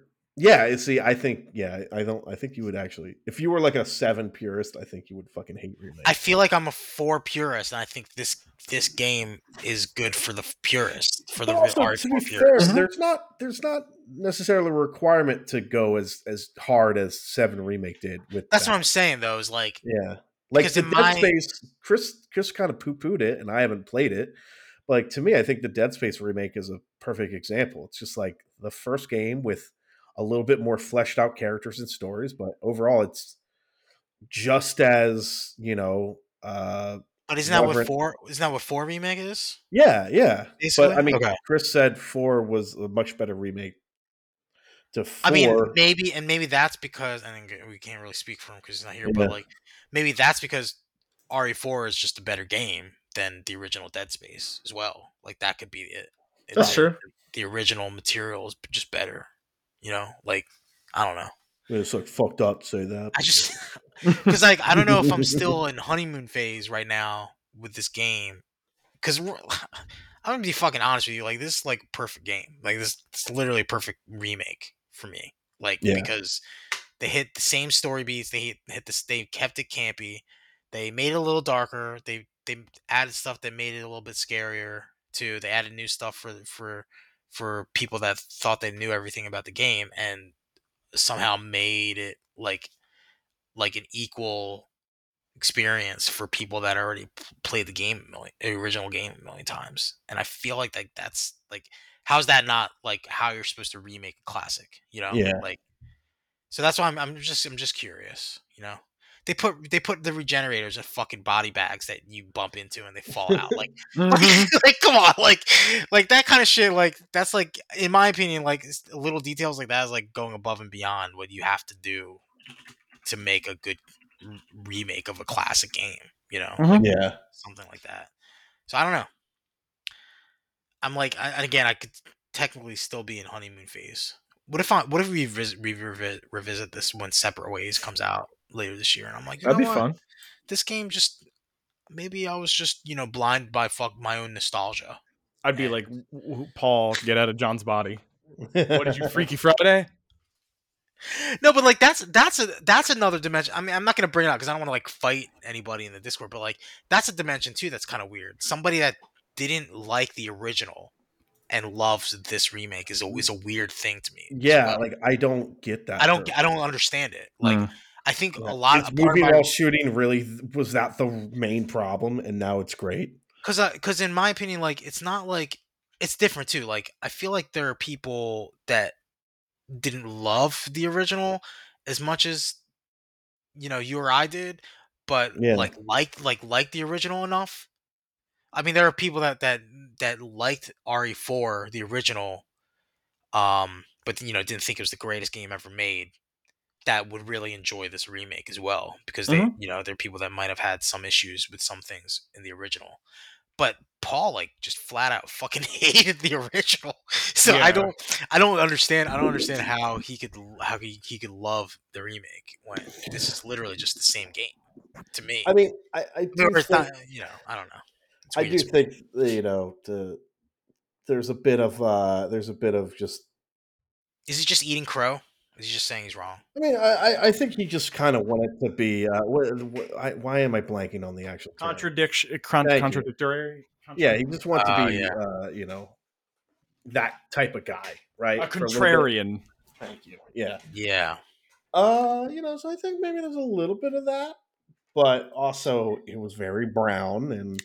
Yeah, you see, I think yeah, I don't. I think you would actually, if you were like a seven purist, I think you would fucking hate remake. I feel like I'm a four purist, and I think this this game is good for the purist, for But the real also, hardcore to be purist. fair, Mhm. there's not there's not necessarily a requirement to go as as hard as Seven Remake did with. That's that. what I'm saying, though. Is like Yeah, like Because the in Dead my- Space. Chris Chris kind of poo pooed it, and I haven't played it. Like to me, I think the Dead Space remake is a perfect example. It's just like the first game with a little bit more fleshed out characters and stories, but overall, it's just as you know. uh But isn't that what Reverend- four? Isn't that what four remake is? Yeah, yeah. Basically? But I mean, Okay. Chris said four was a much better remake to four. I mean, maybe, and maybe that's because, and then we can't really speak for him because he's not here. But Yeah. like, maybe that's because RE4 is just a better game than the original Dead Space as well. Like that could be it. It's That's like true. The original material is just better. You know, like I don't know. it's like fucked up to say that. I just because like I don't know if I'm still in honeymoon phase right now with this game. Because I'm gonna be fucking honest with you, like this is like a perfect game. Like this, it's literally a perfect remake for me. Like Yeah. because they hit the same story beats, they hit, hit the they kept it campy, they made it a little darker, they they added stuff that made it a little bit scarier too. They added new stuff for for for people that thought they knew everything about the game and somehow made it like like an equal experience for people that already p- played the game a million, the original game a million times and i feel like like that's like how's that not like how you're supposed to remake a classic you know Yeah. like so that's why I'm, I'm just i'm just curious you know they put they put the regenerators in fucking body bags that you bump into and they fall out like like come on like like that kind of shit like that's like in my opinion like s- little details like that is like going above and beyond what you have to do to make a good r- remake of a classic game you know Mhm. yeah, something like that so i don't know i'm like I, and again i could technically still be in honeymoon phase what if i what if we, vis- we revi- revisit this when separate ways comes out later this year and i'm like you That'd know be what? fun. this game just maybe i was just you know blind by fuck my own nostalgia I'd be like, "W- w- Paul, get out of John's body. What did you Freaky Friday? No, but like that's that's a that's another dimension. I mean, I'm not gonna bring it up because I don't want to like fight anybody in the Discord, but like that's a dimension too that's kind of weird. Somebody that didn't like the original and loves this remake is a, is a weird thing to me. as yeah, well. like I don't get that. I don't though. I don't understand it. Like Mm. I think Yeah. a lot Is a part movie of my while shooting really was that the main problem, and now it's great. because because in my opinion like it's not like it's different too like i feel like there are people that didn't love the original as much as you know you or i did but Yeah. like like like like the original enough i mean there are people that that that liked re4 the original um but you know didn't think it was the greatest game ever made that would really enjoy this remake as well because they you know there are people that might have had some issues with some things in the original but paul like just flat out fucking hated the original so Yeah. i don't i don't understand i don't understand how he could how he, he could love the remake when this is literally just the same game to me I mean, I, I do Or think, it's not- uh, you know i don't know It's I weird do as- think you know the, there's a bit of uh there's a bit of just is he just eating crow is he just saying he's wrong I mean, I, I- I think he just kind of wanted to be. Uh, wh- wh- I, why am I blanking on the actual term? Contradiction, con- Thank you. contradictory. Yeah, he just wanted Oh, to be, yeah. uh, you know, that type of guy, right? A For little bit. contrarian. Thank you. Yeah. yeah Uh, you know, so I think maybe there's a little bit of that, but also it was very brown, and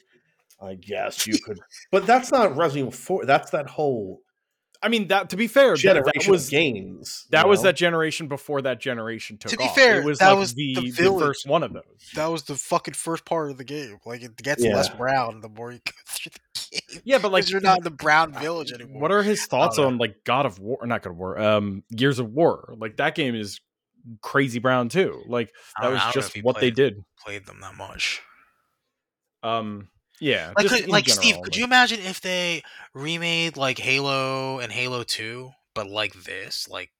I guess you could. But that's not Resident Evil Four. That's that whole I mean, that to be fair, that, generation that was of games. that you was know? that generation before that generation took To be off. fair, it was that like was the, the the village. first one of those. that was the fucking first part of the game like it gets Yeah. less brown the more you go through the game Yeah, but like uh, like you're not in the brown village anymore. What are his thoughts Uh, know. on like God of War? Not God of War. Um, Gears of War. Like that game is crazy brown too. Like I that don't- was I don't know just if he what they played- did. Played them that much. Um, yeah, Like, just could, in like general, Steve, could you imagine if they remade like Halo and Halo Two, but like this, like,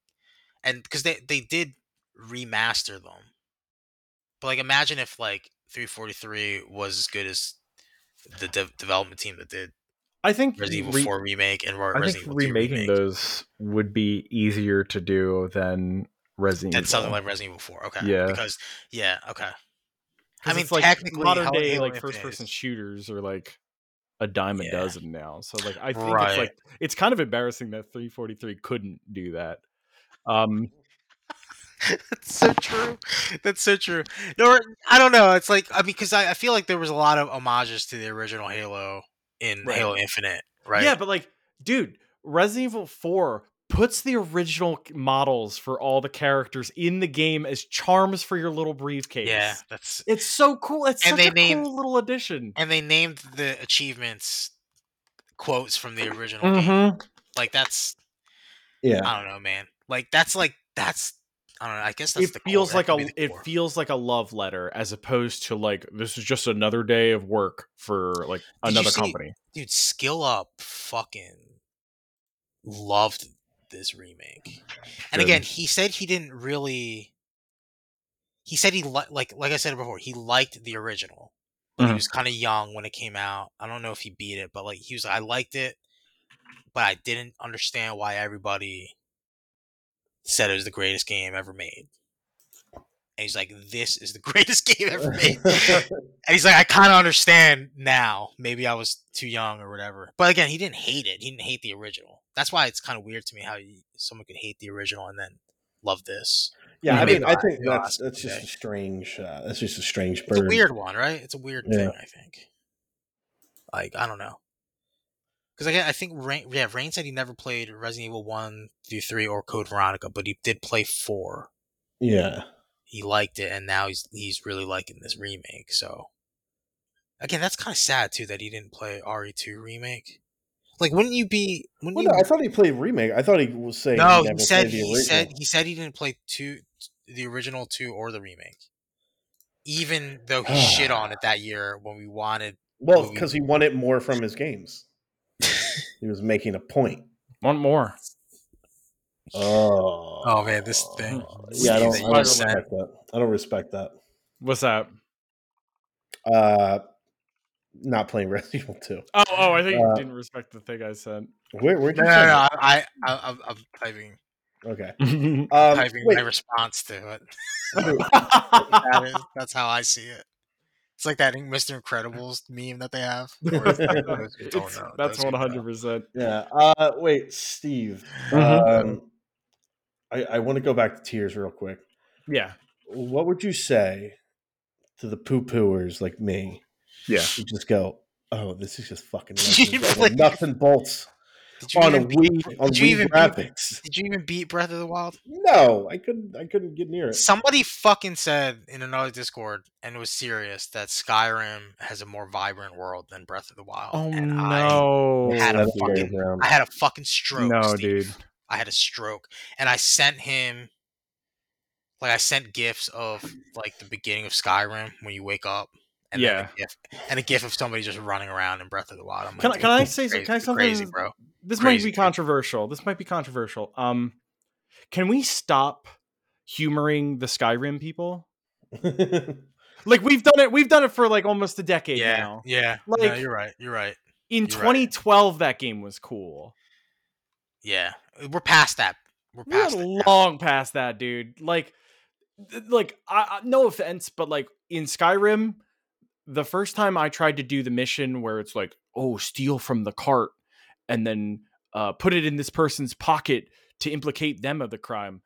and because they they did remaster them, but like imagine if like 343 was as good as the de- development team that did I think Resident re- Evil 4 remake and Re- I Resident think Evil 2 remaking remake. those would be easier to do than Resident than Evil. something like Resident Evil 4. Okay, Yeah. because yeah, okay. 'cause I mean, it's like technically, modern how day Halo like Infinite first person is- shooters are like a dime a Yeah. dozen now. So like I think Right. it's like it's kind of embarrassing that 343 couldn't do that. Um, That's so true. That's so true. No, or- I don't know. It's like I mean, because I, I feel like there was a lot of homages to the original Halo in Right. Halo Infinite, right? Yeah, but like, dude, Resident Evil 4 puts the original c- models for all the characters in the game as charms for your little briefcase. yeah. That's It's so cool. It's And such they a name- cool little addition. and they named the achievements quotes from the original game. Mhm. Like that's Yeah. I don't know, man. Like that's like that's I don't know. I guess that's It the core. feels That like could a be the it core. feels like a love letter as opposed to like this is just another day of work for like you another see- company. dude skill up fucking loved this remake and Good. again he said he didn't really he said he li- like like i said before he liked the original but he Mhm. was kind of young when it came out i don't know if he beat it but like he was like i liked it but i didn't understand why everybody said it was the greatest game ever made and he's like this is the greatest game ever made and he's like, I kind of understand now. Maybe I was too young or whatever. But again, he didn't hate it. He didn't hate the original. That's why it's kind of weird to me how you, someone could hate the original and then love this. yeah, I Maybe mean, I not. think Maybe that's not. that's just Okay. a strange uh, that's just a strange It's a bird. weird one, right? It's a weird Yeah. thing, I think. Like, I don't know. Because I, I think Rain, yeah, Rain said he never played Resident Evil 1 through 3 or Code Veronica, but he did play 4. Yeah, He liked it, and now he's he's really liking this remake. So, again, that's kind of sad too that he didn't play RE2 remake. Like, wouldn't you be? Wouldn't well, you no, I thought he played remake. I thought he was saying no, never he said played the he original. said he said he didn't play two, the original two or the remake, even though he shit on it that year when we wanted. well because he wanted more from his games. he was making a point. One more. Oh, Oh, man, this thing. Yeah, I don't, I don't Spider-Man. respect that. I don't respect that. What's that? Uh, not playing Resident Evil Two. Oh, oh, I think you Uh, didn't respect the thing I said. Where, where did No, no, you no. say I, I, I I'm, I'm typing that? Okay. yeah, Um, typing wait, my response to it. I That is, that's how I see it. It's like that Mr. Incredibles meme that they have. Or if- those who don't It's- know, that's those who one don't. hundred percent. yeah. Uh, wait, Steve. Mhm. Um, I, I want to go back to tears real quick. Mm-hmm. Yeah, What would you say to the poo pooers like me? Yeah. who just go, oh, this is just fucking nothing, Please. nuts and bolts Did you on a even beat- week on did you weak even beat- graphics. Did you even beat Breath of the Wild? No, I couldn't. I couldn't get near it. Somebody fucking said in another Discord and it was serious that Skyrim has a more vibrant world than Breath of the Wild. Oh and I, no! had a That's the other way fucking- around. I had a fucking stroke. no, Steve. dude. I had a stroke, and I sent him like I sent gifs of like the beginning of Skyrim when you wake up. And then Yeah. a gif, and a gif of somebody just running around in Breath of the Wild. I'm like, Can I- dude, can I you're say some- crazy- can I you're Crazy, something- bro. This Crazy might be dude. controversial. This might be controversial. Um, can we stop humoring the Skyrim people? Like we've done it. We've done it for like almost a decade Yeah, now. yeah. no, Like- you're right. You're right. In You're right. 2012, that game was cool. Yeah, we're past that. We're We're past it now. long past that, dude. Like, th- like I, I- no offense, but like in Skyrim, the first time I tried to do the mission where it's like, oh, steal from the cart and then uh, put it in this person's pocket to implicate them of the crime,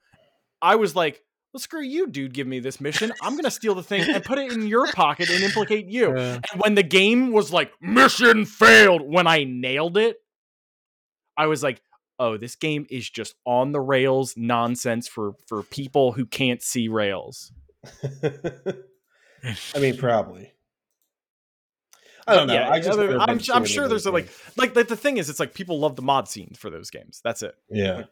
I was like. Well, screw you, dude. Give me this mission. I'm gonna steal the thing and put it in your pocket and implicate you. And when the game was like, mission failed, when I nailed it, I was like, oh, this game is just on the rails nonsense for for people who can't see rails. I mean, probably. I don't know. Yeah, I just other- never been I'm- I'm too into sure there's those a, like- games. Like, like the thing is, it's like people love the mod scene for those games. That's it. yeah.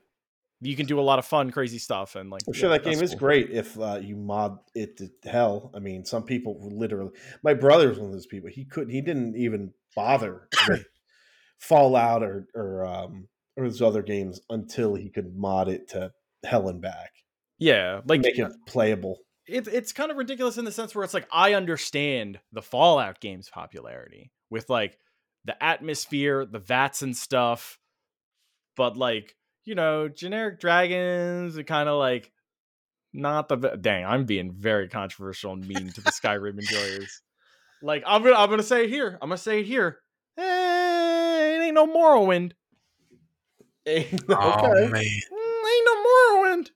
you can do a lot of fun, crazy stuff, and like I'm sure yeah, that game is that's cool. great if uh, you mod it to hell. I mean, some people who literally. My brother's one of those people. He couldn't. He didn't even bother with Fallout or or um or those other games until he could mod it to hell and back, Yeah, like uh, make it playable. it, it's kind of ridiculous in the sense where it's like I understand the Fallout game's popularity with like the atmosphere, the vats and stuff, but like you know, generic dragons, kind of like not the be- dang. I'm being very controversial and mean to the Skyrim enjoyers. Like I'm gonna I'm gonna say it here. I'm gonna say it here. Eh, it ain't no Morrowind. okay, Oh man, Mm, ain't no Morrowind.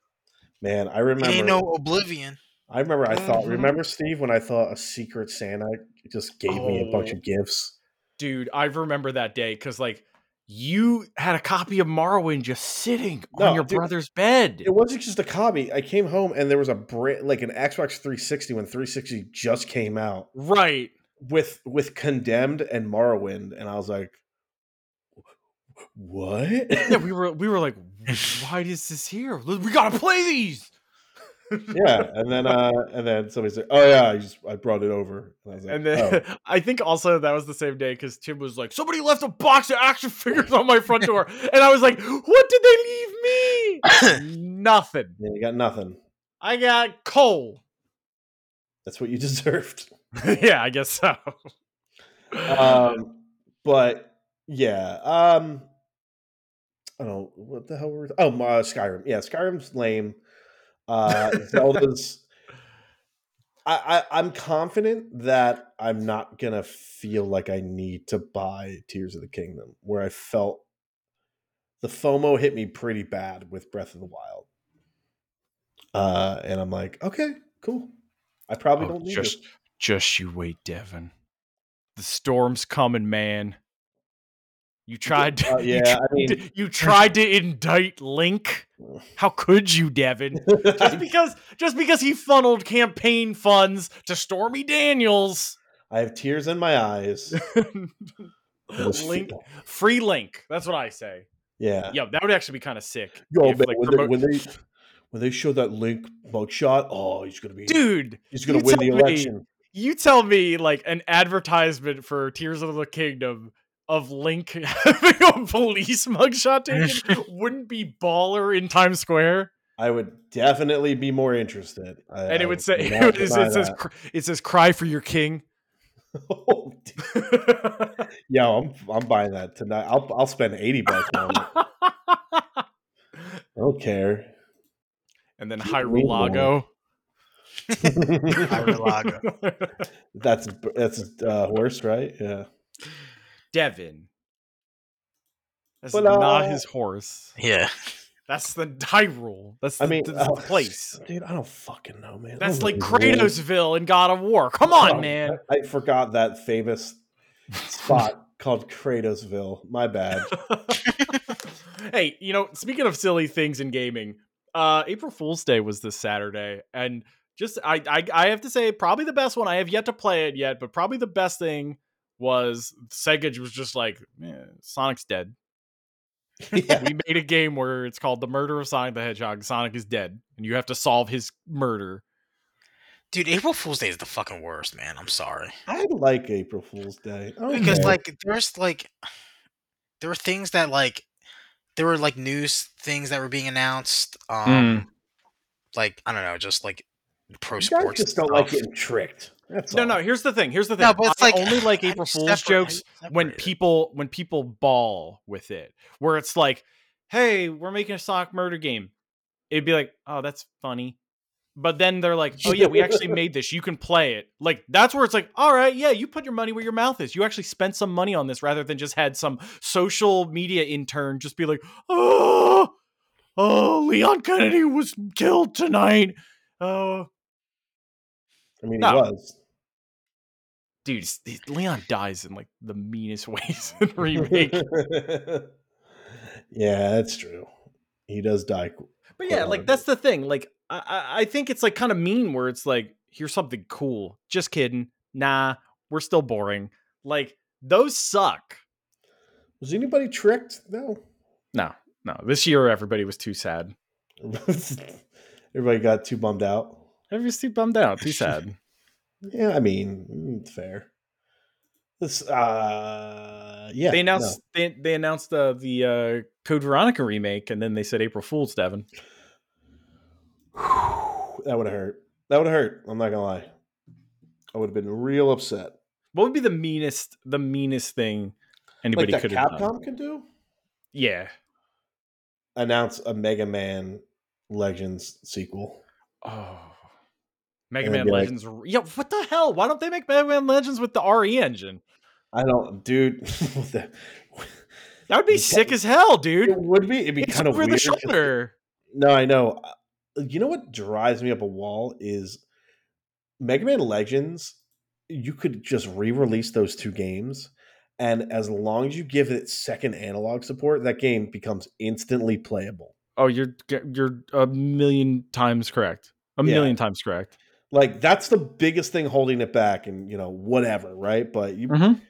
man. I remember. it ain't no Oblivion. I remember. I thought. Mhm. Remember, Steve, when I thought a Secret Santa just gave me a bunch Oh. of gifts. dude i remember that day because like you had a copy of morrowind just sitting No, on your dude. brother's bed It wasn't just a copy. I came home and there was a brand, like an Xbox 360 when 360 just came out. right with with condemned and morrowind and i was like what yeah we were we were like why is this here we gotta play these yeah and then uh and then somebody said oh yeah i just i brought it over and i was like "Oh, and then i think also that was the same day because tim was like somebody left a box of action figures on my front door and i was like what did they leave me nothing oh, you got nothing i got coal that's what you deserved yeah i guess so um but yeah um i don't know what the hell were we oh my skyrim yeah skyrim's lame uh zelda's I, I, I'm confident that I'm not gonna feel like I need to buy Tears of the Kingdom, where I felt the FOMO hit me pretty bad with Breath of the Wild, uh, and I'm like, okay, cool. I probably Oh, don't need just it. just you wait, Devin. The storm's coming, man. You tried to, Uh, you, yeah, tried I mean, to- you tried to indict Link. How could you, Devin? Just because just because he funneled campaign funds to Stormy Daniels. I have tears in my eyes. It was Link futile. free Link. That's what I say. Yeah. Yeah, that would actually be kind of sick. Yo, if, man, like, when, promo- they, when they when they show that Link mugshot, oh, he's gonna be Dude, He's gonna you win the tell me. election. you tell me like an advertisement for Tears of the Kingdom of Link having a police mugshot taken wouldn't be baller in Times Square, I would definitely be more interested. I, and I it would say not it, deny says that. cr- it says "Cry for your king." Oh, dude. yo, I'm I'm buying that tonight. I'll I'll spend eighty bucks on it. I don't care. and then Good Hyrule lord. Lago. Hyrule that's that's uh, horse, right? Yeah. Devin. That's But, not uh, his horse. Yeah, That's the Hyrule. That's the, I mean, that's the oh, place. dude. I don't fucking know, man. I That's don't like really know. Kratosville in God of War. Come on, Oh, man. I, I forgot that famous spot called Kratosville. My bad. hey, you know, speaking of silly things in gaming, uh, April Fool's Day was this Saturday, and just I, I I have to say probably the best one. I have yet to play it yet, but probably the best thing was Sega was just like "Eh, Sonic's dead. yeah. We made a game where it's called The Murder of Sonic the Hedgehog. Sonic is dead, and you have to solve his murder. dude, April Fool's Day is the fucking worst, man. I'm sorry I like April Fool's Day. Oh, I don't because know. like there's like there were things that like there were like news things that were being announced. Mm. Um, like I don't know, just like pro you guys sports. just don't stuff. like getting tricked. That's No, all. no. Here's the thing. Here's the thing. No, but it's I like only like how do April you Fool's separate- how do jokes you when separate it? people when people ball with it, where it's like, "Hey, we're making a sock murder game." It'd be like, "Oh, that's funny," but then they're like, "Oh yeah, we actually made this. You can play it." Like that's where it's like, "All right, yeah, you put your money where your mouth is. You actually spent some money on this rather than just had some social media intern just be like, "Oh, oh, Leon Kennedy was killed tonight." Oh, I mean, No. he was. dude, s- th- Leon dies in like the meanest ways in remake. yeah, that's true. He does die. qu- But Quite yeah, a lot like of that's the thing. Like I, I- I think it's like kind of mean where it's like, here's something cool. Just kidding. Nah, we're still boring. Like those suck. Was anybody tricked? No. No, No, this year everybody was too sad. Everybody got too bummed out. Everybody's too bummed out, too sad. Yeah, I mean, mm, it's fair. This, uh, yeah, they no. announced they, they announced uh, the uh, Code Veronica remake, and then they said April Fool's, Devin. that would have hurt. That would have hurt. I'm not gonna lie. I would have been real upset. What would be the meanest the meanest thing anybody like could that have done? Capcom can do. Yeah. Announce a Mega Man Legends sequel. Oh. Mega And Man be like- Legends. re- Yeah, what the hell? Why don't they make Mega Man Legends with the RE engine? I don't, dude. what the- That would be Yeah. sick as hell, dude. it would be. It'd be It's kind of over weird. the just- shoulder. No, I know. Uh, You know what drives me up a wall is Mega Man Legends. You could just re-release those two games, and as long as you give it second analog support, that game becomes instantly playable. Oh, you're you're a million times correct. A Yeah. million times correct. Like that's the biggest thing holding it back, and you know whatever, right? But you, Mhm.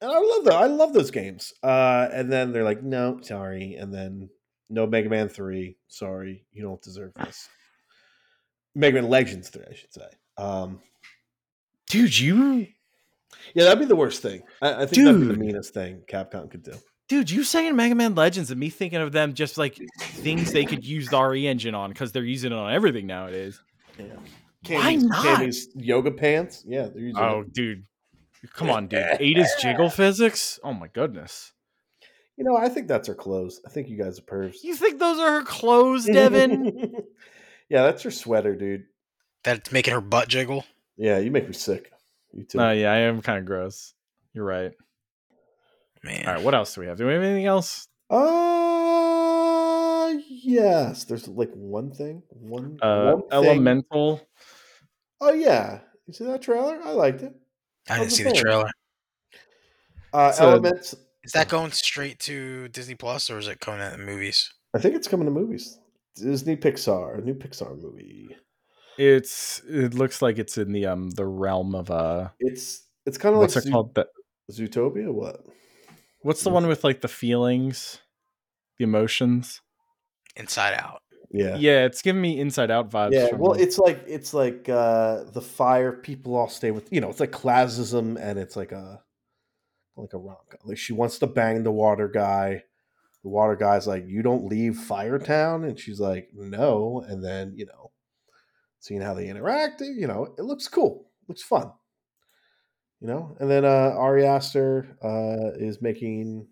and I love that. I love those games. Uh, and then they're like, no, sorry, and then no Mega Man Three. Sorry, you don't deserve this. Mega Man Legends Three, I should say. Um, Dude, you Yeah, that'd be the worst thing. I, I think that'd be the Dude. meanest thing Capcom could do. dude, you saying Mega Man Legends and me thinking of them just like things they could use the RE engine on because they're using it on everything nowadays. Why Candy's- not? Candy's yoga pants. Yeah, they're using Oh, it. dude. Come on, dude. Eight is jiggle physics? Oh my goodness. You know, I think that's her clothes. I think you guys are pervs. You think those are her clothes, Devin? yeah, that's your sweater, dude. That's making her butt jiggle. Yeah, you make me sick. You too. No, yeah, I am kind of gross. You're right. Man. All right, what else do we have? Do we have anything else? Uh yes. There's like one thing. One, Uh, one thing. elemental. Oh yeah. You see that trailer? I liked it. I how's it didn't see the going? trailer. Uh So- elements. Is that going straight to Disney Plus or is it coming out in the movies? I think it's coming to movies. Disney Pixar, a new Pixar movie. It's. It looks like it's in the um the realm of uh. It's it's kind of like What's it Zoo- called? That Zootopia? What? What's the one with like the feelings, the emotions? Inside Out. Yeah. Yeah, it's giving me Inside Out vibes. Yeah, from well, the- it's like it's like uh, the fire people all stay with you know it's like classism and it's like a like a rom com. Like she wants to bang the water guy. The water guy's like, "You don't leave Firetown," and she's like, "No." And then you know, seeing how they interact, you know, it looks cool, looks fun, you know. And then uh, Ari Aster uh, is making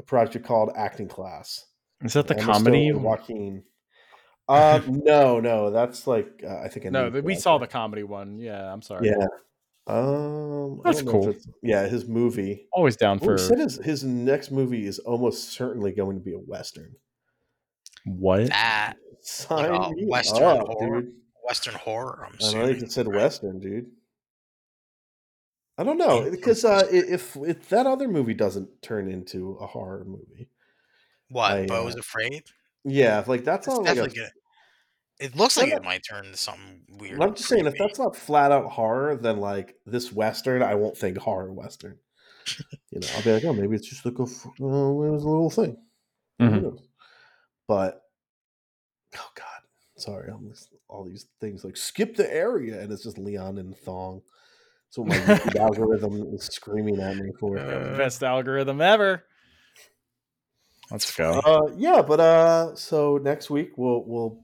a project called Acting Class. is that the Emma Stone comedy? and Joaquin. Uh, no, no, that's like uh, I think a No, new that we director. saw the comedy one. Yeah, I'm sorry. Yeah. Um, I That's don't know if cool. it's- Yeah, his movie. always down Ooh, for he said his his next movie is almost certainly going to be a western. what? That Sign a me western up, horror? dude. Western horror, I'm I know you assuming. just said western, dude. I don't know because uh, i- if if that other movie doesn't turn into a horror movie, What? I, Bo uh, is afraid? yeah, if, like that's It's not like a definitely gonna- It looks like I'm it might turn into something weird. I'm just saying, if creepy. that's not flat out horror, then like this western, I won't think horror western. You know, I'll be like, oh, maybe it's just like a, f- uh, it was a little thing. Who Mm-hmm. Mhm. knows? But oh god, sorry, I'm just- all these things like skip the area, and it's just Leon in the thong. So my YouTube algorithm is screaming at me for. Uh, Best algorithm ever. Let's go. Uh, yeah, but uh, so next week we'll we'll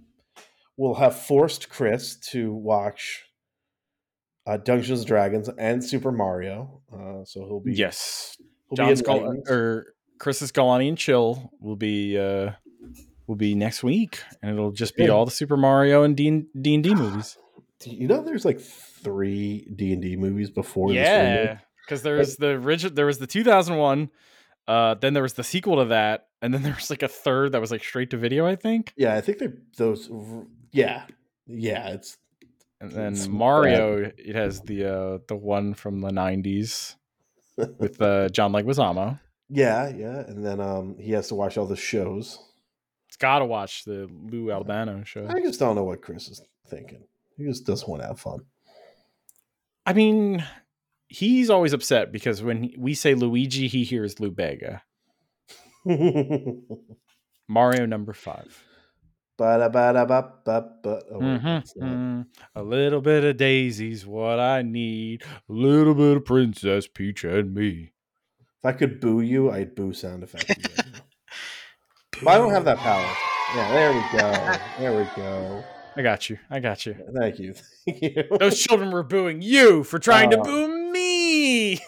we'll have forced Chris to watch uh, Dungeons and Dragons and Super Mario. Uh, so he'll be Yes, he'll John's er, Gal- enlightened. or Chris's Galani and Chill will be uh will be next week, and it'll just be Yeah. all the Super Mario and D and D movies. Do you know there's like three D and D movies before. this remake? yeah, because there was the rigid, there was the 2001, uh, then there was the sequel to that, and then there was like a third that was like straight to video, I think, yeah, I think they those. r- Yeah, yeah, it's and then It's Mario it has the uh the one from the 90s with uh, John Leguizamo. yeah, yeah, and then um, he has to watch all the shows. It's gotta watch the Lou Albano show. I just don't know what Chris is thinking. He just doesn't want to have fun. I mean, he's always upset because when he- we say Luigi, he hears Lubega. Mario number 5 Ba-da-ba-da-ba-ba-ba. Oh, wait, Mhm, it's not. mhm. A little bit of Daisy's what I need. A little bit of Princess Peach and me. If I could boo you, I'd boo sound effect. you right now. but I don't have that power. Yeah, there we go. There we go. I got you. I got you. Thank you. Thank you. Those children were booing you for trying to Oh. boo me.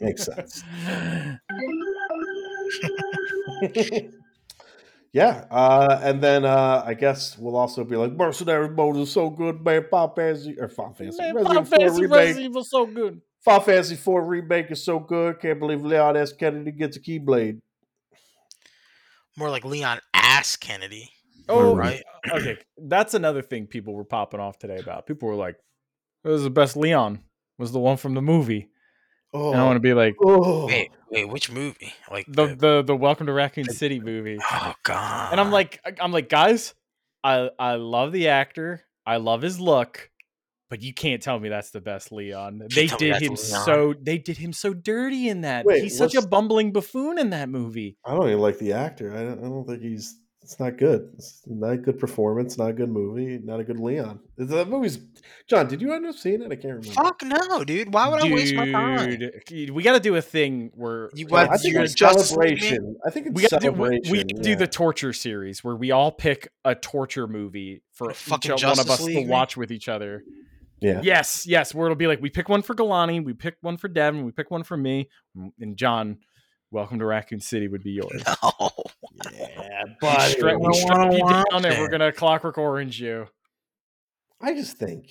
Makes sense. yeah. Uh, and then uh, I guess we'll also be like, Mercenary Mode is so good, man. Final Fantasy, or Final Fantasy. Man, Final Resident Evil 4 Fantasy remake. Resident Evil so good. Final Fantasy 4 remake is so good. Can't believe Leon S. Kennedy gets a Keyblade. More like Leon ass Kennedy. Oh, Right. okay. That's another thing people were popping off today about. People were like, "It was the best Leon was the one from the movie," Oh, and I want to be like oh. Wait, wait, which movie? Like the the the Welcome to Raccoon City movie. Oh god. And I'm like, I'm like, guys, I I love the actor, I love his look, but you can't tell me that's the best Leon. They tell me did that's him Leon. so they did him so dirty in that. Wait, He's such a what's- bumbling buffoon in that movie. I don't even like the actor. I don't, I don't think he's. It's not good. It's not a good performance. Not a good movie. Not a good Leon. That movie's. John, did you end up seeing it? I can't remember. Fuck no, dude. Why would I waste my time? Dude, We got to do a thing where You Well, what, I think you're it's just- celebration. I think it's we got to do, we, celebration. we could do yeah. the torture series where we all pick a torture movie for each fucking o- one of Justice us League, to man. watch with each other. Yeah. Yes, yes. Where it'll be like we pick one for Galani, we pick one for Devin, we pick one for me, and John. Welcome to Raccoon City would be yours. No. Yeah, We but strap- we don't strap wanna you watch down and we're it. gonna clockwork orange you. I just think.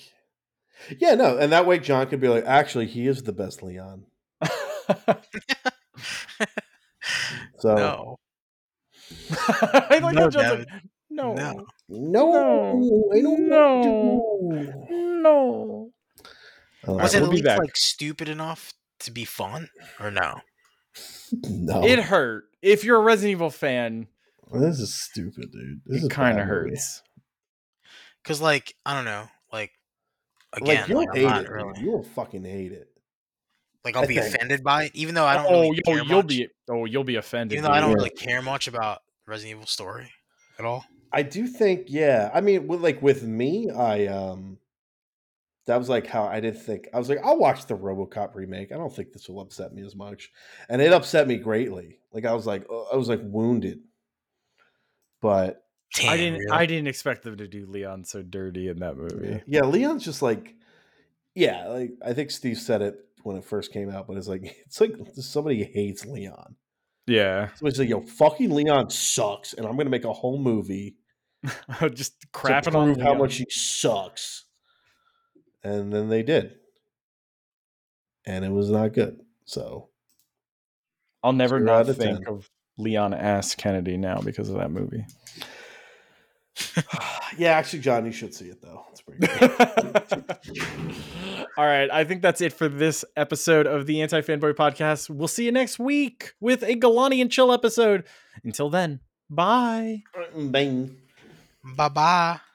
Yeah, no, and that way John could be like, actually, he is the best Leon. So no, no. I like No, how John's like, no, No. no, I don't No. know. no. Was Alright, it we'll at be least back. like stupid enough to be fun? Or no? no? It hurt. If you're a Resident Evil fan, this is stupid, dude. This is a it kind bad of movie. hurts. Because like, I don't know, like Like again, like, you'll I'm hate not it. really- Really. You'll fucking hate it. like I'll I be think- offended by it, even though I don't oh, really oh, care you'll much, be oh, you'll be offended. even though I don't dude. Yeah. really care much about Resident Evil story at all. I do think, yeah. I mean, with, like with me, I um, that was like how I did think. I was like, I'll watch the RoboCop remake. I don't think this will upset me as much, and it upset me greatly. Like I was like, uh, I was like wounded. But Damn, I didn't. really? I didn't expect them to do Leon so dirty in that movie. yeah, Leon's just like, yeah. Like I think Steve said it when it first came out, but it's like it's like somebody hates Leon. Yeah, Somebody's like, yo, fucking Leon sucks, and I'm gonna make a whole movie just to crapping on prove how Leon. much he sucks. And then they did. And it was not good. So I'll never Zero not out of think 10. of Leon ass Kennedy now because of that movie. yeah, actually, John, you should see it though. It's pretty good. All right, I think that's it for this episode of the Anti Fanboy Podcast. We'll see you next week with a Galani and Chill episode. Until then, bye. Bang. Bye bye.